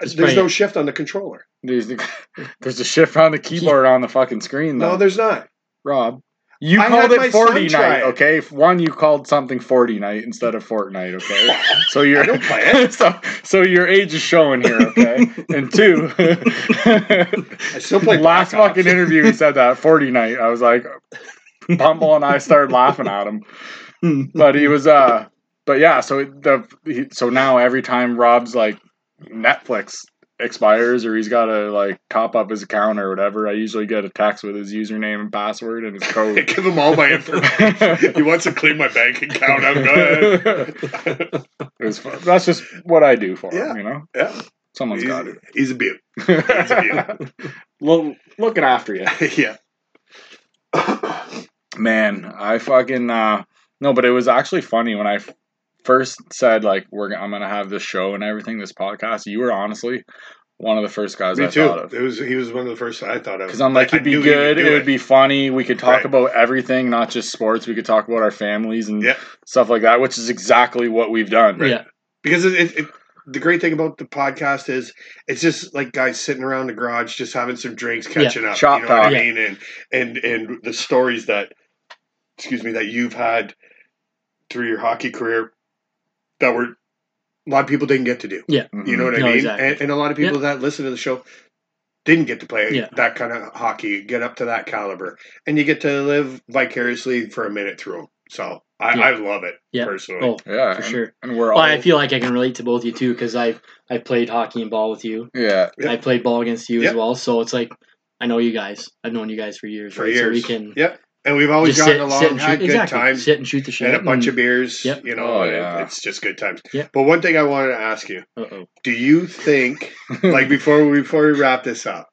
[SPEAKER 5] It's
[SPEAKER 3] there's
[SPEAKER 5] probably-
[SPEAKER 3] no shift on the controller.
[SPEAKER 1] There's the, there's a shift on the keyboard on the fucking screen though.
[SPEAKER 3] No, there's not.
[SPEAKER 1] Rob. You
[SPEAKER 3] I
[SPEAKER 1] called
[SPEAKER 3] had my
[SPEAKER 1] it
[SPEAKER 3] son
[SPEAKER 1] 40
[SPEAKER 3] try
[SPEAKER 1] night,
[SPEAKER 3] it.
[SPEAKER 1] okay? If One, you called something 40 night instead of Fortnite, okay? So you're
[SPEAKER 3] I don't play it.
[SPEAKER 1] so, so your age is showing here, okay? and two,
[SPEAKER 3] I still play
[SPEAKER 1] last
[SPEAKER 3] Black Ops.
[SPEAKER 1] fucking interview he said that 40 night. I was like, Bumble and I started laughing at him, but he was uh, but yeah. So the he- so now every time Rob's like Netflix, expires or he's got to like top up his account or whatever, I usually get a text with his username and password and his code.
[SPEAKER 3] Give him all my information. he wants to clean my bank account. I'm good.
[SPEAKER 1] it was fun. That's just what I do for
[SPEAKER 3] Yeah.
[SPEAKER 1] him, you know.
[SPEAKER 3] Yeah.
[SPEAKER 1] Someone's
[SPEAKER 3] he's,
[SPEAKER 1] got
[SPEAKER 3] he's a beaut.
[SPEAKER 1] it. Lo- looking after you.
[SPEAKER 3] yeah.
[SPEAKER 1] Man, I fucking uh no, but it was actually funny when I f- first said like we're g- I'm gonna have this show and everything, this podcast. You were honestly one of the first guys
[SPEAKER 3] Me
[SPEAKER 1] I
[SPEAKER 3] too.
[SPEAKER 1] thought of
[SPEAKER 3] It was he was one of the first I thought of.
[SPEAKER 1] because I'm like
[SPEAKER 3] I
[SPEAKER 1] it'd be
[SPEAKER 3] knew he
[SPEAKER 1] good,
[SPEAKER 3] do
[SPEAKER 1] it would be funny. We could talk
[SPEAKER 3] Right.
[SPEAKER 1] about everything, not just sports. We could talk about our families and
[SPEAKER 3] Yeah.
[SPEAKER 1] stuff like that, which is exactly what we've done.
[SPEAKER 5] Yeah.
[SPEAKER 3] because it, it, it, the great thing about the podcast is it's just like guys sitting around the garage just having some drinks
[SPEAKER 5] Yeah.
[SPEAKER 3] catching up
[SPEAKER 1] Chop
[SPEAKER 3] you know what
[SPEAKER 5] talk.
[SPEAKER 3] i mean and and and the stories that excuse me that you've had through your hockey career that were a lot of people didn't get to do
[SPEAKER 1] Mhm.
[SPEAKER 3] you know what i
[SPEAKER 5] No,
[SPEAKER 3] mean
[SPEAKER 5] exactly.
[SPEAKER 3] and, and a lot of people that listen to the show didn't get to play
[SPEAKER 5] Yeah.
[SPEAKER 3] that kind of hockey get up to that caliber and you get to live vicariously for a minute through them so i,
[SPEAKER 5] Yeah.
[SPEAKER 3] I love it
[SPEAKER 5] Yeah.
[SPEAKER 3] personally
[SPEAKER 5] Oh,
[SPEAKER 1] yeah,
[SPEAKER 5] for
[SPEAKER 1] and-
[SPEAKER 5] sure.
[SPEAKER 1] And we're all
[SPEAKER 5] Well, I feel like I can relate to both of you too because I I played hockey and ball with you.
[SPEAKER 1] yeah,
[SPEAKER 3] Yeah.
[SPEAKER 5] I played ball against you
[SPEAKER 3] Yeah.
[SPEAKER 5] as well, so it's like I know you guys. I've known you guys for years.
[SPEAKER 3] for
[SPEAKER 5] right? So
[SPEAKER 3] years
[SPEAKER 5] we can
[SPEAKER 3] yep and we've always
[SPEAKER 5] just
[SPEAKER 3] gotten
[SPEAKER 5] sit,
[SPEAKER 3] along
[SPEAKER 5] sit and
[SPEAKER 3] had
[SPEAKER 5] shoot.
[SPEAKER 3] good
[SPEAKER 5] exactly.
[SPEAKER 3] times
[SPEAKER 5] Sit and shoot the shit. Mm.
[SPEAKER 3] and a bunch of beers.
[SPEAKER 5] Yep.
[SPEAKER 3] You know,
[SPEAKER 1] Oh,
[SPEAKER 3] and
[SPEAKER 1] yeah.
[SPEAKER 3] it's just good times.
[SPEAKER 5] Yep.
[SPEAKER 3] But one thing I wanted to ask you:
[SPEAKER 5] of. Uh oh.
[SPEAKER 3] Do you think, like before before we wrap this up,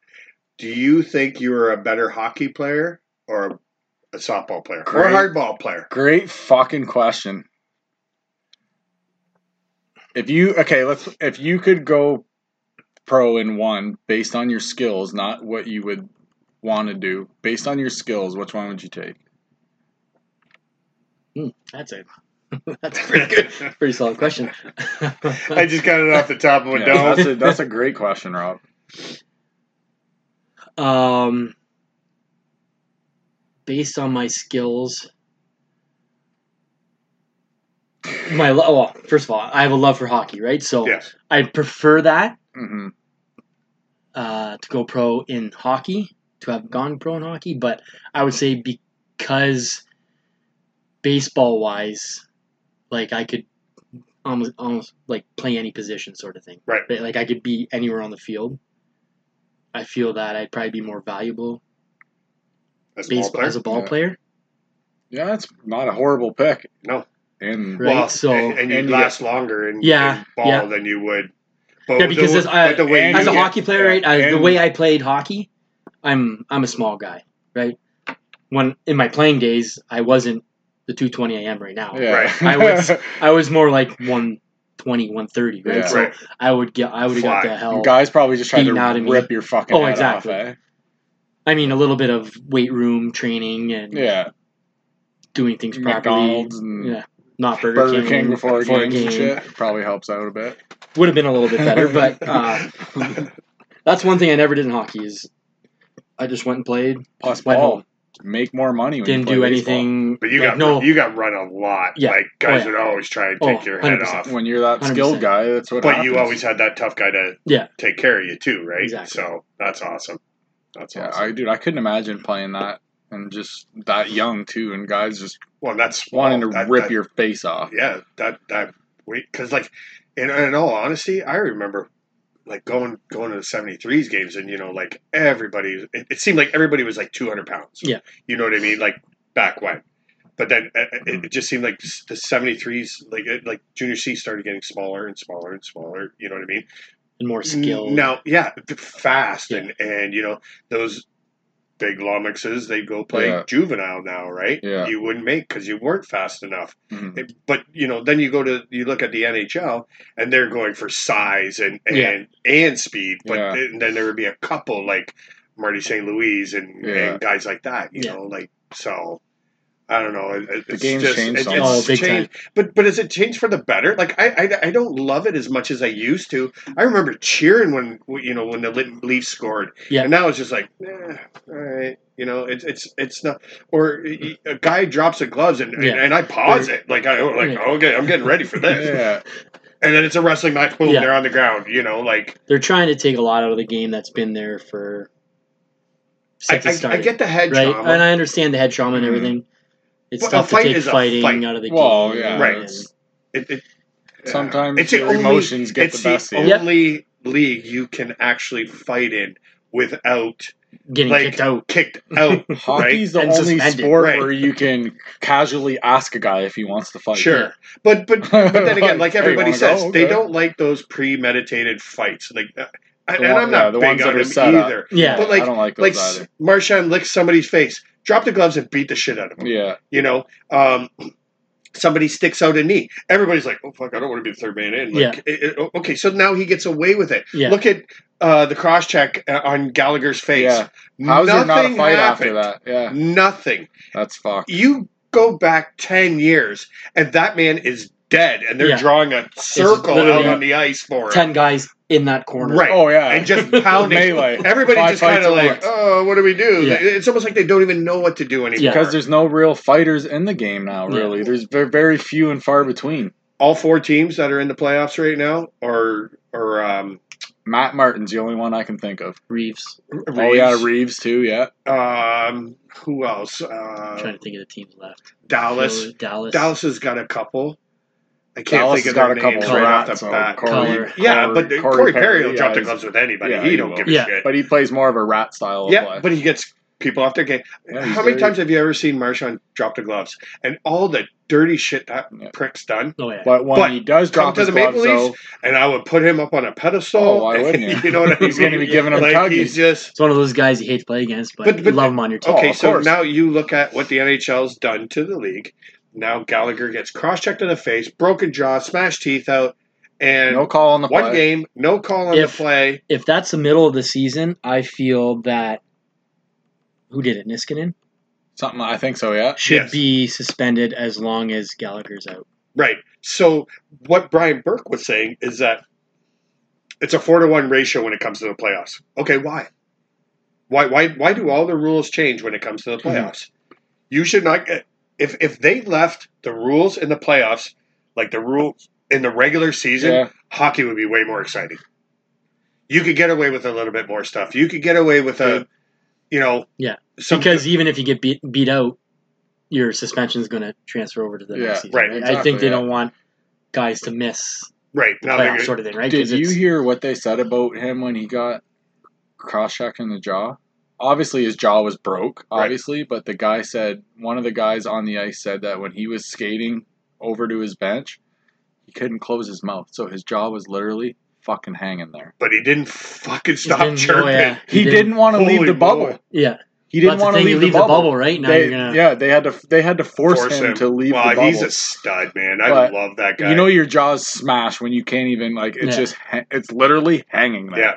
[SPEAKER 3] do you think you were a better hockey player or a softball player or
[SPEAKER 1] Great.
[SPEAKER 3] a hardball player?
[SPEAKER 1] Great fucking question. If you okay, let's if you could go pro in one based on your skills, not what you would want to do, based on your skills, which one would you take?
[SPEAKER 5] That's a that's a pretty good, pretty solid question.
[SPEAKER 3] I just got it off the top of my
[SPEAKER 1] Yeah,
[SPEAKER 3] dome.
[SPEAKER 1] that's a that's a great question, Rob.
[SPEAKER 5] um, based on my skills, my lo- well, first of all, I have a love for hockey, right? So
[SPEAKER 3] Yes.
[SPEAKER 5] I prefer that
[SPEAKER 1] hmm
[SPEAKER 5] uh, to go pro in hockey, to have gone pro in hockey, but I would say because baseball wise, like I could almost almost like play any position sort of thing.
[SPEAKER 3] Right.
[SPEAKER 5] But, Like I could be anywhere on the field. I feel that I'd probably be more valuable
[SPEAKER 3] As a ball
[SPEAKER 5] baseball,
[SPEAKER 3] player.
[SPEAKER 5] as a ball
[SPEAKER 1] Yeah.
[SPEAKER 5] player,
[SPEAKER 1] Yeah, that's not a horrible pick.
[SPEAKER 3] No.
[SPEAKER 1] and
[SPEAKER 5] right?
[SPEAKER 3] Well,
[SPEAKER 5] so
[SPEAKER 3] and, and you'd
[SPEAKER 1] and you
[SPEAKER 3] last longer in,
[SPEAKER 5] Yeah,
[SPEAKER 3] in ball
[SPEAKER 5] yeah.
[SPEAKER 3] than you would. But
[SPEAKER 5] Yeah, because
[SPEAKER 3] the,
[SPEAKER 5] as I-
[SPEAKER 3] but the way
[SPEAKER 1] and
[SPEAKER 5] as a
[SPEAKER 3] you-
[SPEAKER 5] hockey player,
[SPEAKER 1] yeah,
[SPEAKER 5] right? I, the
[SPEAKER 1] and-
[SPEAKER 5] way I played hockey, I'm I'm a small guy, right? When in my playing days, I wasn't the 220 I am right now.
[SPEAKER 1] yeah,
[SPEAKER 3] Right.
[SPEAKER 5] I was- I was more like 120, 130, right?
[SPEAKER 1] Yeah.
[SPEAKER 5] So
[SPEAKER 3] Right.
[SPEAKER 5] I would get, I would have got
[SPEAKER 3] Fly.
[SPEAKER 5] the hell.
[SPEAKER 1] guys probably just tried to
[SPEAKER 5] Beaten out of me.
[SPEAKER 1] rip your fucking
[SPEAKER 5] Oh,
[SPEAKER 1] head
[SPEAKER 5] exactly.
[SPEAKER 1] off. eh?
[SPEAKER 5] I mean, a little bit of weight room training and
[SPEAKER 1] Yeah,
[SPEAKER 5] doing things properly.
[SPEAKER 1] McDonald's and
[SPEAKER 5] Yeah, not Burger,
[SPEAKER 1] Burger King before, games and
[SPEAKER 5] game.
[SPEAKER 1] shit probably helps out a bit.
[SPEAKER 5] Would have been a little bit better, but uh, that's one thing I never did in hockey is I just went and played.
[SPEAKER 1] Plus,
[SPEAKER 5] went
[SPEAKER 1] Paul
[SPEAKER 5] home.
[SPEAKER 1] make more money when
[SPEAKER 5] Didn't
[SPEAKER 1] you play
[SPEAKER 5] do
[SPEAKER 1] baseball.
[SPEAKER 5] anything.
[SPEAKER 3] But you
[SPEAKER 5] like,
[SPEAKER 3] got
[SPEAKER 5] no.
[SPEAKER 3] you got run a lot.
[SPEAKER 5] Yeah.
[SPEAKER 3] Like guys
[SPEAKER 5] Oh, yeah.
[SPEAKER 3] would always try and take
[SPEAKER 5] Oh,
[SPEAKER 3] your head
[SPEAKER 5] 100%.
[SPEAKER 3] off.
[SPEAKER 1] When you're that
[SPEAKER 5] 100%.
[SPEAKER 1] skilled guy, that's what.
[SPEAKER 3] but
[SPEAKER 1] happens.
[SPEAKER 3] you always had that tough guy to
[SPEAKER 5] Yeah.
[SPEAKER 3] take care of you too, right?
[SPEAKER 5] Exactly.
[SPEAKER 3] So that's awesome. That's
[SPEAKER 1] Yeah,
[SPEAKER 3] awesome.
[SPEAKER 1] I dude, I couldn't imagine playing that and just that young too, and guys just
[SPEAKER 3] well, that's
[SPEAKER 1] wanting to
[SPEAKER 3] that-
[SPEAKER 1] rip
[SPEAKER 3] that-
[SPEAKER 1] your face off.
[SPEAKER 3] Yeah, that that we because like, in, in all honesty, I remember like going going to the 73s games and you know like everybody it, it seemed like everybody was like 200 pounds
[SPEAKER 5] Yeah.
[SPEAKER 3] you know what i mean like back when but then uh, uh,
[SPEAKER 5] Mm-hmm.
[SPEAKER 3] it, it just seemed like s- the 73s like it, like junior c started getting smaller and smaller and smaller you know what i mean
[SPEAKER 5] and more skill.
[SPEAKER 3] Now, yeah, b- fast
[SPEAKER 5] Yeah.
[SPEAKER 3] and and you know those big lummoxes they go play
[SPEAKER 1] Yeah.
[SPEAKER 3] juvenile now, right?
[SPEAKER 1] Yeah.
[SPEAKER 3] You wouldn't make because you weren't fast enough.
[SPEAKER 1] Mhm.
[SPEAKER 3] It- But you know, then you go to you look at the NHL and they're going for size and and
[SPEAKER 5] Yeah.
[SPEAKER 3] and speed, but
[SPEAKER 1] Yeah.
[SPEAKER 3] then- then there would be a couple like Marty St. Louis and,
[SPEAKER 1] Yeah.
[SPEAKER 3] and guys like that, you
[SPEAKER 5] Yeah.
[SPEAKER 3] know, like so. I don't know. It, it-
[SPEAKER 1] The
[SPEAKER 3] it's
[SPEAKER 1] game's
[SPEAKER 3] just,
[SPEAKER 1] changed
[SPEAKER 3] it-
[SPEAKER 1] so
[SPEAKER 3] it's
[SPEAKER 5] much. Oh, big
[SPEAKER 3] changed. But but has it changed for the better? Like I, I I don't love it as much as I used to. I remember cheering when you know when the Lit- Leafs scored.
[SPEAKER 5] Yeah.
[SPEAKER 3] And now it's just like, eh, all right, you know, it's it's it's not. Or y- a guy drops the gloves and,
[SPEAKER 5] Yeah.
[SPEAKER 3] and, and I pause it like I like
[SPEAKER 5] Yeah.
[SPEAKER 3] okay, I'm getting ready for this.
[SPEAKER 1] Yeah,
[SPEAKER 3] And then it's a wrestling match. Boom,
[SPEAKER 5] Yeah.
[SPEAKER 3] they're on the ground. You know, like
[SPEAKER 5] They're trying to take a lot out of the game that's been there for
[SPEAKER 3] I,
[SPEAKER 5] since it
[SPEAKER 3] I, I
[SPEAKER 5] started,
[SPEAKER 3] get the head
[SPEAKER 5] right?
[SPEAKER 3] trauma.
[SPEAKER 5] And I understand the head trauma and
[SPEAKER 1] Mhm.
[SPEAKER 5] everything. It's
[SPEAKER 3] But a
[SPEAKER 5] tough to
[SPEAKER 3] fight
[SPEAKER 5] take
[SPEAKER 3] is a
[SPEAKER 5] fighting
[SPEAKER 3] fight.
[SPEAKER 5] out of the
[SPEAKER 1] Well,
[SPEAKER 5] game.
[SPEAKER 1] yeah,
[SPEAKER 3] Right.
[SPEAKER 5] and-
[SPEAKER 3] It- it- yeah.
[SPEAKER 1] sometimes
[SPEAKER 3] It's the
[SPEAKER 1] your
[SPEAKER 3] only-
[SPEAKER 1] emotions get
[SPEAKER 3] it's
[SPEAKER 1] the best. of you.
[SPEAKER 5] Yep.
[SPEAKER 3] only league you can actually fight in without
[SPEAKER 5] Getting
[SPEAKER 3] Like-
[SPEAKER 5] kicked out.
[SPEAKER 3] kicked out.
[SPEAKER 1] Hockey's
[SPEAKER 5] And
[SPEAKER 1] the only
[SPEAKER 5] suspended.
[SPEAKER 1] sport
[SPEAKER 3] Right.
[SPEAKER 1] where you can casually ask a guy if he wants to fight.
[SPEAKER 3] sure,
[SPEAKER 5] yeah.
[SPEAKER 3] but but but then again, like
[SPEAKER 1] Hey,
[SPEAKER 3] everybody
[SPEAKER 1] wanna
[SPEAKER 3] says,
[SPEAKER 1] go? Oh,
[SPEAKER 3] they
[SPEAKER 1] Okay.
[SPEAKER 3] don't like those premeditated fights. Like, uh, and, and
[SPEAKER 1] one-
[SPEAKER 3] I'm
[SPEAKER 1] yeah,
[SPEAKER 3] not
[SPEAKER 1] the
[SPEAKER 3] big
[SPEAKER 1] ones that
[SPEAKER 3] on
[SPEAKER 1] are
[SPEAKER 3] them
[SPEAKER 1] set up.
[SPEAKER 3] either.
[SPEAKER 5] Yeah.
[SPEAKER 3] But like-
[SPEAKER 1] I don't like
[SPEAKER 3] Like
[SPEAKER 1] those either.
[SPEAKER 3] Marshawn licks somebody's face, drop the gloves and beat the shit out of him.
[SPEAKER 1] Yeah,
[SPEAKER 3] You know, um, somebody sticks out a knee. Everybody's like, "Oh fuck, I don't want to be the third man in." Like, it- it- okay, so now he gets away with it.
[SPEAKER 5] yeah.
[SPEAKER 3] Look at uh, the cross check on Gallagher's face.
[SPEAKER 1] yeah. How's there not a
[SPEAKER 3] Nothing
[SPEAKER 1] fight
[SPEAKER 3] happened.
[SPEAKER 1] after that? Yeah,
[SPEAKER 3] Nothing.
[SPEAKER 1] that's fucked.
[SPEAKER 3] You go back ten years, and that man is dead, and they're
[SPEAKER 5] Yeah.
[SPEAKER 3] drawing a circle
[SPEAKER 5] literally
[SPEAKER 3] out on the ice for him,
[SPEAKER 5] Ten guys in that corner.
[SPEAKER 3] right?
[SPEAKER 1] Oh yeah,
[SPEAKER 3] And just pounding.
[SPEAKER 1] melee.
[SPEAKER 3] Everybody
[SPEAKER 1] Five
[SPEAKER 3] just kind
[SPEAKER 1] fights
[SPEAKER 3] of
[SPEAKER 1] at
[SPEAKER 3] like,
[SPEAKER 1] once.
[SPEAKER 3] oh, what do we do?
[SPEAKER 5] Yeah.
[SPEAKER 3] It's almost like they don't even know what to do anymore.
[SPEAKER 5] Yeah.
[SPEAKER 1] because there's no real fighters in the game now.
[SPEAKER 5] Yeah.
[SPEAKER 1] Really, there's very, very few and far between.
[SPEAKER 3] all four teams that are in the playoffs right now are are um,
[SPEAKER 1] Matt Martin's the only one I can think of.
[SPEAKER 5] Reeves.
[SPEAKER 3] Reeves.
[SPEAKER 1] Oh yeah, Reeves too. Yeah,
[SPEAKER 3] um, who else?
[SPEAKER 5] I'm
[SPEAKER 3] Uh,
[SPEAKER 5] trying to think of the teams left.
[SPEAKER 3] Dallas.
[SPEAKER 5] Philly, Dallas.
[SPEAKER 3] Dallas has got a couple. I can't
[SPEAKER 1] Dallas has
[SPEAKER 3] think of
[SPEAKER 1] got
[SPEAKER 3] their
[SPEAKER 1] a couple
[SPEAKER 3] names
[SPEAKER 5] of
[SPEAKER 3] right off
[SPEAKER 1] rats,
[SPEAKER 3] the
[SPEAKER 1] so
[SPEAKER 3] bat.
[SPEAKER 5] Collar.
[SPEAKER 3] yeah,
[SPEAKER 1] Corey-
[SPEAKER 3] but Corey, Perry will drop the
[SPEAKER 1] yeah,
[SPEAKER 3] gloves with anybody.
[SPEAKER 1] yeah,
[SPEAKER 3] he
[SPEAKER 1] he
[SPEAKER 3] don't
[SPEAKER 1] will.
[SPEAKER 3] give a
[SPEAKER 5] Yeah,
[SPEAKER 3] shit.
[SPEAKER 1] but he plays more of a rat style. Of
[SPEAKER 3] yeah,
[SPEAKER 1] play.
[SPEAKER 3] but he gets people off their game.
[SPEAKER 1] Yeah, he's
[SPEAKER 3] How many
[SPEAKER 1] very-
[SPEAKER 3] times have you ever seen Marshawn drop the gloves and all the dirty shit that
[SPEAKER 1] Yeah.
[SPEAKER 3] prick's done?
[SPEAKER 5] Oh yeah.
[SPEAKER 1] But when
[SPEAKER 3] But
[SPEAKER 1] he does
[SPEAKER 3] come
[SPEAKER 1] drop
[SPEAKER 3] to
[SPEAKER 1] his
[SPEAKER 3] the Maple
[SPEAKER 1] gloves, though,
[SPEAKER 3] Leafs, And I would put him up on a pedestal.
[SPEAKER 1] Oh, why wouldn't you?
[SPEAKER 3] you know what I mean?
[SPEAKER 1] he's going to be giving him
[SPEAKER 3] like
[SPEAKER 1] tuggies. Oh,
[SPEAKER 3] he's just
[SPEAKER 5] It's one of those guys you hate to play against, but,
[SPEAKER 3] But-
[SPEAKER 5] you
[SPEAKER 3] but-
[SPEAKER 5] love him on your team.
[SPEAKER 3] Okay,
[SPEAKER 1] of
[SPEAKER 3] so
[SPEAKER 1] course.
[SPEAKER 3] now you look at what the NHL's done to the league. Now Gallagher gets cross-checked in the face, broken jaw, smashed teeth out, and
[SPEAKER 1] No call on the
[SPEAKER 3] one
[SPEAKER 1] play.
[SPEAKER 3] game, no call on
[SPEAKER 5] If-
[SPEAKER 3] the play.
[SPEAKER 5] If that's the middle of the season, I feel that who did it? Niskanen
[SPEAKER 1] Something I think so. Yeah.
[SPEAKER 5] should
[SPEAKER 3] Yes.
[SPEAKER 5] be suspended as long as Gallagher's out.
[SPEAKER 3] Right. So what Brian Burke was saying is that it's a four to one ratio when it comes to the playoffs. Okay, why? Why why why do all the rules change when it comes
[SPEAKER 5] Mm-hmm.
[SPEAKER 3] to the playoffs? You should not get if if they left the rules in the playoffs, like the rules in the regular season,
[SPEAKER 1] Yeah.
[SPEAKER 3] hockey would be way more exciting. You could get away with a little bit more stuff. You could get away with a, you know,
[SPEAKER 5] Yeah.
[SPEAKER 3] some-
[SPEAKER 5] because even if you get beat, beat out, your suspension's going to transfer over to the
[SPEAKER 1] Yeah,
[SPEAKER 5] next season.
[SPEAKER 3] right,
[SPEAKER 5] I think
[SPEAKER 1] exactly,
[SPEAKER 5] they
[SPEAKER 1] yeah.
[SPEAKER 5] don't want guys to miss
[SPEAKER 3] right now they're
[SPEAKER 5] playoff
[SPEAKER 3] gonna-
[SPEAKER 5] sort of thing, right?
[SPEAKER 1] Did
[SPEAKER 5] 'Cause
[SPEAKER 1] you
[SPEAKER 5] it's-
[SPEAKER 1] hear what they said about him when he got cross-checked in the jaw? Obviously, his jaw was broke.
[SPEAKER 3] Right.
[SPEAKER 1] Obviously, but the guy said one of the guys on the ice said that when he was skating over to his bench, he couldn't close his mouth, so his jaw was literally fucking hanging there.
[SPEAKER 3] but he didn't fucking
[SPEAKER 5] He
[SPEAKER 3] stop
[SPEAKER 5] didn't- oh,
[SPEAKER 3] chirping.
[SPEAKER 5] yeah,
[SPEAKER 1] He, didn't, want to leave
[SPEAKER 3] Holy
[SPEAKER 1] the bubble.
[SPEAKER 3] moly.
[SPEAKER 5] Yeah,
[SPEAKER 1] He didn't
[SPEAKER 5] Well,
[SPEAKER 1] want
[SPEAKER 5] that's
[SPEAKER 1] to
[SPEAKER 5] the thing,
[SPEAKER 1] leave
[SPEAKER 5] you
[SPEAKER 1] the
[SPEAKER 5] leave the
[SPEAKER 1] bubble.
[SPEAKER 5] bubble, right? Now
[SPEAKER 1] They-
[SPEAKER 5] you're gonna-
[SPEAKER 1] yeah, they had to they had to force,
[SPEAKER 3] Force
[SPEAKER 1] him,
[SPEAKER 3] him.
[SPEAKER 1] to leave
[SPEAKER 3] Wow,
[SPEAKER 1] the bubble.
[SPEAKER 3] he's a stud, man. I
[SPEAKER 1] But
[SPEAKER 3] love that guy.
[SPEAKER 1] you know your jaws smash when you can't even like it's
[SPEAKER 5] Yeah.
[SPEAKER 1] just ha- it's literally hanging there.
[SPEAKER 3] yeah.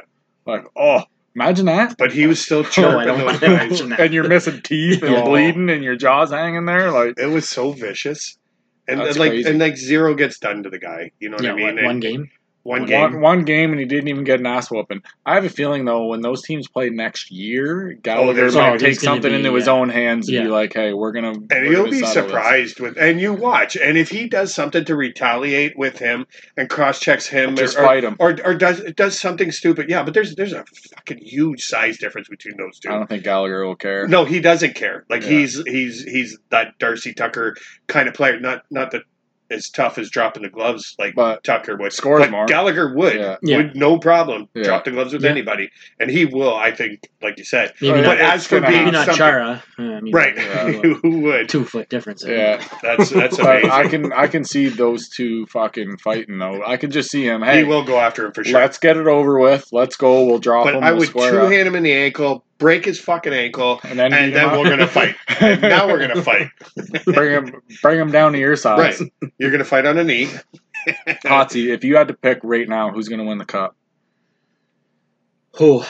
[SPEAKER 1] Like oh, imagine that.
[SPEAKER 3] But he was still
[SPEAKER 5] No, I
[SPEAKER 3] chirping
[SPEAKER 5] don't
[SPEAKER 3] those
[SPEAKER 5] want to
[SPEAKER 3] guys.
[SPEAKER 5] imagine that.
[SPEAKER 1] And you're missing teeth and
[SPEAKER 3] Yeah.
[SPEAKER 1] bleeding, and your jaws hanging there. Like
[SPEAKER 3] It was so vicious, and
[SPEAKER 1] That's
[SPEAKER 3] and like
[SPEAKER 1] crazy.
[SPEAKER 3] and like zero gets done to the guy. You know what
[SPEAKER 5] yeah,
[SPEAKER 3] I mean? Oh,
[SPEAKER 5] one,
[SPEAKER 3] And
[SPEAKER 5] one game.
[SPEAKER 3] one
[SPEAKER 5] one-
[SPEAKER 3] game.
[SPEAKER 1] one, one game, and he didn't even get an ass whooping. I have a feeling though, when those teams play next year, Gallagher
[SPEAKER 3] there's-
[SPEAKER 5] oh,
[SPEAKER 1] might
[SPEAKER 5] there's
[SPEAKER 1] take
[SPEAKER 5] gonna
[SPEAKER 1] something
[SPEAKER 5] be-
[SPEAKER 1] into his
[SPEAKER 5] yeah.
[SPEAKER 1] own hands and
[SPEAKER 5] Yeah.
[SPEAKER 1] be like, "Hey, we're gonna."
[SPEAKER 3] And
[SPEAKER 1] we're
[SPEAKER 3] you'll
[SPEAKER 1] gonna
[SPEAKER 3] be
[SPEAKER 1] settle this."
[SPEAKER 3] surprised with, and you watch, and if he does something to retaliate with him and cross checks him,
[SPEAKER 1] Just
[SPEAKER 3] or,
[SPEAKER 1] fight him.
[SPEAKER 3] or or does does something stupid, yeah. But there's there's a fucking huge size difference between those
[SPEAKER 1] I
[SPEAKER 3] two.
[SPEAKER 1] don't think Gallagher will care.
[SPEAKER 3] No, he doesn't care. Like
[SPEAKER 1] Yeah.
[SPEAKER 3] he's he's he's that Darcy Tucker kind of player. Not not that as tough as dropping the gloves like
[SPEAKER 1] But
[SPEAKER 3] Tucker would.
[SPEAKER 1] Scores
[SPEAKER 3] but
[SPEAKER 1] more.
[SPEAKER 3] Gallagher would
[SPEAKER 1] Yeah.
[SPEAKER 5] Yeah.
[SPEAKER 3] would no problem
[SPEAKER 1] Yeah.
[SPEAKER 3] drop the gloves with
[SPEAKER 5] Yeah.
[SPEAKER 3] anybody, and he will. I think, like you said,
[SPEAKER 5] Maybe
[SPEAKER 1] Oh,
[SPEAKER 5] not.
[SPEAKER 3] but
[SPEAKER 1] yeah.
[SPEAKER 3] as for
[SPEAKER 1] It's gonna
[SPEAKER 3] being
[SPEAKER 5] Maybe
[SPEAKER 1] happen.
[SPEAKER 3] something-
[SPEAKER 5] not Chara. uh, I mean,
[SPEAKER 3] right?
[SPEAKER 1] Yeah.
[SPEAKER 3] Who would?
[SPEAKER 5] Two foot difference. I think.
[SPEAKER 1] Yeah.
[SPEAKER 3] That's that's
[SPEAKER 1] But
[SPEAKER 3] amazing.
[SPEAKER 1] I can I can see those two fucking fighting though. I can just see him. Hey,
[SPEAKER 3] he will go after him for sure.
[SPEAKER 1] let's get it over with. Let's go. We'll drop
[SPEAKER 3] But
[SPEAKER 1] him.
[SPEAKER 3] I
[SPEAKER 1] we'll
[SPEAKER 3] would
[SPEAKER 1] square
[SPEAKER 3] two
[SPEAKER 1] up,
[SPEAKER 3] hand him in the ankle, break his fucking ankle,
[SPEAKER 1] and then,
[SPEAKER 3] and
[SPEAKER 1] beat him
[SPEAKER 3] then
[SPEAKER 1] up.
[SPEAKER 3] we're gonna fight. And now we're gonna fight.
[SPEAKER 1] bring him bring him down to your
[SPEAKER 3] Right.
[SPEAKER 1] size.
[SPEAKER 3] You're gonna fight on a knee.
[SPEAKER 1] Hotsy, if you had to pick right now, who's gonna win the cup?
[SPEAKER 5] Oh,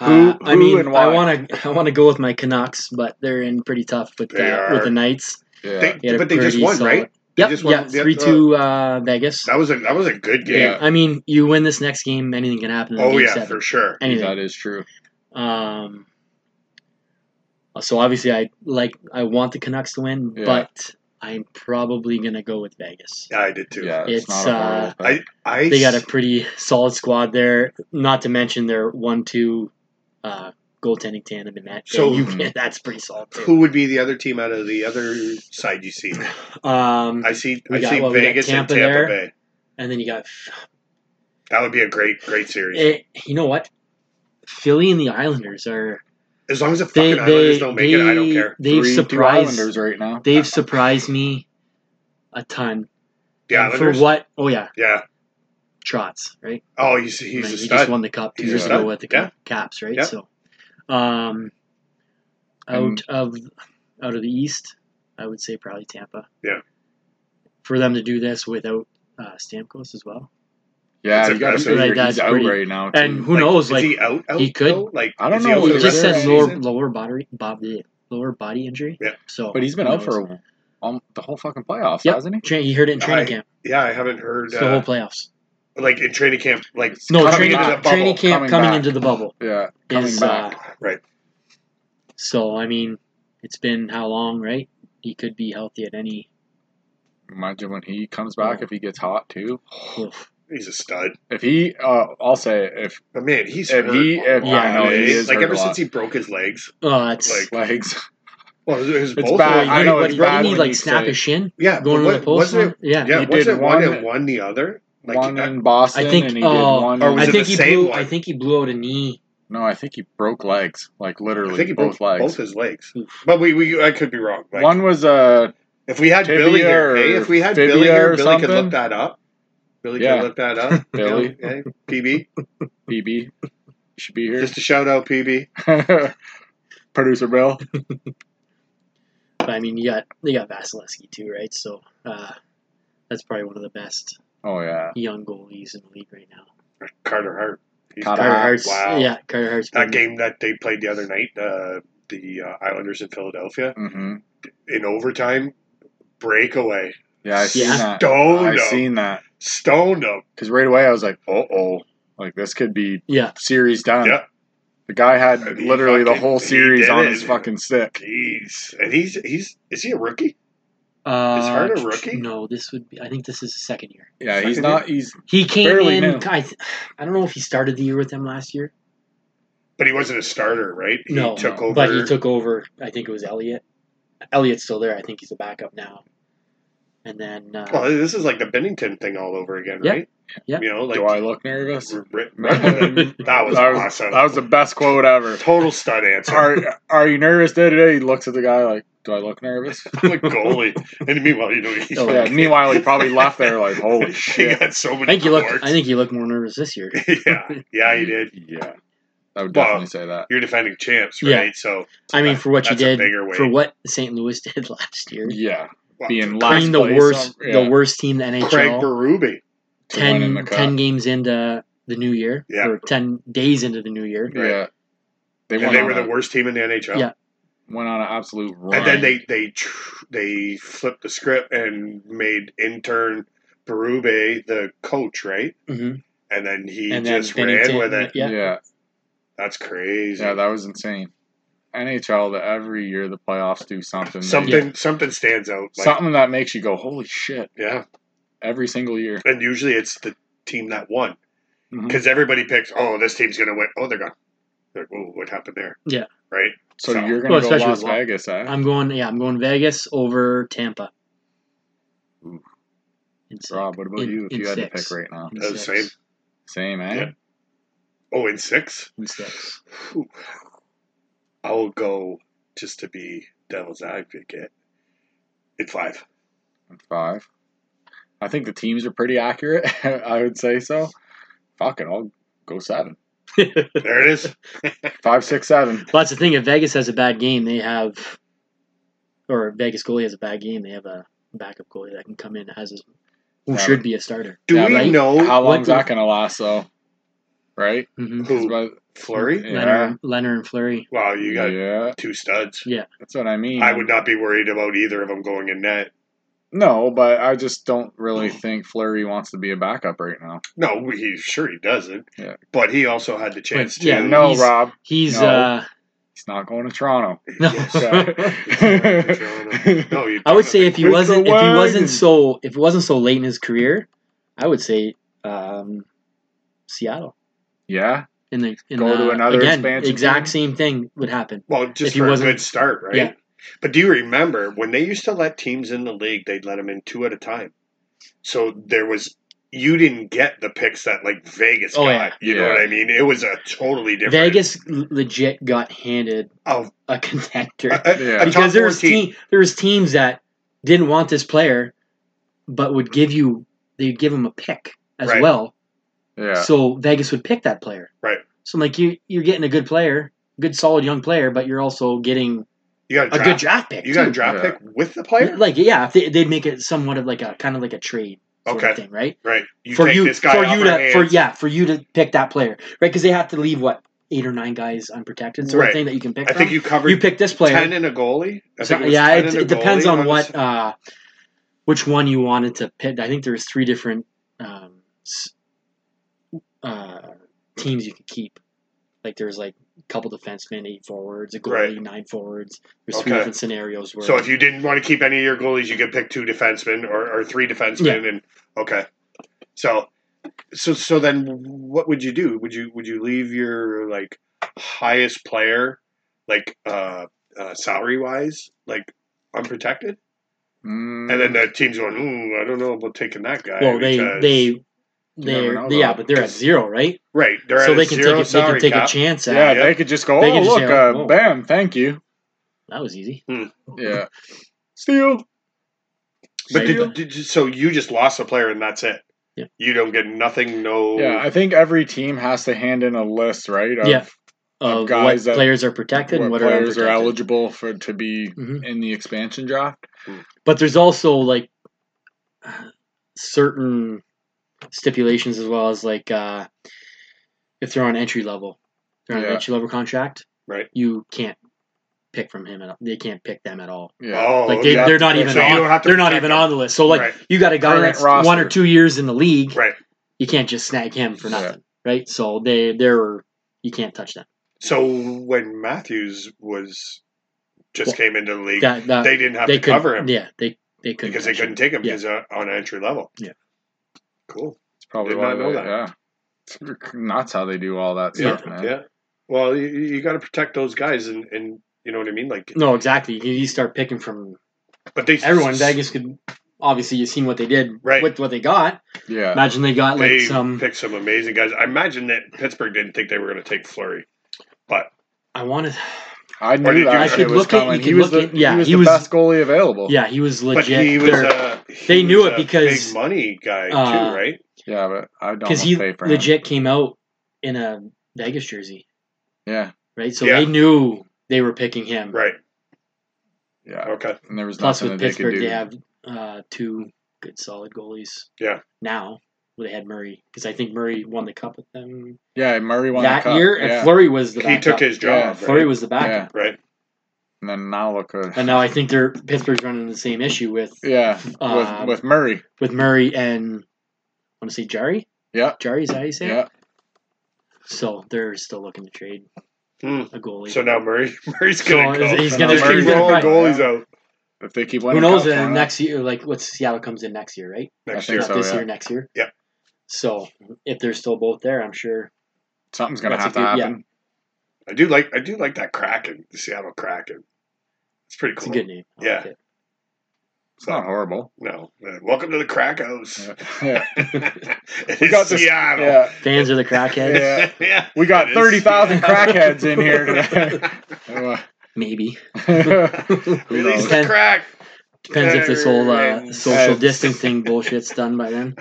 [SPEAKER 1] Who-
[SPEAKER 5] I
[SPEAKER 1] who
[SPEAKER 5] mean,
[SPEAKER 1] and why?
[SPEAKER 5] I want to. I want to go with my Canucks, but they're in pretty tough with
[SPEAKER 3] They
[SPEAKER 5] uh, with
[SPEAKER 3] are.
[SPEAKER 5] the Knights.
[SPEAKER 1] Yeah,
[SPEAKER 3] They-
[SPEAKER 5] He had a
[SPEAKER 3] but they just
[SPEAKER 5] pretty
[SPEAKER 3] won,
[SPEAKER 5] solid-
[SPEAKER 3] right? They
[SPEAKER 5] Yep.
[SPEAKER 3] just won
[SPEAKER 5] yeah.
[SPEAKER 3] the-
[SPEAKER 5] Three two uh, Vegas.
[SPEAKER 3] That was a that was a good game.
[SPEAKER 1] Yeah.
[SPEAKER 5] I mean, you win this next game, anything can happen. In
[SPEAKER 3] Oh
[SPEAKER 5] game
[SPEAKER 3] yeah,
[SPEAKER 5] seven.
[SPEAKER 3] for sure.
[SPEAKER 5] Anything.
[SPEAKER 1] that is true.
[SPEAKER 5] Um, so obviously, I like I want the Canucks to win,
[SPEAKER 1] Yeah.
[SPEAKER 5] but I'm probably gonna go with Vegas.
[SPEAKER 3] Yeah, I did too.
[SPEAKER 1] Yeah, it's,
[SPEAKER 5] It's,
[SPEAKER 1] not a
[SPEAKER 3] uh,
[SPEAKER 1] horrible pick.
[SPEAKER 3] I
[SPEAKER 5] They got a
[SPEAKER 3] s-
[SPEAKER 5] pretty solid squad there. Not to mention their one-two uh, goaltending tandem in that.
[SPEAKER 3] So-
[SPEAKER 5] So you can, that's pretty solid too.
[SPEAKER 3] who would be the other team out of the other side you see?
[SPEAKER 5] Um,
[SPEAKER 3] I see
[SPEAKER 5] We
[SPEAKER 3] I
[SPEAKER 5] got-
[SPEAKER 3] see
[SPEAKER 5] well, we got
[SPEAKER 3] Vegas and
[SPEAKER 5] Tampa
[SPEAKER 3] Tampa
[SPEAKER 5] there.
[SPEAKER 3] Bay.
[SPEAKER 5] and then you got
[SPEAKER 3] That would be a great, great series.
[SPEAKER 5] Eh, you know what? Philly and the Islanders are
[SPEAKER 3] as long as the
[SPEAKER 5] they
[SPEAKER 3] fucking
[SPEAKER 5] they
[SPEAKER 3] Islanders don't make it, I don't care.
[SPEAKER 5] they, have
[SPEAKER 1] Three, two
[SPEAKER 5] surprised
[SPEAKER 1] Islanders right now.
[SPEAKER 5] they've surprised me a ton.
[SPEAKER 3] The
[SPEAKER 5] And
[SPEAKER 3] Islanders.
[SPEAKER 5] for what? Oh yeah,
[SPEAKER 3] Yeah.
[SPEAKER 5] Trotz, right?
[SPEAKER 3] Oh, he's he's
[SPEAKER 5] Like,
[SPEAKER 3] a
[SPEAKER 5] he
[SPEAKER 3] stud.
[SPEAKER 5] just won the cup two
[SPEAKER 3] He's
[SPEAKER 1] a
[SPEAKER 5] years
[SPEAKER 1] stud.
[SPEAKER 5] ago with the
[SPEAKER 3] Yeah.
[SPEAKER 5] Caps, right?
[SPEAKER 3] Yeah.
[SPEAKER 5] So, um, out
[SPEAKER 1] And-
[SPEAKER 5] of out of the East, I would say probably Tampa.
[SPEAKER 3] Yeah.
[SPEAKER 5] For them to do this without uh, Stamkos as well,
[SPEAKER 1] Yeah,
[SPEAKER 3] That's
[SPEAKER 1] you got to
[SPEAKER 3] impressive.
[SPEAKER 1] figure
[SPEAKER 5] Like, that's
[SPEAKER 1] he's out
[SPEAKER 5] pretty-
[SPEAKER 1] right now. Too.
[SPEAKER 5] and who knows?
[SPEAKER 3] is
[SPEAKER 5] Like
[SPEAKER 3] he out? out
[SPEAKER 5] he could.
[SPEAKER 3] though? Like
[SPEAKER 1] I don't
[SPEAKER 3] is he
[SPEAKER 1] know,
[SPEAKER 3] out
[SPEAKER 5] he
[SPEAKER 3] for the
[SPEAKER 5] just
[SPEAKER 3] rest of
[SPEAKER 5] said
[SPEAKER 3] the
[SPEAKER 5] lower
[SPEAKER 3] season?
[SPEAKER 5] lower body body lower body injury.
[SPEAKER 3] Yeah.
[SPEAKER 5] So,
[SPEAKER 1] But he's been
[SPEAKER 5] who
[SPEAKER 1] out
[SPEAKER 5] knows?
[SPEAKER 1] for um, the whole fucking playoffs,
[SPEAKER 5] Yep.
[SPEAKER 1] hasn't he?
[SPEAKER 5] Tra- he heard it in training
[SPEAKER 3] I-
[SPEAKER 5] camp.
[SPEAKER 3] Yeah, I haven't heard.
[SPEAKER 5] It's the whole
[SPEAKER 3] Uh,
[SPEAKER 5] playoffs.
[SPEAKER 3] like in training camp, like
[SPEAKER 1] It's
[SPEAKER 5] No,
[SPEAKER 1] coming
[SPEAKER 5] training,
[SPEAKER 1] back.
[SPEAKER 3] into the
[SPEAKER 5] training
[SPEAKER 3] bubble,
[SPEAKER 5] camp
[SPEAKER 1] coming
[SPEAKER 5] coming,
[SPEAKER 1] back.
[SPEAKER 5] into the bubble.
[SPEAKER 1] Yeah, coming
[SPEAKER 5] is,
[SPEAKER 1] back.
[SPEAKER 5] uh,
[SPEAKER 3] right.
[SPEAKER 5] so I mean, it's been how long, right? He could be healthy at any.
[SPEAKER 1] Imagine when he comes back
[SPEAKER 5] Oh.
[SPEAKER 1] if he gets hot too.
[SPEAKER 5] oof.
[SPEAKER 3] He's a stud.
[SPEAKER 1] If he, uh, I'll say it, if
[SPEAKER 3] But man, he's
[SPEAKER 1] If
[SPEAKER 3] hurt
[SPEAKER 1] he-
[SPEAKER 3] a
[SPEAKER 1] if-
[SPEAKER 3] lot,
[SPEAKER 5] yeah, I know, he
[SPEAKER 3] eh?
[SPEAKER 1] is
[SPEAKER 3] like
[SPEAKER 1] hurt
[SPEAKER 3] ever
[SPEAKER 1] a lot.
[SPEAKER 3] since he broke his legs.
[SPEAKER 5] Oh, it's
[SPEAKER 3] Like,
[SPEAKER 1] legs.
[SPEAKER 3] Well, his, his
[SPEAKER 1] It's
[SPEAKER 3] both
[SPEAKER 1] bad.
[SPEAKER 3] were-
[SPEAKER 5] Well,
[SPEAKER 1] I
[SPEAKER 5] you
[SPEAKER 1] know
[SPEAKER 5] know, but
[SPEAKER 1] it's
[SPEAKER 5] he didn't
[SPEAKER 1] bad
[SPEAKER 5] he
[SPEAKER 1] when
[SPEAKER 5] like
[SPEAKER 1] you
[SPEAKER 5] snap
[SPEAKER 1] say-
[SPEAKER 5] his shin
[SPEAKER 3] Yeah, but
[SPEAKER 5] going to
[SPEAKER 3] what,
[SPEAKER 5] the post?
[SPEAKER 3] wasn't
[SPEAKER 5] one? Yeah,
[SPEAKER 3] yeah,
[SPEAKER 1] He
[SPEAKER 3] was
[SPEAKER 1] did
[SPEAKER 3] it one
[SPEAKER 1] one-
[SPEAKER 3] and one the other? Like
[SPEAKER 1] one
[SPEAKER 3] uh,
[SPEAKER 1] in Boston,
[SPEAKER 5] I think-
[SPEAKER 1] and he
[SPEAKER 5] oh,
[SPEAKER 1] did one.
[SPEAKER 3] or
[SPEAKER 1] in-
[SPEAKER 3] was
[SPEAKER 5] I
[SPEAKER 3] it
[SPEAKER 5] think
[SPEAKER 3] the
[SPEAKER 5] he
[SPEAKER 3] same
[SPEAKER 5] blew.
[SPEAKER 3] one?
[SPEAKER 5] I think he blew out a knee.
[SPEAKER 1] no, I think he broke legs, like
[SPEAKER 3] I
[SPEAKER 1] literally
[SPEAKER 3] think he
[SPEAKER 1] both
[SPEAKER 3] broke
[SPEAKER 1] legs.
[SPEAKER 3] both his legs.
[SPEAKER 5] Oof.
[SPEAKER 3] But we, we I could be wrong. Like,
[SPEAKER 1] Hmm. one was uh, a
[SPEAKER 3] if we had
[SPEAKER 1] tibia
[SPEAKER 3] Billy here,
[SPEAKER 1] or
[SPEAKER 3] hey, if we had
[SPEAKER 1] fibia
[SPEAKER 3] Billy here,
[SPEAKER 1] or
[SPEAKER 3] Billy could
[SPEAKER 1] something?
[SPEAKER 3] look that up. Billy
[SPEAKER 1] Yeah.
[SPEAKER 3] could look that up. You know,
[SPEAKER 1] Billy.
[SPEAKER 3] hey, PB,
[SPEAKER 1] PB. Should be here.
[SPEAKER 3] just a shout out, PB.
[SPEAKER 1] Producer Bill.
[SPEAKER 5] But I mean, you got they got Vasilevsky too, right? So uh, that's probably one of the best
[SPEAKER 1] Oh yeah.
[SPEAKER 5] young goalies in the league right now.
[SPEAKER 3] Carter Hart. He's-
[SPEAKER 1] Carter
[SPEAKER 5] Carter
[SPEAKER 1] Wow.
[SPEAKER 5] Hart's,
[SPEAKER 3] Wow.
[SPEAKER 5] yeah, Carter Hart's
[SPEAKER 3] That
[SPEAKER 5] been-
[SPEAKER 3] game that they played the other night, uh, the uh, Islanders in Philadelphia
[SPEAKER 1] hmm
[SPEAKER 3] in overtime, breakaway,
[SPEAKER 1] Yeah, I seen
[SPEAKER 5] Yeah.
[SPEAKER 1] that.
[SPEAKER 3] stoned
[SPEAKER 1] I
[SPEAKER 3] him,
[SPEAKER 1] seen that
[SPEAKER 3] stoned him.
[SPEAKER 1] because right away I was like, "Oh, oh, like this could be
[SPEAKER 5] Yeah,
[SPEAKER 1] series done."
[SPEAKER 3] Yeah.
[SPEAKER 1] The guy had
[SPEAKER 3] And he
[SPEAKER 1] literally the
[SPEAKER 3] fucking-
[SPEAKER 1] whole
[SPEAKER 3] he
[SPEAKER 1] series
[SPEAKER 3] did
[SPEAKER 1] on
[SPEAKER 3] it.
[SPEAKER 1] his fucking stick.
[SPEAKER 3] Jeez, and he's he's is he a rookie?
[SPEAKER 5] uh,
[SPEAKER 3] Hart a
[SPEAKER 5] tr- tr-
[SPEAKER 3] rookie?
[SPEAKER 5] No, this would be. I think this is his second year.
[SPEAKER 1] Yeah, he's
[SPEAKER 3] Second
[SPEAKER 1] not. He's
[SPEAKER 5] He came
[SPEAKER 1] Barely
[SPEAKER 5] in.
[SPEAKER 1] new.
[SPEAKER 5] I, th- I don't know if he started the year with them last year.
[SPEAKER 3] But he wasn't a starter, right? He
[SPEAKER 5] No,
[SPEAKER 3] took
[SPEAKER 1] no,
[SPEAKER 3] over.
[SPEAKER 5] But he took over. I think it was Elliot. Elliot's still there. I think he's a backup now. And then uh,
[SPEAKER 3] well, this is like the Bennington thing all over again,
[SPEAKER 5] Yeah.
[SPEAKER 3] right?
[SPEAKER 5] Yeah.
[SPEAKER 3] You know, like
[SPEAKER 1] do I look nervous?
[SPEAKER 3] r- r-
[SPEAKER 1] Man.
[SPEAKER 3] that was
[SPEAKER 1] That was-
[SPEAKER 3] awesome.
[SPEAKER 1] That was the best quote ever.
[SPEAKER 3] total stud answer.
[SPEAKER 1] Are Are you nervous day to day? He looks at the guy like, "Do I look nervous?"
[SPEAKER 3] I'm a goalie, and meanwhile, you know, he's
[SPEAKER 5] Oh,
[SPEAKER 1] Yeah.
[SPEAKER 3] like,
[SPEAKER 1] Meanwhile, he probably left there like, "Holy
[SPEAKER 3] he
[SPEAKER 1] shit!"
[SPEAKER 3] got so many.
[SPEAKER 5] I think he looked.
[SPEAKER 3] awards.
[SPEAKER 5] I think he looked more nervous this year.
[SPEAKER 3] yeah, yeah, he did.
[SPEAKER 1] Yeah, I would
[SPEAKER 3] Well,
[SPEAKER 1] definitely say that.
[SPEAKER 3] You're defending champs,
[SPEAKER 5] Yeah.
[SPEAKER 3] right? So
[SPEAKER 5] I mean, for what you
[SPEAKER 3] That's a
[SPEAKER 5] did,
[SPEAKER 3] bigger weight.
[SPEAKER 5] for what St. Louis did last year,
[SPEAKER 1] Yeah,
[SPEAKER 3] well,
[SPEAKER 1] being last
[SPEAKER 5] playing the
[SPEAKER 1] place,
[SPEAKER 5] worst,
[SPEAKER 1] um, yeah,
[SPEAKER 5] the worst team in the
[SPEAKER 3] Craig
[SPEAKER 5] NHL,
[SPEAKER 3] Berube.
[SPEAKER 1] to win in the
[SPEAKER 5] 10,
[SPEAKER 1] cup.
[SPEAKER 5] 10 games into the new year,
[SPEAKER 3] Yeah.
[SPEAKER 5] or ten days into the new year.
[SPEAKER 1] yeah. They
[SPEAKER 3] And
[SPEAKER 1] went,
[SPEAKER 3] they
[SPEAKER 1] on
[SPEAKER 3] were the
[SPEAKER 1] a,
[SPEAKER 3] worst team in the NHL.
[SPEAKER 5] Yeah.
[SPEAKER 1] went on an absolute run.
[SPEAKER 3] And then they they tr- they flipped the script and made intern Berube the coach, right?
[SPEAKER 1] Mm-hmm.
[SPEAKER 5] hmm
[SPEAKER 3] And then he
[SPEAKER 5] And then
[SPEAKER 3] just
[SPEAKER 5] Bennington-
[SPEAKER 3] ran with it.
[SPEAKER 5] yeah.
[SPEAKER 1] yeah,
[SPEAKER 3] That's crazy.
[SPEAKER 1] yeah, that was insane. NHL, that every year the playoffs do something. that-
[SPEAKER 3] something something stands out. Like,
[SPEAKER 1] something that makes you go, "Holy shit!"
[SPEAKER 3] Yeah,
[SPEAKER 1] Every single year.
[SPEAKER 3] and usually it's the team that won
[SPEAKER 1] Mhm.
[SPEAKER 3] because everybody picks, oh, this team's gonna win. Oh, they're gone. They're Like, Whoa, what happened there?
[SPEAKER 5] Yeah.
[SPEAKER 3] right.
[SPEAKER 1] So,
[SPEAKER 3] So-
[SPEAKER 1] you're gonna
[SPEAKER 5] Well,
[SPEAKER 1] go
[SPEAKER 5] especially
[SPEAKER 1] Las
[SPEAKER 5] with Lo-
[SPEAKER 1] Vegas, eh?
[SPEAKER 5] I'm going. Yeah, I'm going Vegas over Tampa.
[SPEAKER 1] Ooh.
[SPEAKER 5] In six.
[SPEAKER 1] Rob, what about
[SPEAKER 5] in-
[SPEAKER 1] you if
[SPEAKER 5] in
[SPEAKER 1] you had
[SPEAKER 5] six.
[SPEAKER 1] to pick right now? Oh,
[SPEAKER 5] In
[SPEAKER 3] Uh,
[SPEAKER 5] six.
[SPEAKER 3] same.
[SPEAKER 1] Same, eh?
[SPEAKER 3] Yeah. Oh, in six,
[SPEAKER 5] In six.
[SPEAKER 3] Whew. I will go just to be devil's advocate in five.
[SPEAKER 1] And Five. I think the teams are pretty accurate. I would say so. Fuck it, I'll go seven.
[SPEAKER 3] There it is.
[SPEAKER 1] Five, six, seven.
[SPEAKER 5] Well, that's the thing. If Vegas has a bad game, they have, or if Vegas goalie has a bad game, they have a backup goalie that can come in as a, who
[SPEAKER 1] Yeah,
[SPEAKER 5] should be a starter.
[SPEAKER 3] Do
[SPEAKER 1] Yeah,
[SPEAKER 3] we
[SPEAKER 5] right.
[SPEAKER 3] know
[SPEAKER 1] How
[SPEAKER 5] What
[SPEAKER 1] long's
[SPEAKER 5] do-
[SPEAKER 1] that gonna last though? Right?
[SPEAKER 5] hmm
[SPEAKER 1] 'Cause
[SPEAKER 3] who
[SPEAKER 1] by-
[SPEAKER 3] Flurry?
[SPEAKER 1] yeah.
[SPEAKER 5] Leonard, Leonard and Flurry.
[SPEAKER 3] Wow, you got
[SPEAKER 1] yeah,
[SPEAKER 3] two studs.
[SPEAKER 1] that's what I mean.
[SPEAKER 3] I would not be worried about either of them going in net.
[SPEAKER 1] No, but I just don't really
[SPEAKER 3] Mm.
[SPEAKER 1] think Flurry wants to be a backup right now.
[SPEAKER 3] No, he sure he doesn't.
[SPEAKER 1] Yeah.
[SPEAKER 3] But he also had the chance
[SPEAKER 5] But, yeah,
[SPEAKER 3] to.
[SPEAKER 1] no,
[SPEAKER 5] he's-
[SPEAKER 1] Rob,
[SPEAKER 5] He's
[SPEAKER 1] No.
[SPEAKER 5] uh,
[SPEAKER 1] he's not going to Toronto.
[SPEAKER 5] no.
[SPEAKER 3] Yes.
[SPEAKER 1] Okay.
[SPEAKER 3] No, you
[SPEAKER 5] I would say if he
[SPEAKER 1] Mr.
[SPEAKER 5] wasn't if he
[SPEAKER 1] Wagon.
[SPEAKER 5] wasn't so if it wasn't so late in his career, I would say um, Seattle
[SPEAKER 1] yeah,
[SPEAKER 5] in the in
[SPEAKER 1] Go
[SPEAKER 5] the,
[SPEAKER 1] to another
[SPEAKER 5] again
[SPEAKER 1] expansion team?
[SPEAKER 5] exact same thing would happen.
[SPEAKER 3] Well, just
[SPEAKER 5] If he
[SPEAKER 3] for a
[SPEAKER 5] wasn't-
[SPEAKER 3] good start, right?
[SPEAKER 5] Yeah.
[SPEAKER 3] But do you remember when they used to let teams in the league, they'd let them in two at a time. So there was you didn't get the picks that like Vegas
[SPEAKER 5] Oh,
[SPEAKER 3] got.
[SPEAKER 5] yeah.
[SPEAKER 3] You know
[SPEAKER 1] Yeah.
[SPEAKER 3] what I mean? It was a totally different
[SPEAKER 5] Vegas l- legit got handed
[SPEAKER 3] Oh,
[SPEAKER 5] a contender
[SPEAKER 3] a, a,
[SPEAKER 1] Yeah.
[SPEAKER 3] a top
[SPEAKER 5] because
[SPEAKER 3] four
[SPEAKER 5] there's
[SPEAKER 3] team.
[SPEAKER 5] team there's teams that didn't want this player, but would give you they'd give him a pick as
[SPEAKER 3] Right.
[SPEAKER 5] well.
[SPEAKER 1] Yeah.
[SPEAKER 5] So Vegas would pick that player.
[SPEAKER 3] Right.
[SPEAKER 5] So I'm like you you're getting a good player, good solid young player, but you're also getting
[SPEAKER 3] You got a
[SPEAKER 5] a
[SPEAKER 3] draft,
[SPEAKER 5] good draft pick.
[SPEAKER 3] You got a
[SPEAKER 5] too.
[SPEAKER 3] draft
[SPEAKER 1] Yeah.
[SPEAKER 3] pick with the player,
[SPEAKER 5] Like yeah, if they, they'd make it somewhat of like a kind of like a trade sort of
[SPEAKER 3] Okay.
[SPEAKER 5] thing, right?
[SPEAKER 3] right? You
[SPEAKER 5] for
[SPEAKER 3] take
[SPEAKER 5] you
[SPEAKER 3] this guy
[SPEAKER 5] for
[SPEAKER 3] off
[SPEAKER 5] you
[SPEAKER 3] our
[SPEAKER 5] to for
[SPEAKER 3] hands.
[SPEAKER 5] yeah for you to pick that player, right? Because they have to leave what eight or nine guys unprotected, sort
[SPEAKER 3] Right.
[SPEAKER 5] of thing that you can pick.
[SPEAKER 3] I think
[SPEAKER 5] from.
[SPEAKER 3] you covered
[SPEAKER 5] you pick this player.
[SPEAKER 3] ten and a goalie. I
[SPEAKER 5] So-
[SPEAKER 3] think it was
[SPEAKER 5] yeah,
[SPEAKER 3] 10
[SPEAKER 5] it,
[SPEAKER 3] and a
[SPEAKER 5] it depends
[SPEAKER 3] goalie
[SPEAKER 5] on
[SPEAKER 3] this-
[SPEAKER 5] what uh, which one you wanted to pick. I think there was three different um, s- uh, teams you could keep. Like there was like a couple defensemen, eight forwards, a goalie,
[SPEAKER 3] Right.
[SPEAKER 5] nine forwards. There's three
[SPEAKER 3] Okay.
[SPEAKER 5] different scenarios where
[SPEAKER 3] So if you didn't want to keep any of your goalies, you could pick two defensemen or, or three defensemen, and okay. So, so so then, what would you do? Would you would you leave your like highest player, like uh, uh salary wise, like unprotected, and
[SPEAKER 1] Mm,
[SPEAKER 3] then the team's going, ooh, I don't know about taking that guy.
[SPEAKER 5] Mm. well they
[SPEAKER 3] because-"
[SPEAKER 5] they they
[SPEAKER 6] never know,
[SPEAKER 5] are yeah,
[SPEAKER 6] though.
[SPEAKER 5] but they're at zero, right?
[SPEAKER 3] right, they're
[SPEAKER 5] so
[SPEAKER 3] at
[SPEAKER 5] they
[SPEAKER 3] a
[SPEAKER 5] can
[SPEAKER 3] zero
[SPEAKER 5] take a, they
[SPEAKER 3] salary
[SPEAKER 5] can take
[SPEAKER 3] cap.
[SPEAKER 5] a chance at.
[SPEAKER 1] yeah,
[SPEAKER 3] yeah.
[SPEAKER 1] they could just go,
[SPEAKER 5] They
[SPEAKER 1] oh,
[SPEAKER 5] could just
[SPEAKER 1] look,
[SPEAKER 5] say,
[SPEAKER 1] uh,
[SPEAKER 5] oh,
[SPEAKER 1] bam, thank you.
[SPEAKER 5] That was easy.
[SPEAKER 3] Hmm.
[SPEAKER 1] Yeah. Steal.
[SPEAKER 3] But
[SPEAKER 5] Right,
[SPEAKER 3] did, did, so you just lost a player, and that's it.
[SPEAKER 5] Yeah.
[SPEAKER 3] You don't get nothing. No.
[SPEAKER 1] Yeah, I think every team has to hand in a list, right? Of
[SPEAKER 5] Yeah.
[SPEAKER 1] of
[SPEAKER 5] of
[SPEAKER 1] guys
[SPEAKER 5] what
[SPEAKER 1] that-
[SPEAKER 5] players are protected
[SPEAKER 1] what
[SPEAKER 5] and what are
[SPEAKER 1] players are,
[SPEAKER 5] unprotected.
[SPEAKER 1] eligible for to be
[SPEAKER 5] Mhm.
[SPEAKER 1] in the expansion draft.
[SPEAKER 5] But there's also like uh, certain stipulations as well as like uh, if they're on entry level, they're on
[SPEAKER 1] Yeah.
[SPEAKER 5] an entry level contract,
[SPEAKER 3] Right.
[SPEAKER 5] You can't pick from him, and they can't pick them at all.
[SPEAKER 1] Yeah.
[SPEAKER 3] Oh,
[SPEAKER 5] Like they,
[SPEAKER 3] you have
[SPEAKER 5] they're
[SPEAKER 3] to-
[SPEAKER 5] not even
[SPEAKER 3] so you don't
[SPEAKER 5] on.
[SPEAKER 3] have to
[SPEAKER 5] They're not
[SPEAKER 3] protect
[SPEAKER 5] even
[SPEAKER 3] them.
[SPEAKER 5] on the list. So like
[SPEAKER 3] Right.
[SPEAKER 5] you got a guy
[SPEAKER 1] Current
[SPEAKER 5] that's one
[SPEAKER 1] roster.
[SPEAKER 5] or two years in the league.
[SPEAKER 3] Right.
[SPEAKER 5] You can't just snag him for
[SPEAKER 1] Yeah.
[SPEAKER 5] nothing, right? So they they're you can't touch them.
[SPEAKER 3] So when Matthews was just
[SPEAKER 5] Well,
[SPEAKER 3] came into the league,
[SPEAKER 5] That, that-
[SPEAKER 3] they didn't have to
[SPEAKER 5] couldn't-
[SPEAKER 3] cover him
[SPEAKER 5] Yeah, they they couldn't
[SPEAKER 3] because they
[SPEAKER 5] touch
[SPEAKER 3] couldn't
[SPEAKER 5] him.
[SPEAKER 3] take him
[SPEAKER 5] Yeah.
[SPEAKER 3] because uh, on entry level.
[SPEAKER 5] Yeah.
[SPEAKER 3] Cool.
[SPEAKER 1] It's probably
[SPEAKER 3] Did
[SPEAKER 1] why
[SPEAKER 3] not know
[SPEAKER 1] they-
[SPEAKER 3] that.
[SPEAKER 1] Yeah. It's nuts how they do all that
[SPEAKER 5] Yeah.
[SPEAKER 1] stuff, man.
[SPEAKER 3] Yeah. Well, you, you got to protect those guys, and, and you know what I mean. Like,
[SPEAKER 5] No, exactly. You, you start picking from
[SPEAKER 3] but they
[SPEAKER 5] everyone. Vegas could obviously you've seen what they did
[SPEAKER 3] Right.
[SPEAKER 5] with what they got.
[SPEAKER 1] Yeah.
[SPEAKER 5] Imagine they got like
[SPEAKER 3] They
[SPEAKER 5] some.
[SPEAKER 3] picked some amazing guys. I imagine that Pittsburgh didn't think they were going to take Flurry.
[SPEAKER 5] I wanted.
[SPEAKER 1] I
[SPEAKER 3] did
[SPEAKER 1] knew
[SPEAKER 3] you-
[SPEAKER 1] that
[SPEAKER 3] I
[SPEAKER 1] shit
[SPEAKER 3] could
[SPEAKER 1] was
[SPEAKER 5] look it-
[SPEAKER 1] coming.
[SPEAKER 5] you
[SPEAKER 1] he
[SPEAKER 5] could
[SPEAKER 1] was
[SPEAKER 5] look
[SPEAKER 1] the
[SPEAKER 5] it- yeah,
[SPEAKER 1] he was
[SPEAKER 5] he
[SPEAKER 1] the
[SPEAKER 5] was-
[SPEAKER 1] best goalie available.
[SPEAKER 5] Yeah, he was legit.
[SPEAKER 3] But he was
[SPEAKER 5] there.
[SPEAKER 3] a he
[SPEAKER 5] they knew
[SPEAKER 3] was
[SPEAKER 5] it
[SPEAKER 3] a
[SPEAKER 5] because-
[SPEAKER 3] big money guy
[SPEAKER 5] Uh,
[SPEAKER 3] too, right?
[SPEAKER 1] Yeah, but I don't
[SPEAKER 5] because he
[SPEAKER 1] pay for him.
[SPEAKER 5] legit came out in a Vegas jersey,
[SPEAKER 1] Yeah,
[SPEAKER 5] right? So
[SPEAKER 3] Yeah.
[SPEAKER 5] they knew they were picking him.
[SPEAKER 3] Right.
[SPEAKER 1] yeah.
[SPEAKER 3] Okay.
[SPEAKER 1] And there was
[SPEAKER 5] Plus,
[SPEAKER 1] nothing
[SPEAKER 5] with
[SPEAKER 1] that
[SPEAKER 5] Pittsburgh,
[SPEAKER 1] they
[SPEAKER 5] they,
[SPEAKER 1] could do.
[SPEAKER 5] have uh, two good solid goalies.
[SPEAKER 3] Yeah.
[SPEAKER 5] Now, well, they had Murray because I think Murray won the cup with them
[SPEAKER 1] yeah, Murray won
[SPEAKER 5] that
[SPEAKER 1] the cup.
[SPEAKER 5] year, and
[SPEAKER 1] yeah.
[SPEAKER 5] Flurry was the
[SPEAKER 3] He
[SPEAKER 5] backup.
[SPEAKER 3] took his job.
[SPEAKER 5] Flurry
[SPEAKER 3] right?
[SPEAKER 5] was the backup.
[SPEAKER 1] Yeah.
[SPEAKER 3] right.
[SPEAKER 1] and then now look at
[SPEAKER 5] And now I think they're Pittsburgh's running the same issue with
[SPEAKER 1] yeah
[SPEAKER 5] uh,
[SPEAKER 1] with with Murray.
[SPEAKER 5] with Murray and I want to say Jari.
[SPEAKER 1] Yeah.
[SPEAKER 5] Jari is that how you say it?
[SPEAKER 1] Yeah,
[SPEAKER 5] So they're still looking to trade
[SPEAKER 3] Hmm.
[SPEAKER 5] a goalie.
[SPEAKER 3] So now Murray Murray's
[SPEAKER 5] So
[SPEAKER 3] going to
[SPEAKER 5] is-
[SPEAKER 3] go.
[SPEAKER 5] he's
[SPEAKER 1] So
[SPEAKER 5] gonna-
[SPEAKER 1] now
[SPEAKER 3] Just
[SPEAKER 5] he's
[SPEAKER 3] keep
[SPEAKER 5] gonna
[SPEAKER 3] rolling
[SPEAKER 5] probably-
[SPEAKER 3] goalies out
[SPEAKER 1] if they keep
[SPEAKER 5] who
[SPEAKER 1] winning,
[SPEAKER 5] knows?
[SPEAKER 1] cups,
[SPEAKER 5] uh,
[SPEAKER 1] why not?
[SPEAKER 5] next year, like what Seattle comes in next year, right?
[SPEAKER 3] next
[SPEAKER 1] think
[SPEAKER 3] year.
[SPEAKER 5] Not
[SPEAKER 1] so,
[SPEAKER 5] this
[SPEAKER 1] yeah.
[SPEAKER 5] year, next year.
[SPEAKER 3] Yeah.
[SPEAKER 5] So if they're still both there, I'm sure.
[SPEAKER 1] something's gonna
[SPEAKER 5] That's
[SPEAKER 1] have
[SPEAKER 5] a
[SPEAKER 1] to
[SPEAKER 5] good- yeah.
[SPEAKER 1] happen.
[SPEAKER 3] I do like I do like that Kraken, the Seattle Kraken. It's pretty
[SPEAKER 5] It's
[SPEAKER 3] cool.
[SPEAKER 5] a good name. I
[SPEAKER 3] Yeah.
[SPEAKER 5] like it.
[SPEAKER 1] It's not horrible.
[SPEAKER 3] No, uh, welcome to the Crack House.
[SPEAKER 1] Yeah.
[SPEAKER 3] we
[SPEAKER 1] We got this-
[SPEAKER 3] Seattle.
[SPEAKER 1] yeah.
[SPEAKER 5] Fans are the crackheads.
[SPEAKER 1] Yeah.
[SPEAKER 3] yeah.
[SPEAKER 1] We got
[SPEAKER 3] It is
[SPEAKER 1] 30,000
[SPEAKER 3] Seattle.
[SPEAKER 1] crackheads in here today. Uh,
[SPEAKER 5] Maybe
[SPEAKER 1] Who
[SPEAKER 3] Release
[SPEAKER 1] knows?
[SPEAKER 3] the
[SPEAKER 5] knows?
[SPEAKER 3] crack.
[SPEAKER 5] depends if this whole uh,
[SPEAKER 3] And-
[SPEAKER 5] social
[SPEAKER 1] and-
[SPEAKER 5] distancing bullshit's done by then.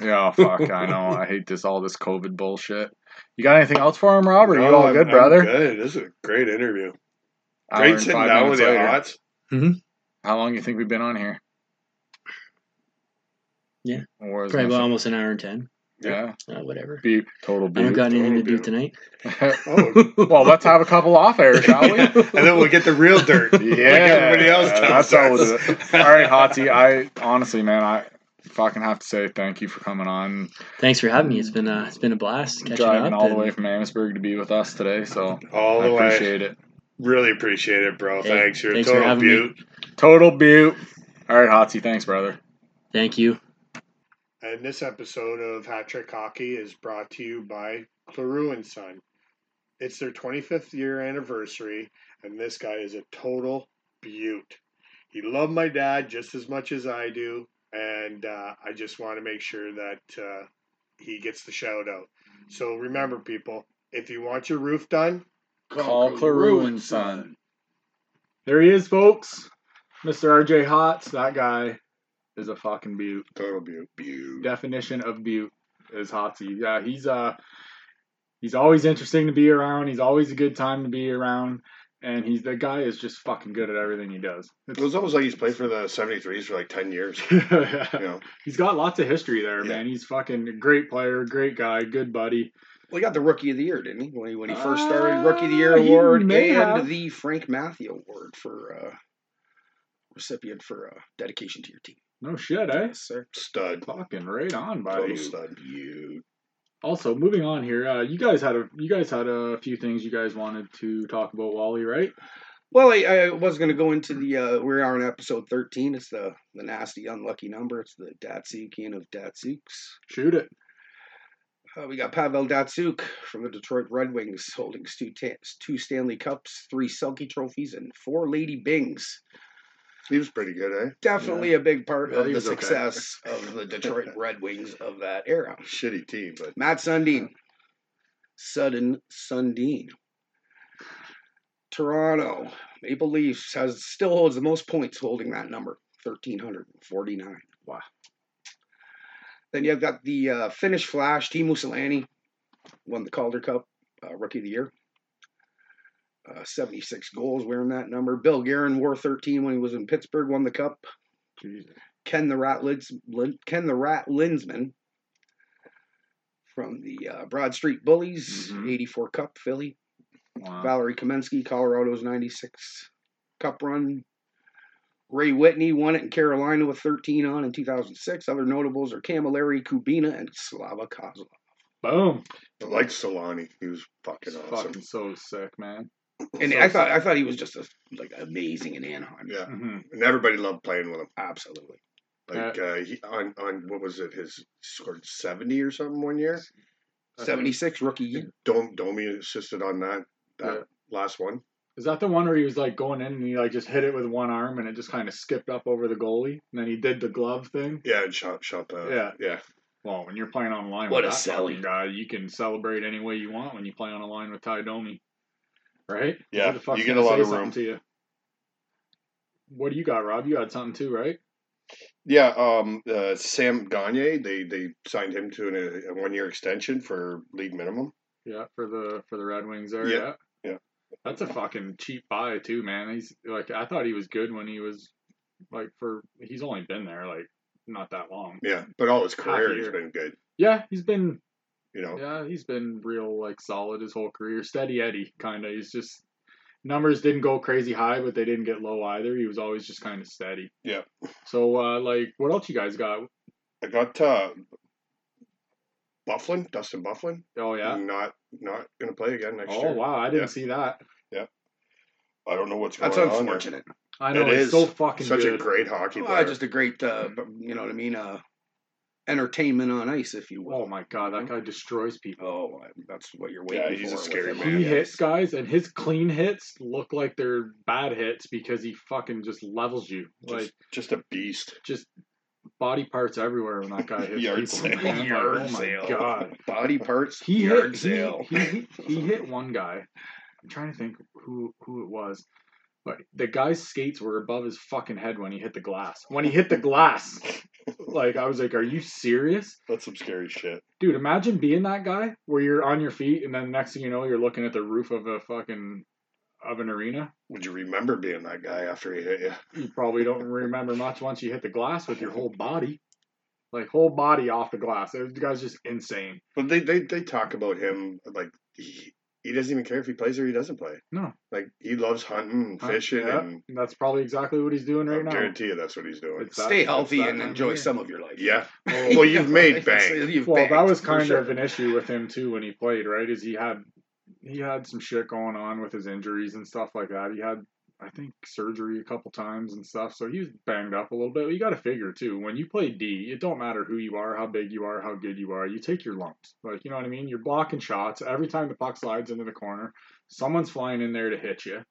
[SPEAKER 1] Yeah, oh, fuck, I know. I hate this all this COVID bullshit. You got anything else for him, Robert? you
[SPEAKER 3] No,
[SPEAKER 1] all
[SPEAKER 3] Oh, I'm-
[SPEAKER 1] good,
[SPEAKER 3] I'm
[SPEAKER 1] brother?
[SPEAKER 3] good. This is a great interview.
[SPEAKER 1] Hour
[SPEAKER 3] Great
[SPEAKER 1] and
[SPEAKER 3] sitting
[SPEAKER 1] five
[SPEAKER 3] down with
[SPEAKER 1] minutes
[SPEAKER 3] the
[SPEAKER 1] later.
[SPEAKER 3] odds.
[SPEAKER 1] How long you think we've been on here?
[SPEAKER 5] Yeah.
[SPEAKER 1] Or is
[SPEAKER 5] Probably about
[SPEAKER 1] nothing-
[SPEAKER 5] almost an hour and ten.
[SPEAKER 1] yeah.
[SPEAKER 5] Uh, whatever.
[SPEAKER 1] Beep. Total
[SPEAKER 5] I don't
[SPEAKER 1] beep.
[SPEAKER 5] got anything to
[SPEAKER 3] Totally
[SPEAKER 5] do
[SPEAKER 3] do.
[SPEAKER 5] tonight.
[SPEAKER 3] Oh,
[SPEAKER 1] well, let's have a couple off air, shall we?
[SPEAKER 3] and then we'll get the real dirt. Like
[SPEAKER 1] Yeah, Uh,
[SPEAKER 3] everybody else does.
[SPEAKER 1] that's how we'll do it. All right, Hotsy. I honestly, man, I fucking have to say thank you for coming on,
[SPEAKER 5] Thanks for having me. It's been a, it's been a blast catching
[SPEAKER 1] driving
[SPEAKER 5] up.
[SPEAKER 1] all the
[SPEAKER 5] and-
[SPEAKER 1] way from Amherstburg to be with us today. So
[SPEAKER 3] All
[SPEAKER 1] I
[SPEAKER 3] the way.
[SPEAKER 1] appreciate it.
[SPEAKER 3] Really appreciate it, bro.
[SPEAKER 5] Hey,
[SPEAKER 3] thanks. You're a
[SPEAKER 5] thanks for
[SPEAKER 3] total
[SPEAKER 5] having me.
[SPEAKER 3] beaut.
[SPEAKER 1] Total butte. All right, Hotsy. Thanks, brother.
[SPEAKER 5] Thank you.
[SPEAKER 3] And this episode of Hat Trick Hockey is brought to you by Claru and Son. It's their 25th year anniversary, and this guy is a total beaut. He loved my dad just as much as I do.
[SPEAKER 7] and uh, I just want to make sure that uh, he gets the shout out. So remember, people, if you want your roof done,
[SPEAKER 8] Call Clarue and Son.
[SPEAKER 1] There he is, folks. Mr. RJ Hotz. That guy is a fucking beaut.
[SPEAKER 2] Total beaut. Beaut.
[SPEAKER 1] Definition of beaut is Hotsy. Yeah, he's uh he's always interesting to be around. He's always a good time to be around. And he's the guy is just fucking good at everything he does.
[SPEAKER 3] It was almost like he's played for the 73s for like 10 years. You know,
[SPEAKER 1] He's got lots of history there,
[SPEAKER 3] Yeah.
[SPEAKER 1] man. He's fucking a great player, great guy, good buddy.
[SPEAKER 2] Well, he got the Rookie of the Year, didn't he? When he when he first started,
[SPEAKER 1] Uh,
[SPEAKER 2] Rookie of the Year
[SPEAKER 1] he
[SPEAKER 2] award and
[SPEAKER 1] may have.
[SPEAKER 2] the Frank Matthew Award for uh, recipient for uh, dedication to your team.
[SPEAKER 1] No shit, eh?
[SPEAKER 2] Yes, sir.
[SPEAKER 3] stud.
[SPEAKER 1] Fucking right on, buddy.
[SPEAKER 3] Total stud. You.
[SPEAKER 1] Also, moving on here, uh, you guys had a you guys had a few things you guys wanted to talk about, Wally, right?
[SPEAKER 2] Well, I, I was going to go into the. Uh, we are on episode thirteen. It's the the nasty unlucky number. It's the Datsukian of Datsuks.
[SPEAKER 1] Shoot it.
[SPEAKER 2] Uh, we got Pavel Datsuk from the Detroit Red Wings, holding two, ta- two Stanley Cups, three Selkie trophies, and four Lady Bings.
[SPEAKER 3] He was pretty good, eh?
[SPEAKER 2] Definitely a big part
[SPEAKER 1] Yeah,
[SPEAKER 2] of
[SPEAKER 1] he
[SPEAKER 2] the
[SPEAKER 1] was okay.
[SPEAKER 2] success of the Detroit Red Wings of that era.
[SPEAKER 3] Shitty team, but
[SPEAKER 2] Matt Sundin. Sudden Sundin. Toronto Maple Leafs has still holds the most points, holding that number, thirteen hundred forty-nine. Wow. Then you've got the uh, Finnish Flash. Team Solani won the Calder Cup, uh, Rookie of the Year. Uh, 76 goals, wearing that number. Bill Guerin wore 13 when he was in Pittsburgh, won the cup. Ken the Rat Lids, Lin, Ken the Rat Linsman from the uh, Broad Street Bullies,
[SPEAKER 3] Mm-hmm.
[SPEAKER 1] Mhm.
[SPEAKER 2] 84 Cup Philly.
[SPEAKER 3] Uh-huh.
[SPEAKER 1] Wow.
[SPEAKER 2] Valerie Kaminsky, Colorado's 96 Cup run. Ray Whitney won it in Carolina with 13 on in 2006. Other notables are Camilleri, Kubina, and Slava Kozlov.
[SPEAKER 1] Boom.
[SPEAKER 3] I liked Solani. He was fucking
[SPEAKER 1] It's
[SPEAKER 3] awesome.
[SPEAKER 1] fucking so sick, man.
[SPEAKER 2] And I thought I thought he was just a, like amazing in Anaheim.
[SPEAKER 3] Yeah.
[SPEAKER 1] hmm
[SPEAKER 3] And everybody loved playing with him.
[SPEAKER 2] Absolutely.
[SPEAKER 3] Like uh, he on on what was it? His scored seventy or something one year.
[SPEAKER 2] 76 rookie year.
[SPEAKER 3] Dom Domi assisted on that that
[SPEAKER 1] Yeah.
[SPEAKER 3] last one.
[SPEAKER 1] Is that the one where he was like going in and he like just hit it with one arm and it just kind of skipped up over the goalie and then he did the glove thing?
[SPEAKER 3] Yeah, and shot shot the
[SPEAKER 1] Yeah.
[SPEAKER 3] yeah.
[SPEAKER 1] Well, when you're playing on a line
[SPEAKER 2] What
[SPEAKER 1] with
[SPEAKER 2] a
[SPEAKER 1] that
[SPEAKER 2] selling.
[SPEAKER 1] fucking guy, you can celebrate any way you want when you play on a line with Ty Domi, right?
[SPEAKER 3] Yeah,
[SPEAKER 1] Who the fuck's
[SPEAKER 3] you get a
[SPEAKER 1] gonna
[SPEAKER 3] lot
[SPEAKER 1] say
[SPEAKER 3] of
[SPEAKER 1] something
[SPEAKER 3] room.
[SPEAKER 1] To you? What do you got, Rob? You had something too, right?
[SPEAKER 3] Yeah, um, uh, Sam Gagne, they they signed him to an, a one year extension for league minimum.
[SPEAKER 1] Yeah, for the for the Red Wings there. Yeah.
[SPEAKER 3] Yeah, yeah.
[SPEAKER 1] That's a fucking cheap buy too, man. He's like I thought he was good when he was like for he's only been there like not that long.
[SPEAKER 3] Yeah, but all his
[SPEAKER 1] Half
[SPEAKER 3] career
[SPEAKER 1] a
[SPEAKER 3] has
[SPEAKER 1] year.
[SPEAKER 3] been good.
[SPEAKER 1] Yeah, he's been
[SPEAKER 3] You know,
[SPEAKER 1] yeah, he's been real like solid his whole career. Steady Eddie kinda. He's just numbers didn't go crazy high, but they didn't get low either. He was always just kinda steady.
[SPEAKER 3] Yeah.
[SPEAKER 1] So uh like what else you guys got?
[SPEAKER 3] I got uh, Bufflin, Dustin Bufflin,
[SPEAKER 1] Oh yeah.
[SPEAKER 3] not not gonna play again next
[SPEAKER 1] Oh
[SPEAKER 3] year.
[SPEAKER 1] wow, I didn't
[SPEAKER 3] Yeah.
[SPEAKER 1] see that.
[SPEAKER 3] I don't know what's going
[SPEAKER 2] That's
[SPEAKER 3] on. there.
[SPEAKER 2] unfortunate.
[SPEAKER 1] I know
[SPEAKER 3] It
[SPEAKER 1] it's
[SPEAKER 3] is.
[SPEAKER 1] so fucking
[SPEAKER 3] Such
[SPEAKER 1] good.
[SPEAKER 3] a great hockey player.
[SPEAKER 2] Well, just a great, uh, b- you know what I mean, uh, entertainment on ice, if you
[SPEAKER 1] oh
[SPEAKER 2] will.
[SPEAKER 1] my god,
[SPEAKER 3] Mm-hmm.
[SPEAKER 1] that guy destroys people.
[SPEAKER 2] Oh, I- that's what you're waiting
[SPEAKER 3] Yeah,
[SPEAKER 2] for.
[SPEAKER 3] he's a
[SPEAKER 2] with
[SPEAKER 3] scary
[SPEAKER 2] him.
[SPEAKER 3] man.
[SPEAKER 1] he
[SPEAKER 3] Yeah.
[SPEAKER 1] hits guys and his clean hits look like they're bad hits because he fucking just levels you
[SPEAKER 3] just,
[SPEAKER 1] like
[SPEAKER 3] just a beast.
[SPEAKER 1] just body parts everywhere when that guy hits
[SPEAKER 3] Yard
[SPEAKER 1] people,
[SPEAKER 3] sale.
[SPEAKER 1] man. Like,
[SPEAKER 2] Yard
[SPEAKER 1] oh my
[SPEAKER 2] sale.
[SPEAKER 1] god
[SPEAKER 2] Body parts,
[SPEAKER 1] he
[SPEAKER 2] yard
[SPEAKER 1] hit
[SPEAKER 2] sale.
[SPEAKER 1] he, he, he hit one guy i'm trying to think who who it was but the guy's skates were above his fucking head when he hit the glass when he hit the glass like i was like are you serious
[SPEAKER 3] That's some scary shit.
[SPEAKER 1] dude imagine being that guy where you're on your feet and then next thing you know you're looking at the roof of a fucking of an arena
[SPEAKER 3] Would you remember being that guy after he hit you?
[SPEAKER 1] you probably don't remember much once you hit the glass with your whole body, like whole body off the glass. The guy's just insane.
[SPEAKER 3] But they they, they talk about him like he, he doesn't even care if he plays or he doesn't play.
[SPEAKER 1] No.
[SPEAKER 3] like he loves hunting and
[SPEAKER 1] Huh?
[SPEAKER 3] fishing,
[SPEAKER 1] Yeah.
[SPEAKER 3] and
[SPEAKER 1] And that's probably exactly what he's doing
[SPEAKER 3] I
[SPEAKER 1] right now.
[SPEAKER 3] guarantee you that's what he's doing.
[SPEAKER 1] It's that-
[SPEAKER 2] Stay
[SPEAKER 1] it's
[SPEAKER 2] healthy
[SPEAKER 1] that
[SPEAKER 2] and
[SPEAKER 1] time of
[SPEAKER 2] enjoy
[SPEAKER 1] year.
[SPEAKER 2] some of your life.
[SPEAKER 3] yeah,
[SPEAKER 1] Well,
[SPEAKER 3] Well, you've made
[SPEAKER 2] That's-
[SPEAKER 3] bank.
[SPEAKER 2] you've
[SPEAKER 1] well, that
[SPEAKER 2] banked,
[SPEAKER 1] was
[SPEAKER 2] for
[SPEAKER 1] kind
[SPEAKER 2] sure.
[SPEAKER 1] of an issue with him too when he played, right? Is he had he had some shit going on with his injuries and stuff like that. He had I think surgery a couple times and stuff, so he was banged up a little bit. But you got to figure too when you play D, it don't matter who you are, how big you are, how good you are, you take your lumps. Like you know what I mean? You're blocking shots every time the puck slides into the corner. Someone's flying in there to hit you.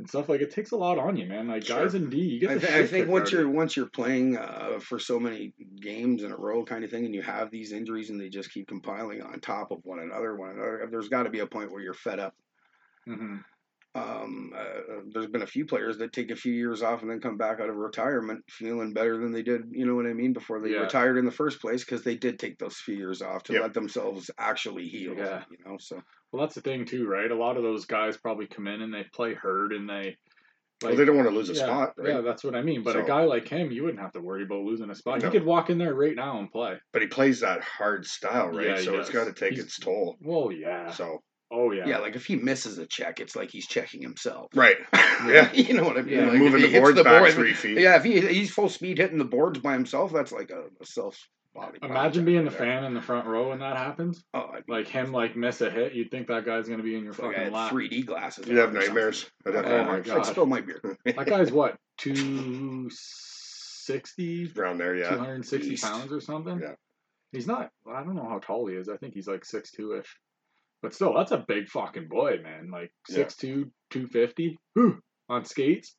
[SPEAKER 1] and stuff. Like it takes a lot on you, man. Like
[SPEAKER 3] Sure.
[SPEAKER 1] guys in D, you get.
[SPEAKER 2] I,
[SPEAKER 1] the
[SPEAKER 2] th- I
[SPEAKER 1] shit
[SPEAKER 2] think
[SPEAKER 1] kicked out
[SPEAKER 2] once
[SPEAKER 1] of
[SPEAKER 2] you're
[SPEAKER 1] you.
[SPEAKER 2] once you're playing uh, for so many games in a row, kind of thing, and you have these injuries, and they just keep compiling on top of one another, one another. There's got to be a point where you're fed up.
[SPEAKER 1] Mhm.
[SPEAKER 2] Um, uh, there's been a few players that take a few years off and then come back out of retirement feeling better than they did. You know what I mean? Before they
[SPEAKER 1] Yeah.
[SPEAKER 2] retired in the first place, because they did take those few years off to
[SPEAKER 3] Yep.
[SPEAKER 2] let themselves actually heal.
[SPEAKER 1] Yeah.
[SPEAKER 2] You know, so
[SPEAKER 1] Well, that's the thing too, right? A lot of those guys probably come in and they play hurt and they.
[SPEAKER 3] well, they don't want to lose a spot, right?
[SPEAKER 1] Yeah, that's what I mean. But a
[SPEAKER 3] So-
[SPEAKER 1] guy like him, you wouldn't have to worry about losing a spot.
[SPEAKER 3] No.
[SPEAKER 1] He could walk in there right now and play.
[SPEAKER 3] But he plays that hard style, right?
[SPEAKER 1] Yeah, he
[SPEAKER 3] so it's got
[SPEAKER 1] does.
[SPEAKER 3] to take
[SPEAKER 1] He's-
[SPEAKER 3] its toll.
[SPEAKER 1] Well, yeah.
[SPEAKER 3] So
[SPEAKER 1] Oh
[SPEAKER 2] yeah.
[SPEAKER 1] yeah.
[SPEAKER 2] like if he misses a check, it's like he's checking himself.
[SPEAKER 3] right, yeah,
[SPEAKER 2] you know what I mean?
[SPEAKER 1] Yeah,
[SPEAKER 2] Like, if
[SPEAKER 3] moving
[SPEAKER 2] he
[SPEAKER 3] the
[SPEAKER 2] hits
[SPEAKER 3] boards back
[SPEAKER 2] board-
[SPEAKER 3] three feet.
[SPEAKER 2] Yeah, if he, he's full speed hitting the boards by himself, that's like a, a self body.
[SPEAKER 1] Imagine being the fan in the front row when that happens.
[SPEAKER 2] Oh, I'd be
[SPEAKER 1] Like him, like miss a hit, you'd think that guy's gonna be in your
[SPEAKER 2] fucking
[SPEAKER 1] fucking lap.
[SPEAKER 2] 3D glasses.
[SPEAKER 3] You'd
[SPEAKER 2] on
[SPEAKER 3] have
[SPEAKER 2] or something.
[SPEAKER 3] nightmares. I'd have
[SPEAKER 1] Oh my
[SPEAKER 3] nightmares
[SPEAKER 1] God.
[SPEAKER 2] I'd spill my beer.
[SPEAKER 1] That guy's what two sixty
[SPEAKER 3] around there. Yeah,
[SPEAKER 1] 260
[SPEAKER 2] Beast.
[SPEAKER 1] pounds or something.
[SPEAKER 3] Yeah.
[SPEAKER 1] He's not, I don't know how tall he is. I think he's like 6'2 ish. But still, that's a big fucking boy, man. Like
[SPEAKER 3] Yeah.
[SPEAKER 1] 6'2, 250 whew, on skates.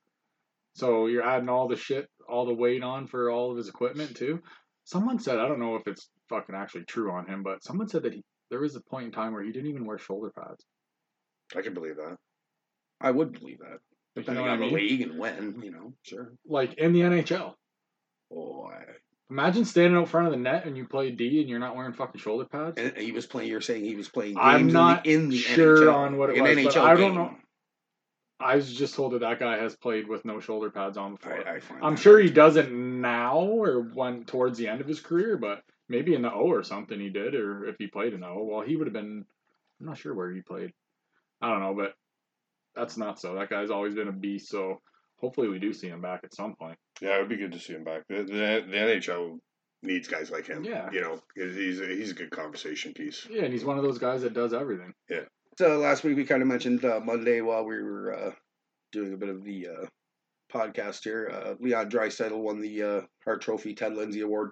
[SPEAKER 1] So you're adding all the shit, all the weight on for all of his equipment, too. Someone said, I don't know if it's fucking actually true on him, but someone said that he, there was a point in time where he didn't even wear shoulder pads.
[SPEAKER 3] I can believe that.
[SPEAKER 2] I would believe that.
[SPEAKER 1] Like, you know
[SPEAKER 2] Depending
[SPEAKER 1] what I
[SPEAKER 2] on the
[SPEAKER 1] mean?
[SPEAKER 2] league and when, you know, sure.
[SPEAKER 1] Like in the NHL.
[SPEAKER 2] Oh, I,
[SPEAKER 1] Imagine standing out front of the net and you play D and you're not wearing fucking shoulder pads.
[SPEAKER 2] and he was playing. You're saying he was playing. Games
[SPEAKER 1] I'm
[SPEAKER 2] in the-
[SPEAKER 1] not
[SPEAKER 2] in the,
[SPEAKER 1] sure
[SPEAKER 2] NHL,
[SPEAKER 1] on what it
[SPEAKER 2] like,
[SPEAKER 1] was,
[SPEAKER 2] an
[SPEAKER 1] but
[SPEAKER 2] NHL
[SPEAKER 1] I don't
[SPEAKER 2] game.
[SPEAKER 1] know- I was just told that that guy has played with no shoulder pads on before.
[SPEAKER 2] I, I find
[SPEAKER 1] I'm
[SPEAKER 2] that-
[SPEAKER 1] sure he doesn't now or when towards the end of his career, but maybe in the O or something he did, or if he played in the O, well, he would have been. I'm not sure where he played. I don't know, but that's not so. That guy's always been a beast, so hopefully we do see him back at some point.
[SPEAKER 3] Yeah, it would be good to see him back. The, the, the NHL needs guys like him.
[SPEAKER 1] Yeah.
[SPEAKER 3] you know, 'cause he's a, he's a good conversation piece.
[SPEAKER 1] Yeah, and he's one of those guys that does everything.
[SPEAKER 2] So last week we kind of mentioned uh, Monday while we were uh, doing a bit of the uh, podcast here. Uh, Leon Dreisaitl won the uh, Hart Trophy Ted Lindsay Award.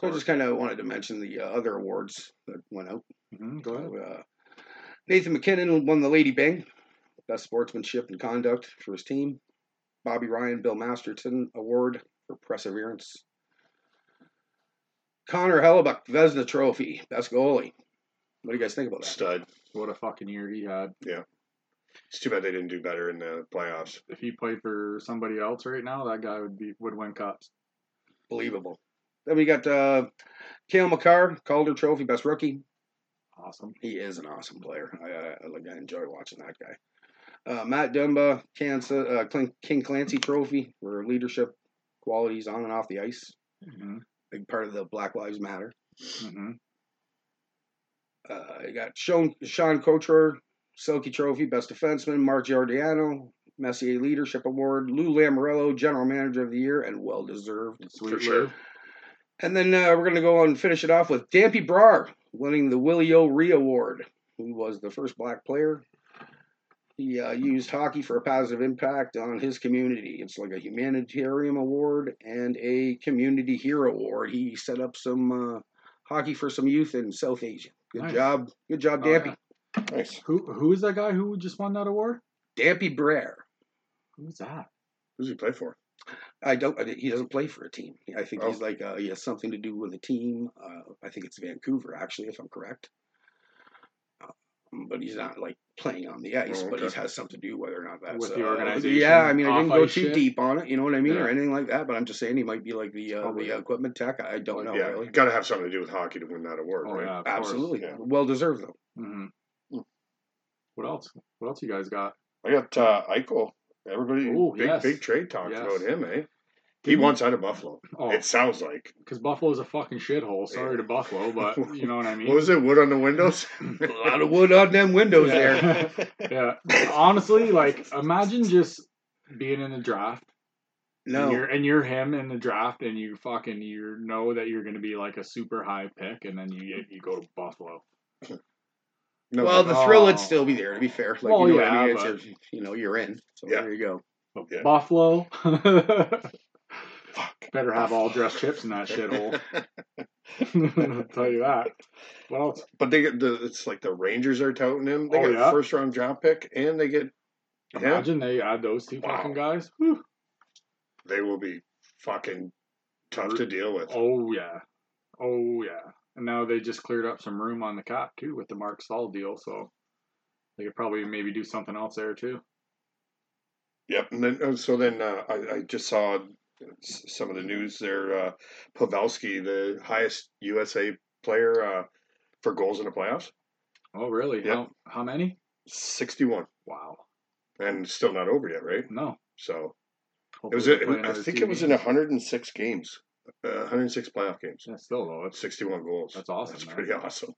[SPEAKER 2] So I just kind of wanted to mention the uh, other awards that went out.
[SPEAKER 1] hmm go ahead.
[SPEAKER 2] Uh, Nathan McKinnon won the Lady Bing, Best Sportsmanship and Conduct for his team. Bobby Ryan, Bill Masterton Award for Perseverance. Connor Hellebuck, Vesna Trophy, Best Goalie. What do you guys think about that?
[SPEAKER 3] Stud.
[SPEAKER 1] What a fucking year he had.
[SPEAKER 3] It's too bad they didn't do better in the playoffs.
[SPEAKER 1] If he played for somebody else right now, that guy would be would win cups.
[SPEAKER 2] Believable. Then we got uh, Kale McCarr, Calder Trophy, Best Rookie.
[SPEAKER 1] Awesome.
[SPEAKER 2] He is an awesome player. I, I, I like. I enjoy watching that guy. Uh, Matt Dumba, Kansas, uh, Clin- King Clancy Trophy for leadership qualities on and off the ice.
[SPEAKER 1] hmm
[SPEAKER 2] Big part of the Black Lives Matter.
[SPEAKER 1] hmm
[SPEAKER 2] Uh, you got Sean, Sean Cotror, Selkie Trophy, Best Defenseman. Mark Giordano, Messier Leadership Award. Lou Lamorello, General Manager of the Year, and well deserved.
[SPEAKER 1] Sweet
[SPEAKER 3] For sure.
[SPEAKER 1] Lou.
[SPEAKER 2] And then uh, we're going to go on and finish it off with Dampy Brar winning the Willie O'Ree Award, who was the first black player. He uh, used hockey for a positive impact on his community. It's like a humanitarian award and a community hero award. He set up some uh, hockey for some youth in South Asia. Good
[SPEAKER 1] Nice.
[SPEAKER 2] job. Good job,
[SPEAKER 1] Oh, yeah.
[SPEAKER 2] Dampy.
[SPEAKER 3] Nice.
[SPEAKER 1] Who who is that guy who just won that award?
[SPEAKER 2] Dampy Brar.
[SPEAKER 1] Who's that?
[SPEAKER 3] Who's he play for?
[SPEAKER 2] I don't. I, he doesn't play for a team. I think
[SPEAKER 3] Oh.
[SPEAKER 2] he's like uh, he has something to do with a team. Uh, I think it's Vancouver, actually, if I'm correct. Um, but he's not like playing on the ice,
[SPEAKER 3] Oh,
[SPEAKER 2] but
[SPEAKER 3] okay.
[SPEAKER 2] he has something to do whether or not that's
[SPEAKER 1] With the
[SPEAKER 2] uh,
[SPEAKER 1] organization,
[SPEAKER 2] Yeah, I mean, I didn't go
[SPEAKER 1] off-ice
[SPEAKER 2] too
[SPEAKER 1] shit?
[SPEAKER 2] deep on it. You know what I mean, or
[SPEAKER 3] Yeah.
[SPEAKER 2] anything like that. But I'm just saying he might be like the uh,
[SPEAKER 1] Probably.
[SPEAKER 2] the equipment tech. I I don't know
[SPEAKER 3] yeah,
[SPEAKER 2] really.
[SPEAKER 3] got to have something to do with hockey to win that award,
[SPEAKER 1] Oh
[SPEAKER 3] right?
[SPEAKER 1] yeah, of course.
[SPEAKER 2] Absolutely,
[SPEAKER 3] yeah.
[SPEAKER 2] well deserved though.
[SPEAKER 1] Mhm. What else? What else you guys got?
[SPEAKER 3] I got uh, Eichel. Everybody,
[SPEAKER 1] Ooh,
[SPEAKER 3] big
[SPEAKER 1] yes.
[SPEAKER 3] big trade talks
[SPEAKER 1] Yes.
[SPEAKER 3] about him, eh? He
[SPEAKER 1] Didn't-
[SPEAKER 3] wants out of Buffalo.
[SPEAKER 1] Oh,
[SPEAKER 3] It sounds like.
[SPEAKER 1] because Buffalo's a fucking shithole. Sorry to Buffalo, but you know what I mean.
[SPEAKER 3] What was it? Wood on the windows.
[SPEAKER 2] A lot of wood on them windows
[SPEAKER 1] Yeah.
[SPEAKER 2] there.
[SPEAKER 1] yeah, honestly, like imagine just being in the draft. And
[SPEAKER 2] No,
[SPEAKER 1] you're, and you're him in the draft, and you fucking you know that you're going to be like a super high pick, and then you you go to Buffalo.
[SPEAKER 3] No,
[SPEAKER 2] well, the thrill
[SPEAKER 1] Oh.
[SPEAKER 2] would still be there. To be fair, like
[SPEAKER 1] Well,
[SPEAKER 2] you know what
[SPEAKER 1] Oh, yeah,
[SPEAKER 2] I mean. It's
[SPEAKER 1] but-
[SPEAKER 2] your- you know, you're in. So
[SPEAKER 3] Yeah.
[SPEAKER 2] there you go.
[SPEAKER 1] But
[SPEAKER 3] Yeah.
[SPEAKER 1] Buffalo, better have all dressed chips in that shithole. I'll tell you that. What else?
[SPEAKER 3] But they get the it's like the Rangers are touting him. They
[SPEAKER 1] Oh,
[SPEAKER 3] get
[SPEAKER 1] yeah? Uh-huh.
[SPEAKER 3] a first round draft pick and they get Yeah.
[SPEAKER 1] Imagine they add those two
[SPEAKER 3] Wow.
[SPEAKER 1] fucking guys. Whew.
[SPEAKER 3] They will be fucking tough to deal with.
[SPEAKER 1] Oh yeah, oh yeah. And now they just cleared up some room on the cap too with the Mark Stahl deal, so they could probably maybe do something else there too.
[SPEAKER 3] Yep. And then, uh, so then uh, I, I just saw s- some of the news there. Uh, Pavelski, the highest USA player uh, for goals in the playoffs,
[SPEAKER 1] Oh really?
[SPEAKER 3] Yeah.
[SPEAKER 1] How how many?
[SPEAKER 3] 61.
[SPEAKER 1] Wow.
[SPEAKER 3] And still not over yet, right?
[SPEAKER 1] No.
[SPEAKER 3] So it
[SPEAKER 1] Hopefully
[SPEAKER 3] was,
[SPEAKER 1] they
[SPEAKER 3] it,
[SPEAKER 1] play
[SPEAKER 3] I
[SPEAKER 1] another
[SPEAKER 3] think
[SPEAKER 1] two
[SPEAKER 3] it was in
[SPEAKER 1] games.
[SPEAKER 3] 106 games, uh, 106 playoff games,
[SPEAKER 1] Yeah, still though, it's,
[SPEAKER 3] 61 goals.
[SPEAKER 1] That's awesome,
[SPEAKER 3] That's
[SPEAKER 1] man.
[SPEAKER 3] pretty awesome.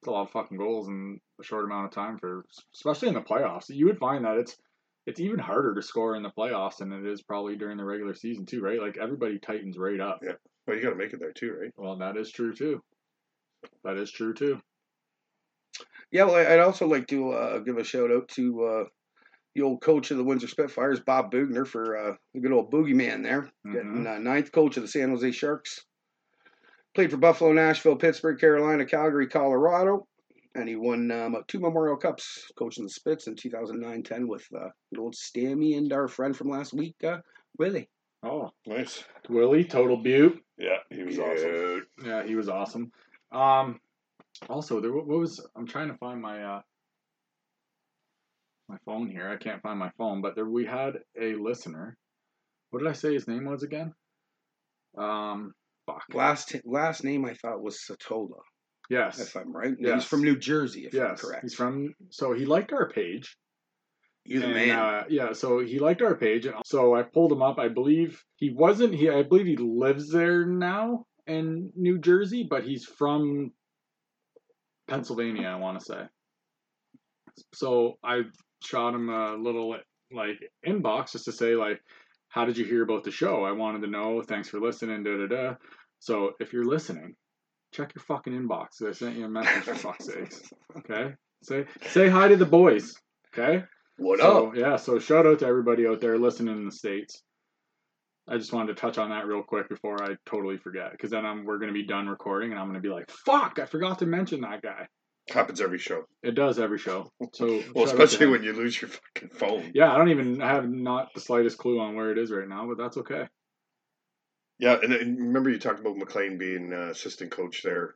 [SPEAKER 1] it's a lot of fucking goals in a short amount of time for, especially in the playoffs. You would find that it's it's even harder to score in the playoffs than it is probably during the regular season too, right? Like everybody tightens right up.
[SPEAKER 3] Yeah. Well, you got to make it there too, right?
[SPEAKER 1] Well, that is true too. That is true too.
[SPEAKER 2] Yeah, well, I'd also like to uh, give a shout out to uh, the old coach of the Windsor Spitfires, Bob Bugner, for uh, the good old boogeyman there,
[SPEAKER 1] Mm-hmm.
[SPEAKER 2] getting uh, ninth coach of the San Jose Sharks. Played for Buffalo, Nashville, Pittsburgh, Carolina, Calgary, Colorado, and he won um, two Memorial Cups coaching the Spits in 2009-10 with uh, good old Stammy and our friend from last week, uh, Willie.
[SPEAKER 1] Oh,
[SPEAKER 3] Nice.
[SPEAKER 1] Willie, total butte.
[SPEAKER 3] Yeah, he was awesome.
[SPEAKER 1] Yeah, he was awesome. Um, also, there what was I'm trying to find my uh, my phone here. I can't find my phone, but there we had a listener. What did I say his name was again? Um, fuck.
[SPEAKER 2] Last last name I thought was Satola,
[SPEAKER 1] Yes,
[SPEAKER 2] if I'm right.
[SPEAKER 1] Yes.
[SPEAKER 2] He's from New Jersey, if I'm
[SPEAKER 1] yes,
[SPEAKER 2] correct.
[SPEAKER 1] he's from. So he liked our page.
[SPEAKER 2] You're the
[SPEAKER 1] and,
[SPEAKER 2] man.
[SPEAKER 1] Uh, yeah, so he liked our page, and so I pulled him up. I believe he wasn't. He, I believe he lives there now in New Jersey, but he's from Pennsylvania. I want to say. So I shot him a little like inbox just to say like, how did you hear about the show? I wanted to know. Thanks for listening. Da da da. So if you're listening, check your fucking inbox. I sent you a message for fuck's sakes. Okay. Say say hi to the boys. Okay.
[SPEAKER 3] What
[SPEAKER 1] So, Oh, yeah, so shout out to everybody out there listening in the states. I just wanted to touch on that real quick before I totally forget, because then I'm, we're going to be done recording, and I'm going to be like, "Fuck, I forgot to mention that guy."
[SPEAKER 3] Happens every show.
[SPEAKER 1] It does every show. So,
[SPEAKER 3] Well,
[SPEAKER 1] shout out to
[SPEAKER 3] especially
[SPEAKER 1] him.
[SPEAKER 3] when you lose your fucking phone.
[SPEAKER 1] yeah, I don't even I have not the slightest clue on where it is right now, but that's okay.
[SPEAKER 3] Yeah, and, and remember you talked about McLean being uh, assistant coach there.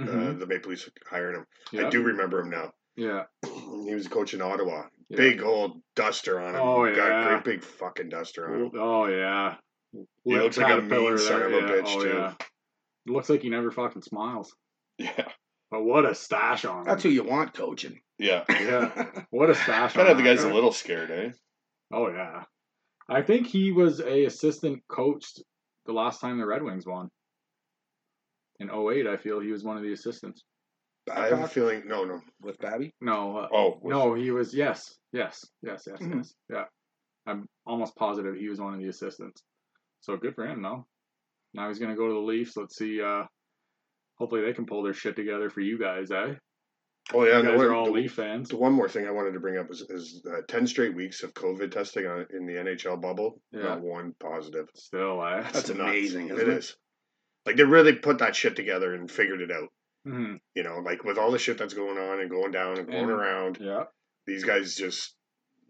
[SPEAKER 3] Uh,
[SPEAKER 1] Mhm.
[SPEAKER 3] the Maple Leafs hired him. I
[SPEAKER 1] yeah.
[SPEAKER 3] do remember him now.
[SPEAKER 1] yeah,
[SPEAKER 3] He was a coach in Ottawa.
[SPEAKER 1] yeah.
[SPEAKER 3] Big old duster on him.
[SPEAKER 1] Oh,
[SPEAKER 3] Got
[SPEAKER 1] yeah.
[SPEAKER 3] a great big fucking duster on him.
[SPEAKER 1] Oh yeah.
[SPEAKER 3] He
[SPEAKER 1] Little
[SPEAKER 3] looks like a mean
[SPEAKER 1] caterpillar
[SPEAKER 3] son of a
[SPEAKER 1] there, Oh,
[SPEAKER 3] bitch, too.
[SPEAKER 1] Looks like he never fucking smiles.
[SPEAKER 3] Yeah,
[SPEAKER 1] But what a stash on him.
[SPEAKER 2] That's who you want coaching.
[SPEAKER 3] yeah.
[SPEAKER 1] yeah. What a stash
[SPEAKER 3] Kind
[SPEAKER 1] on
[SPEAKER 3] of the
[SPEAKER 1] that
[SPEAKER 3] guy's
[SPEAKER 1] guy.
[SPEAKER 3] a little scared, eh?
[SPEAKER 1] Oh yeah, I think he was a assistant coach the last time the Red Wings won. In 08, I feel he was one of the assistants.
[SPEAKER 3] I have a
[SPEAKER 2] Babcock
[SPEAKER 3] feeling. No, no.
[SPEAKER 2] with Babby.
[SPEAKER 1] No, uh,
[SPEAKER 3] Oh, was-
[SPEAKER 1] no, he was. Yes, yes, yes, yes,
[SPEAKER 2] Mhm.
[SPEAKER 1] yes. Yeah, I'm almost positive he was one of the assistants. So good for him, though. Now he's gonna go to the Leafs. Let's see. Uh, hopefully they can pull their shit together for you guys, eh?
[SPEAKER 3] Oh, yeah.
[SPEAKER 1] You
[SPEAKER 3] The
[SPEAKER 1] guys are
[SPEAKER 3] one,
[SPEAKER 1] all
[SPEAKER 3] the,
[SPEAKER 1] Leaf fans.
[SPEAKER 3] the one more thing I wanted to bring up is, is uh, ten straight weeks of COVID testing on, in the NHL bubble.
[SPEAKER 1] Yeah.
[SPEAKER 3] Not one positive.
[SPEAKER 1] Still, eh?
[SPEAKER 2] That's
[SPEAKER 3] nuts.
[SPEAKER 2] amazing,
[SPEAKER 3] It
[SPEAKER 2] isn't it?
[SPEAKER 3] is. Like they really put that shit together and figured it out.
[SPEAKER 1] hmm
[SPEAKER 3] You know, like with all the shit that's going on and going down and going
[SPEAKER 1] And-
[SPEAKER 3] around,
[SPEAKER 1] Yeah.
[SPEAKER 3] these guys just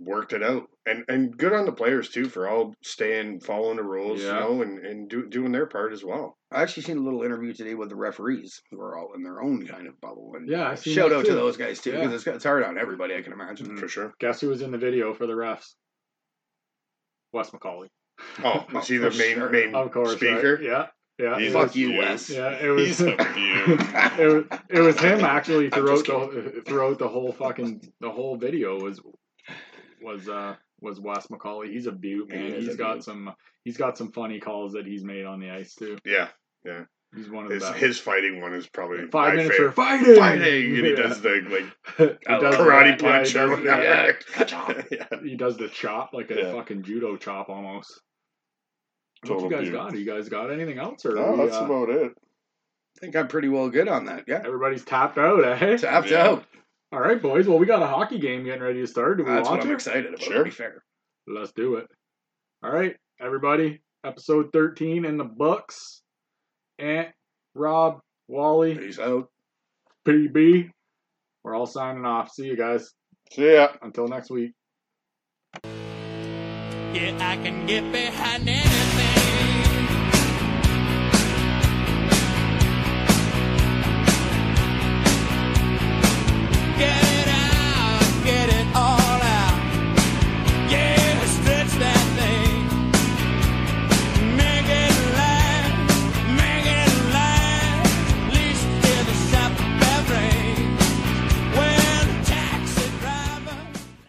[SPEAKER 3] worked it out. And and good on the players too for all staying following the rules,
[SPEAKER 1] Yeah.
[SPEAKER 3] you know, and and do, doing their part as well.
[SPEAKER 2] I actually seen a little interview today with the referees who are all in their own kind of bubble. And
[SPEAKER 1] Yeah, I seen
[SPEAKER 2] shout
[SPEAKER 1] that
[SPEAKER 2] out
[SPEAKER 1] too.
[SPEAKER 2] to those guys too
[SPEAKER 1] Yeah.
[SPEAKER 2] because it's it's hard on everybody. I can imagine.
[SPEAKER 1] Mhm.
[SPEAKER 3] For sure.
[SPEAKER 1] Guess who was in the video for the refs? Wes McCauley.
[SPEAKER 3] Oh, was he the
[SPEAKER 2] For
[SPEAKER 3] main
[SPEAKER 2] sure.
[SPEAKER 3] main
[SPEAKER 1] Of course. right?
[SPEAKER 3] speaker?
[SPEAKER 1] Yeah. Yeah.
[SPEAKER 3] He's
[SPEAKER 1] it
[SPEAKER 3] a
[SPEAKER 2] Fuck
[SPEAKER 1] was,
[SPEAKER 2] you,
[SPEAKER 3] few.
[SPEAKER 2] Wes.
[SPEAKER 1] yeah, it was,
[SPEAKER 3] He's a few.
[SPEAKER 1] it was it was him actually
[SPEAKER 2] I'm
[SPEAKER 1] throughout
[SPEAKER 2] just
[SPEAKER 1] the throughout the whole fucking the whole video was was uh was Wes McCauley. He's a beaut,
[SPEAKER 3] He
[SPEAKER 1] man.
[SPEAKER 3] is
[SPEAKER 1] He's
[SPEAKER 3] a
[SPEAKER 1] got
[SPEAKER 3] beaut.
[SPEAKER 1] some he's got some funny calls that he's made on the ice too.
[SPEAKER 3] yeah.
[SPEAKER 1] He's one of the
[SPEAKER 3] His,
[SPEAKER 1] best.
[SPEAKER 3] his fighting one is probably
[SPEAKER 1] Five
[SPEAKER 3] my
[SPEAKER 1] minutes
[SPEAKER 3] favorite.
[SPEAKER 1] for fighting.
[SPEAKER 3] fighting and he does the like
[SPEAKER 1] the
[SPEAKER 3] karate punch
[SPEAKER 1] Yeah,
[SPEAKER 3] or
[SPEAKER 1] he does, the-
[SPEAKER 3] whatever. yeah.
[SPEAKER 1] he does the chop like a
[SPEAKER 3] Yeah.
[SPEAKER 1] fucking judo chop almost.
[SPEAKER 3] Total
[SPEAKER 1] what you guys
[SPEAKER 3] beaut.
[SPEAKER 1] got? You guys got anything else? Or
[SPEAKER 3] No,
[SPEAKER 1] we,
[SPEAKER 3] that's
[SPEAKER 1] uh,
[SPEAKER 3] about it.
[SPEAKER 2] I think I'm pretty well good on that. Yeah,
[SPEAKER 1] everybody's tapped out, eh?
[SPEAKER 2] tapped
[SPEAKER 3] Yeah.
[SPEAKER 2] out.
[SPEAKER 1] All right, boys. Well, we got a hockey game getting ready to start. Do we
[SPEAKER 2] That's
[SPEAKER 1] watch
[SPEAKER 2] what I'm
[SPEAKER 1] it?
[SPEAKER 2] excited about.
[SPEAKER 3] Sure.
[SPEAKER 2] To be fair,
[SPEAKER 1] Let's do it. All right, everybody. Episode 13 in the books. Aunt, Rob, Wally,
[SPEAKER 2] peace out.
[SPEAKER 1] PB. We're all signing off. See you guys.
[SPEAKER 3] See ya.
[SPEAKER 1] Until next week.
[SPEAKER 4] Yeah, I can get behind anything.